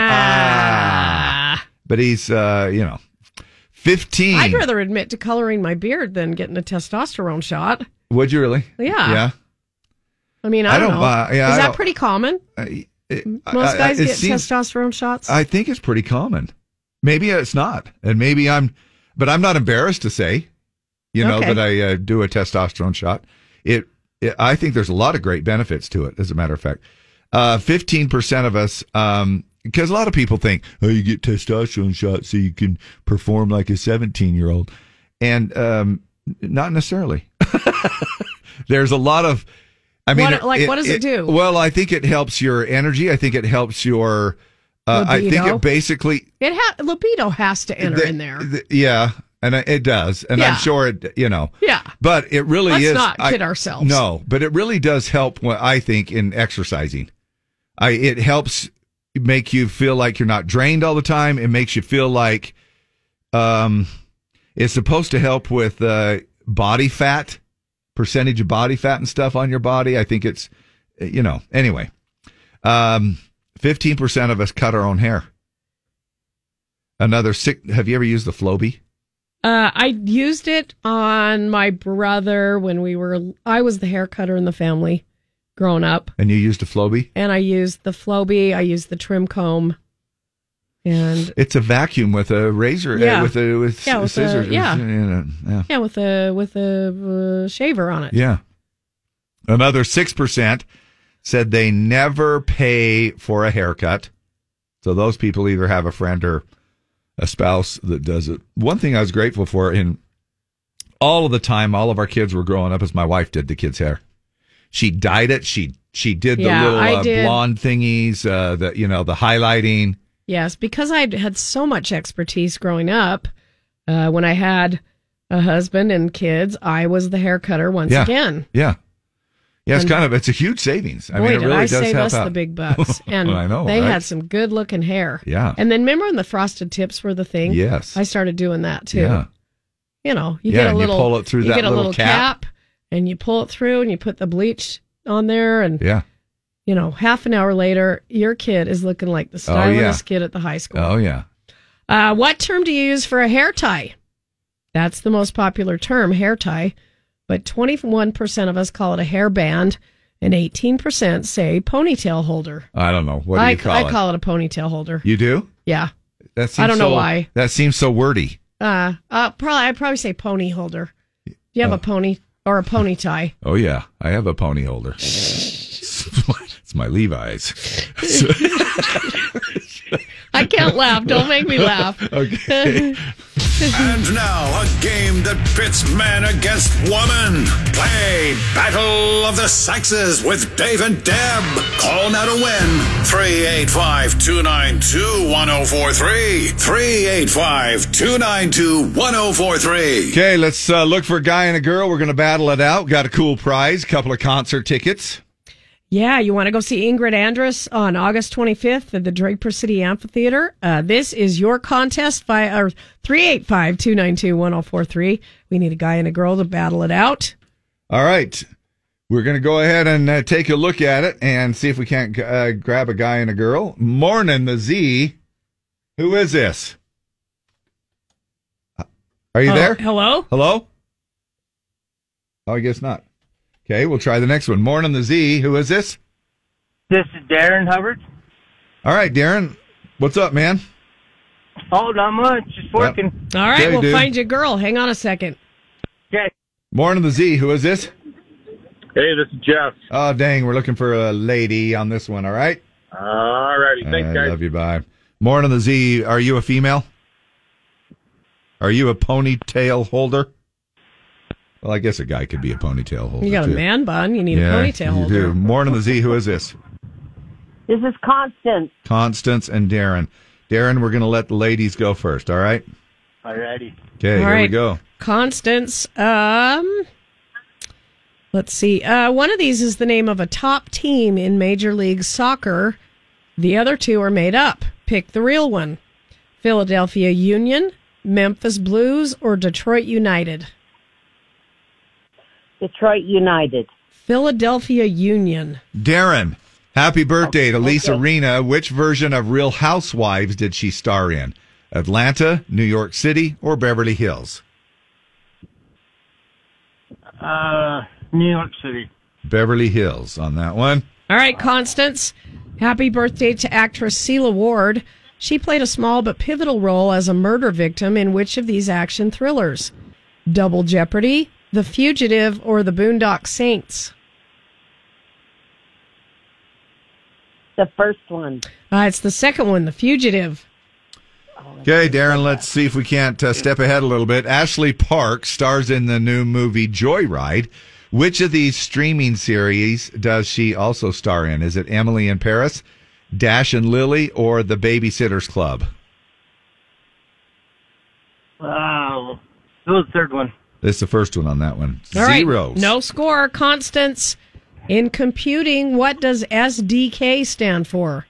Speaker 1: Ah. But he's, uh, you know, fifteen.
Speaker 2: I'd rather admit to coloring my beard than getting a testosterone shot.
Speaker 1: Would you really?
Speaker 2: Yeah.
Speaker 1: Yeah.
Speaker 2: I mean, I,
Speaker 1: I don't
Speaker 2: know.
Speaker 1: buy- yeah,
Speaker 2: Is
Speaker 1: I
Speaker 2: that
Speaker 1: don't-
Speaker 2: pretty common?
Speaker 1: I- Uh, it-
Speaker 2: Most
Speaker 1: I- I-
Speaker 2: guys
Speaker 1: it
Speaker 2: get
Speaker 1: seems-
Speaker 2: testosterone shots.
Speaker 1: I think it's pretty common. Maybe it's not, and maybe I'm, but I'm not embarrassed to say, you know,
Speaker 2: Okay.
Speaker 1: that I uh, do a testosterone shot. It, it, I think there's a lot of great benefits to it. As a matter of fact, Uh, fifteen percent of us, because a lot of people think, oh, you get testosterone shots so you can perform like a 17 year old, and um, not necessarily. (laughs) there's a lot of, I mean,
Speaker 2: What- like, what does it do?
Speaker 1: Well, I think it helps your energy. I think it helps your. Uh, I think
Speaker 2: Libido?
Speaker 1: it basically
Speaker 2: It ha- libido has to enter in there.
Speaker 1: Th- Yeah, and I- it does, and
Speaker 2: Yeah.
Speaker 1: I'm sure it, you know.
Speaker 2: Yeah.
Speaker 1: But it really
Speaker 2: Let's
Speaker 1: is.
Speaker 2: not
Speaker 1: I-
Speaker 2: kid ourselves.
Speaker 1: No, but it really does help. What I think in exercising, I it helps make you feel like you're not drained all the time. It makes you feel like, um, it's supposed to help with uh, body fat percentage of body fat and stuff on your body. I think it's, you know. Anyway, um, fifteen percent of us cut our own hair. Another sick. Have you ever used the Floby?
Speaker 2: Uh, I used it on my brother when we were. I was the hair cutter in the family, growing up,
Speaker 1: And you used a Floby?
Speaker 2: and I used the Flowbee. I used the trim comb, and
Speaker 1: It's a vacuum with a razor, uh,
Speaker 2: Yeah.
Speaker 1: with a with
Speaker 2: Yeah, with a-
Speaker 1: scissors.
Speaker 2: yeah.
Speaker 1: you know, yeah.
Speaker 2: yeah, with a with a uh, shaver on it.
Speaker 1: Yeah. Another 6% said they never pay for a haircut. So those people either have a friend or a spouse that does it. One thing I was grateful for in all of the time all of our kids were growing up is my wife did the kids' hair. She dyed it. She she did the
Speaker 2: Yeah,
Speaker 1: little
Speaker 2: I
Speaker 1: uh,
Speaker 2: did.
Speaker 1: blonde thingies, uh, the you know the highlighting.
Speaker 2: Yes, because I had so much expertise growing up. Uh, when I had a husband and kids, I was the hair cutter once
Speaker 1: yeah,
Speaker 2: again.
Speaker 1: yeah, yeah. It's
Speaker 2: And-
Speaker 1: kind of it's a huge savings. I
Speaker 2: Boy,
Speaker 1: mean, it
Speaker 2: did
Speaker 1: really
Speaker 2: I
Speaker 1: does
Speaker 2: save
Speaker 1: help
Speaker 2: us
Speaker 1: out.
Speaker 2: the
Speaker 1: (laughs)
Speaker 2: big bucks. And
Speaker 1: I know,
Speaker 2: they
Speaker 1: right?
Speaker 2: had some good looking hair.
Speaker 1: Yeah.
Speaker 2: And then remember when the frosted tips were the thing?
Speaker 1: Yes.
Speaker 2: I started doing that too.
Speaker 1: Yeah.
Speaker 2: You know, you
Speaker 1: Yeah,
Speaker 2: get a
Speaker 1: and you
Speaker 2: little
Speaker 1: pull it through
Speaker 2: you
Speaker 1: that
Speaker 2: get a
Speaker 1: little
Speaker 2: little
Speaker 1: cap.
Speaker 2: cap. and you pull it through and you put the bleach on there and
Speaker 1: Yeah.
Speaker 2: you know, half an hour later your kid is looking like the
Speaker 1: Oh, yeah.
Speaker 2: stylist kid at the high school.
Speaker 1: Oh yeah.
Speaker 2: Uh, what term do you use for a hair tie? That's the most popular term, hair tie. But 21% of us call it a hair band, and 18% say ponytail holder.
Speaker 1: I don't know. What do
Speaker 2: I,
Speaker 1: you call
Speaker 2: I
Speaker 1: it?
Speaker 2: call it a ponytail holder.
Speaker 1: You do?
Speaker 2: Yeah.
Speaker 1: That
Speaker 2: I don't know
Speaker 1: so-
Speaker 2: why.
Speaker 1: That seems so wordy.
Speaker 2: Uh, uh, probably I probably say pony holder. Do you
Speaker 1: Uh.
Speaker 2: have a pony or a pony tie?
Speaker 1: Oh yeah, I have a pony holder. (laughs) it's my Levi's.
Speaker 2: I can't laugh. Don't make me laugh.
Speaker 1: (laughs) Okay.
Speaker 15: and now a game that pits man against woman. Play Battle of the Sexes with Dave and Deb. Call now to win. 385 292 1043. 385 292 1043.
Speaker 1: Okay, let's uh, look for a guy and a girl. We're going to battle it out. Got a cool prize, couple of concert tickets.
Speaker 2: Yeah, you want to go see Ingrid Andress on August 25th at the Draper City Amphitheater. Uh, this is your contest via 385 292 1043. We need a guy and a girl to battle it out.
Speaker 1: All right, we're going to go ahead and uh, take a look at it and see if we can't uh, grab a guy and a girl. Morning, the Z. Who is this? Are you
Speaker 2: Oh,
Speaker 1: there?
Speaker 2: hello?
Speaker 1: Hello. Oh, I guess not. Okay, we'll try the next one. Morning, the Z. Who is this?
Speaker 5: This is Darren Hubbard.
Speaker 1: All right, Darren. What's up, man?
Speaker 5: Oh, not much. Just working.
Speaker 2: All right,
Speaker 1: Okay,
Speaker 2: we'll
Speaker 1: dude.
Speaker 2: find you a girl. Hang on a second.
Speaker 5: Okay.
Speaker 1: Morning, the Z. Who is this?
Speaker 22: Hey, this is Jeff.
Speaker 1: Oh, dang. We're looking for a lady on this one. All right.
Speaker 22: All righty. Thanks,
Speaker 1: I
Speaker 22: guys.
Speaker 1: love you. Bye. Morning, the Z. Are you a female? Are you a ponytail holder? Well, I guess a guy could be a ponytail holder.
Speaker 2: You got a
Speaker 1: too.
Speaker 2: man bun. You need
Speaker 1: yeah,
Speaker 2: a ponytail
Speaker 1: you
Speaker 2: holder.
Speaker 1: Do. Morning, the Z. Who is this?
Speaker 23: This is Constance.
Speaker 1: Constance and Darren. Darren, we're going to let the ladies go first. All right.
Speaker 5: Alrighty.
Speaker 1: Okay.
Speaker 2: All
Speaker 1: here we
Speaker 2: right.
Speaker 1: go.
Speaker 2: Constance, um, let's see. Uh, one of these is the name of a top team in Major League Soccer. The other two are made up. Pick the real one Philadelphia Union, Memphis Blues, or Detroit United?
Speaker 23: Detroit United.
Speaker 2: Philadelphia Union.
Speaker 1: Darren, happy birthday to Lisa Rena. Which version of Real Housewives did she star in? Atlanta, New York City, or Beverly Hills?
Speaker 5: Uh, New York City.
Speaker 1: Beverly Hills on that one.
Speaker 2: All right, Constance. Happy birthday to actress Celia Ward. She played a small but pivotal role as a murder victim in which of these action thrillers? Double Jeopardy, The Fugitive, or The Boondock Saints?
Speaker 23: The first one.
Speaker 2: Uh, it's the second one, The Fugitive.
Speaker 1: Okay, Darren, let's see if we can't uh, step ahead a little bit. Ashley Park stars in the new movie Joyride. Which of these streaming series does she also star in? Is it Emily in Paris, Dash and Lily, or The Babysitters Club?
Speaker 5: Wow. That was the third one.
Speaker 1: It's the first one on that one.
Speaker 2: All right,
Speaker 1: Zero.
Speaker 2: No score, Constance. In computing, what does SDK stand for?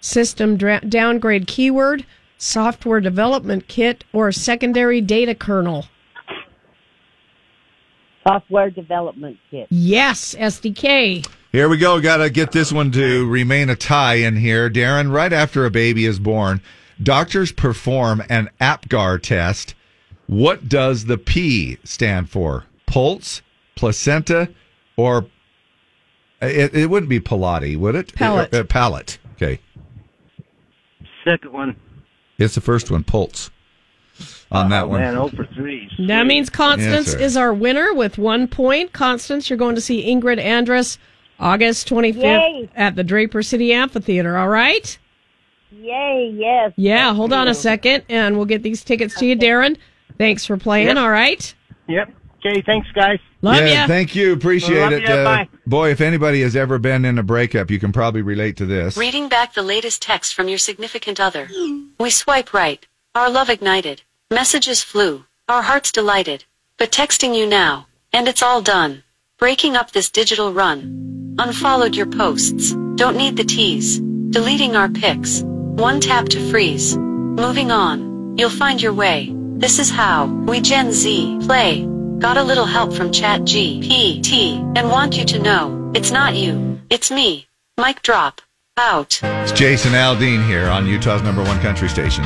Speaker 2: System dra- downgrade keyword, software development kit, or secondary data kernel?
Speaker 23: Software Development Kit.
Speaker 2: Yes, SDK.
Speaker 1: Here we go. Got to get this one to remain a tie in here. Darren, right after a baby is born, Doctors perform an APGAR test. What does the P stand for? Pulse, placenta, or it, it wouldn't be Pilate, would it?
Speaker 5: Palate.
Speaker 1: Uh, palate. Okay.
Speaker 5: Second one.
Speaker 1: It's the first one, pulse. On that one.
Speaker 5: Oh, Man, 0 for 3.
Speaker 2: That means Constance
Speaker 1: Answer.
Speaker 2: is our winner with one point. Constance, you're going to see Ingrid Andress August 25th
Speaker 23: Yay.
Speaker 2: at the Draper City Amphitheater, all right?
Speaker 23: Yay, yes.
Speaker 2: Yeah, hold on a
Speaker 23: you.
Speaker 2: second and we'll get these tickets to you, Darren. Thanks for playing,
Speaker 23: Yep.
Speaker 2: all right?
Speaker 5: Yep. Okay, thanks, guys.
Speaker 2: Love
Speaker 1: yeah,
Speaker 2: ya.
Speaker 1: thank you. Appreciate
Speaker 5: Love
Speaker 1: it. Uh,
Speaker 5: ya, bye.
Speaker 1: boy, if anybody has ever been in a breakup, you can probably relate to this.
Speaker 4: Reading back the latest text from your significant other. We swipe right. Our love ignited. Messages flew. Our hearts delighted. But texting you now. And it's all done. Breaking up this digital run. Unfollowed your posts. Don't need the tease. Deleting our pics. One tap to freeze. Moving on. You'll find your way. This is how we Gen Z play. Got a little help from Chat GPT and want you to know it's not you, it's me. Mic drop. Out.
Speaker 1: It's Jason Aldean here on Utah's number one country station,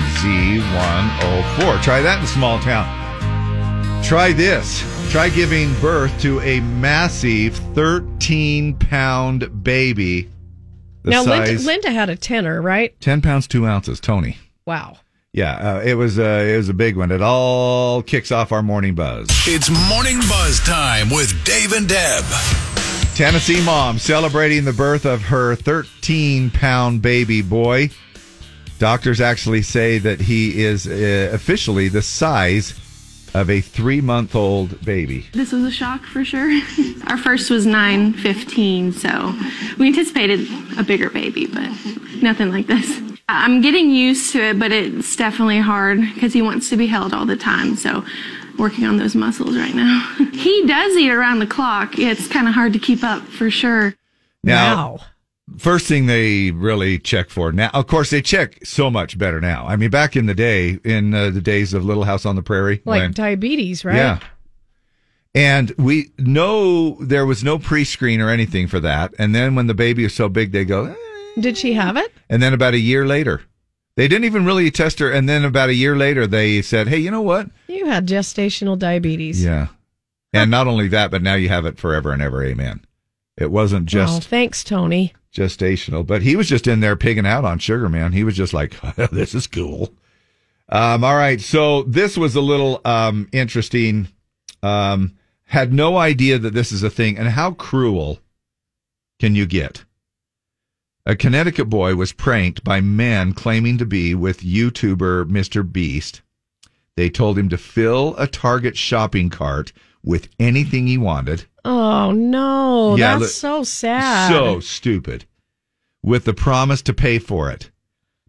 Speaker 1: Z104. Try that in small town. Try this. Try giving birth to a massive 13 pound baby. The
Speaker 2: now, Linda,
Speaker 1: size
Speaker 2: Linda had a tenor, right?
Speaker 1: 10 pounds, 2 ounces. Tony.
Speaker 2: Wow.
Speaker 1: Yeah, uh, it was uh, it was a big one. It all kicks off our morning buzz.
Speaker 15: It's Morning Buzz time with Dave and Deb.
Speaker 1: Tennessee mom celebrating the birth of her 13 pound baby boy. Doctors actually say that he is uh, officially the size of a three month old baby.
Speaker 7: This was a shock for sure. (laughs) Our first was 9:15, so we anticipated a bigger baby, but nothing like this. I- I'm getting used to it, but it's definitely hard because he wants to be held all the time. So working on those muscles right now. (laughs) he does eat around the clock. It's kind of hard to keep up for sure.
Speaker 1: Now, first thing they really check for now, of course, they check so much better now. I mean, back in the day, in uh, the days of Little House on the Prairie,
Speaker 2: Like
Speaker 1: when-
Speaker 2: diabetes, right?
Speaker 1: Yeah. And we no, there was no pre-screen or anything for that. And then when the baby is so big, they go, "Eh."
Speaker 2: Did she have it?
Speaker 1: and then about a year later, they didn't even really test her. And then about a year later, they said, hey, you know what?
Speaker 2: You had gestational diabetes.
Speaker 1: Yeah. And not only that, but now you have it forever and ever. Amen. It wasn't
Speaker 2: oh,
Speaker 1: just
Speaker 2: thanks, Tony.
Speaker 1: gestational, but he was just in there pigging out on sugar, man. He was just like, (laughs) this is cool. Um, all right. So this was a little um, interesting. Um, had no idea that this is a thing. And how cruel can you get? A Connecticut boy was pranked by men claiming to be with YouTuber Mr. Beast. They told him to fill a Target shopping cart with anything he wanted.
Speaker 2: Oh no,
Speaker 1: Yeah,
Speaker 2: that's
Speaker 1: look-
Speaker 2: so sad.
Speaker 1: So stupid. With the promise to pay for it.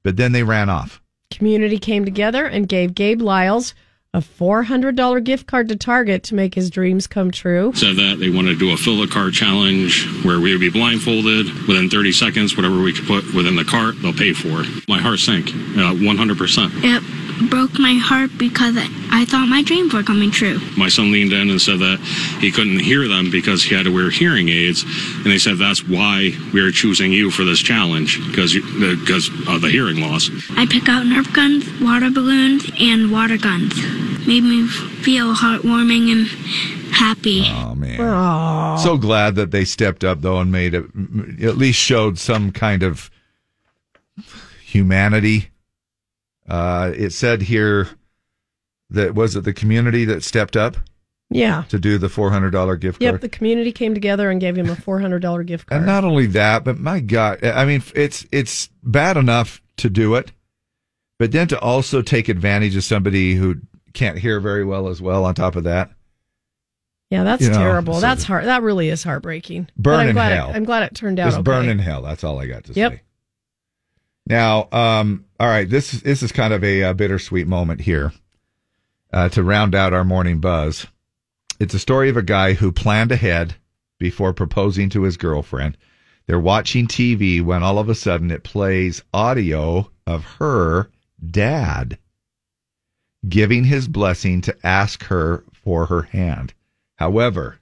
Speaker 1: But then they ran off.
Speaker 2: community came together and gave Gabe Lyles a four hundred dollar gift card to Target to make his dreams come true.
Speaker 8: Said that they wanted to do a fill the cart challenge where we would be blindfolded within 30 seconds, whatever we could put within the cart, they'll pay for it. My heart sank uh, 100%.
Speaker 24: It broke my heart because I, I thought my dreams were coming true.
Speaker 8: My son leaned in and said that he couldn't hear them because he had to wear hearing aids. And they said, That's why we are choosing you for this challenge because because of the hearing loss.
Speaker 24: I pick out Nerf guns, water balloons, and water guns. Made me feel heartwarming and happy.
Speaker 1: Oh man.
Speaker 2: Oh.
Speaker 1: So glad that they stepped up though and made it at least showed some kind of humanity. Uh, it said here that was it the community that stepped up
Speaker 2: Yeah.
Speaker 1: to do the four hundred dollar gift
Speaker 2: Yep,
Speaker 1: card.
Speaker 2: the community came together and gave him a four hundred dollar gift card.
Speaker 1: (laughs) And not only that, but my God, I mean, it's it's bad enough to do it, but then to also take advantage of somebody who can't hear very well as well. On top of that,
Speaker 2: Yeah, that's
Speaker 1: You know,
Speaker 2: terrible.
Speaker 1: so-
Speaker 2: that's heart. That really is heartbreaking.
Speaker 1: Burn
Speaker 2: But I'm
Speaker 1: in
Speaker 2: glad
Speaker 1: hell.
Speaker 2: It, I'm glad it turned out.
Speaker 1: just
Speaker 2: okay.
Speaker 1: burn in hell. That's all I got to
Speaker 2: Yep.
Speaker 1: say. Now, um, all right, this this is kind of a, uh bittersweet moment here uh, to round out our morning buzz. It's a story of a guy who planned ahead before proposing to his girlfriend. They're watching TV when all of a sudden it plays audio of her dad giving his blessing to ask her for her hand. However,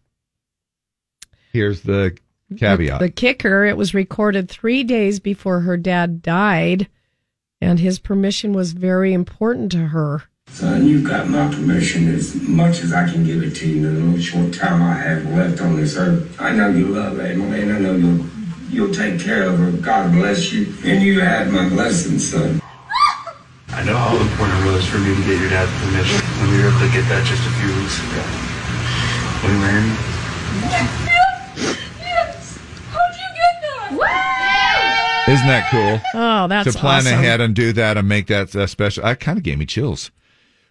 Speaker 1: here's the caveat.
Speaker 2: The kicker: it was recorded three days before her dad died, and his permission was very important to her.
Speaker 6: Son, you got my permission as much as I can give it to you in the little short time I have left on this earth. I know you love Emily, and I know you'll you'll take care of her. God bless you, and you have my blessing, son.
Speaker 9: I know how important it was for me to get your dad's permission, and we were able to get that just a few weeks ago. When we married,
Speaker 1: Isn't that cool?
Speaker 2: Oh, that's
Speaker 1: to plan
Speaker 2: awesome.
Speaker 1: ahead and do that and make that uh, special. I kind of gave me chills.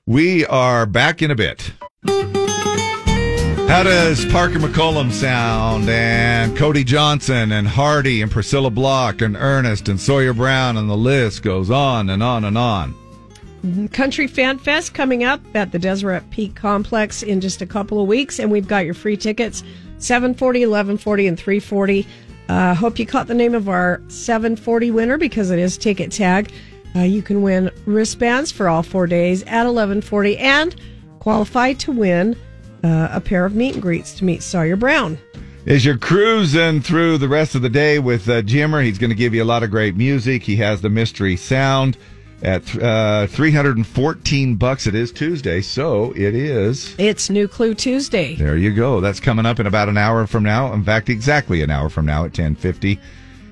Speaker 1: We are back in a bit. How does Parker McCollum sound and Cody Johnson and Hardy and Priscilla Block and Ernest and Sawyer Brown and the list goes on and on and on.
Speaker 2: Country Fan Fest coming up at the Deseret Peak Complex in just a couple of weeks, and we've got your free tickets 740, 1140, and 340. Uh, hope you caught the name of our 740 winner because it is ticket tag. Uh, you can win wristbands for all four days at 1140 and qualify to win uh, a pair of meet and greets to meet Sawyer Brown.
Speaker 1: As you're cruising through the rest of the day with uh, Jimmer, he's going to give you a lot of great music. He has the mystery sound at uh, 314 bucks. It is Tuesday, so it is.
Speaker 2: It's New Clue Tuesday.
Speaker 1: There you go. That's coming up in about an hour from now. In fact, exactly an hour from now at 1050.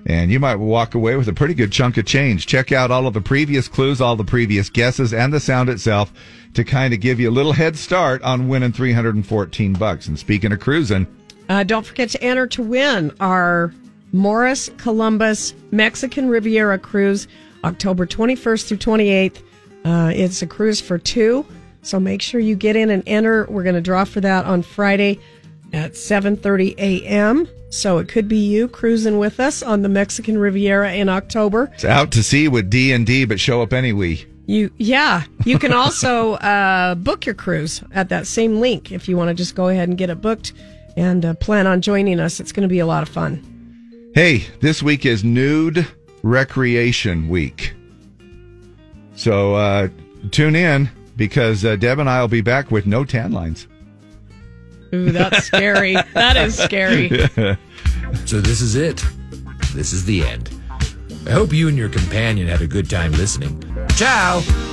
Speaker 1: And you might walk away with a pretty good chunk of change. Check out all of the previous clues, all the previous guesses, and the sound itself to kind of give you a little head start on winning 314 bucks. And speaking of cruising,
Speaker 2: Uh, don't forget to enter to win our Morris Columbus Mexican Riviera cruise, October 21st through 28th. Uh, it's a cruise for two, so make sure you get in and enter. We're going to draw for that on Friday at 7:30 a.m. So it could be you cruising with us on the Mexican Riviera in October.
Speaker 1: it's out to sea with D&D, but show up anyway.
Speaker 2: You yeah, you can also uh, book your cruise at that same link if you want to just go ahead and get it booked and uh, plan on joining us. It's going to be a lot of fun.
Speaker 1: Hey, this week is Nude Recreation Week. So uh, tune in because uh, Deb and I will be back with no tan lines.
Speaker 2: Ooh, that's scary. that is
Speaker 1: (laughs)
Speaker 2: scary.
Speaker 10: so this is it. This is the end. I hope you and your companion had a good time listening. Ciao!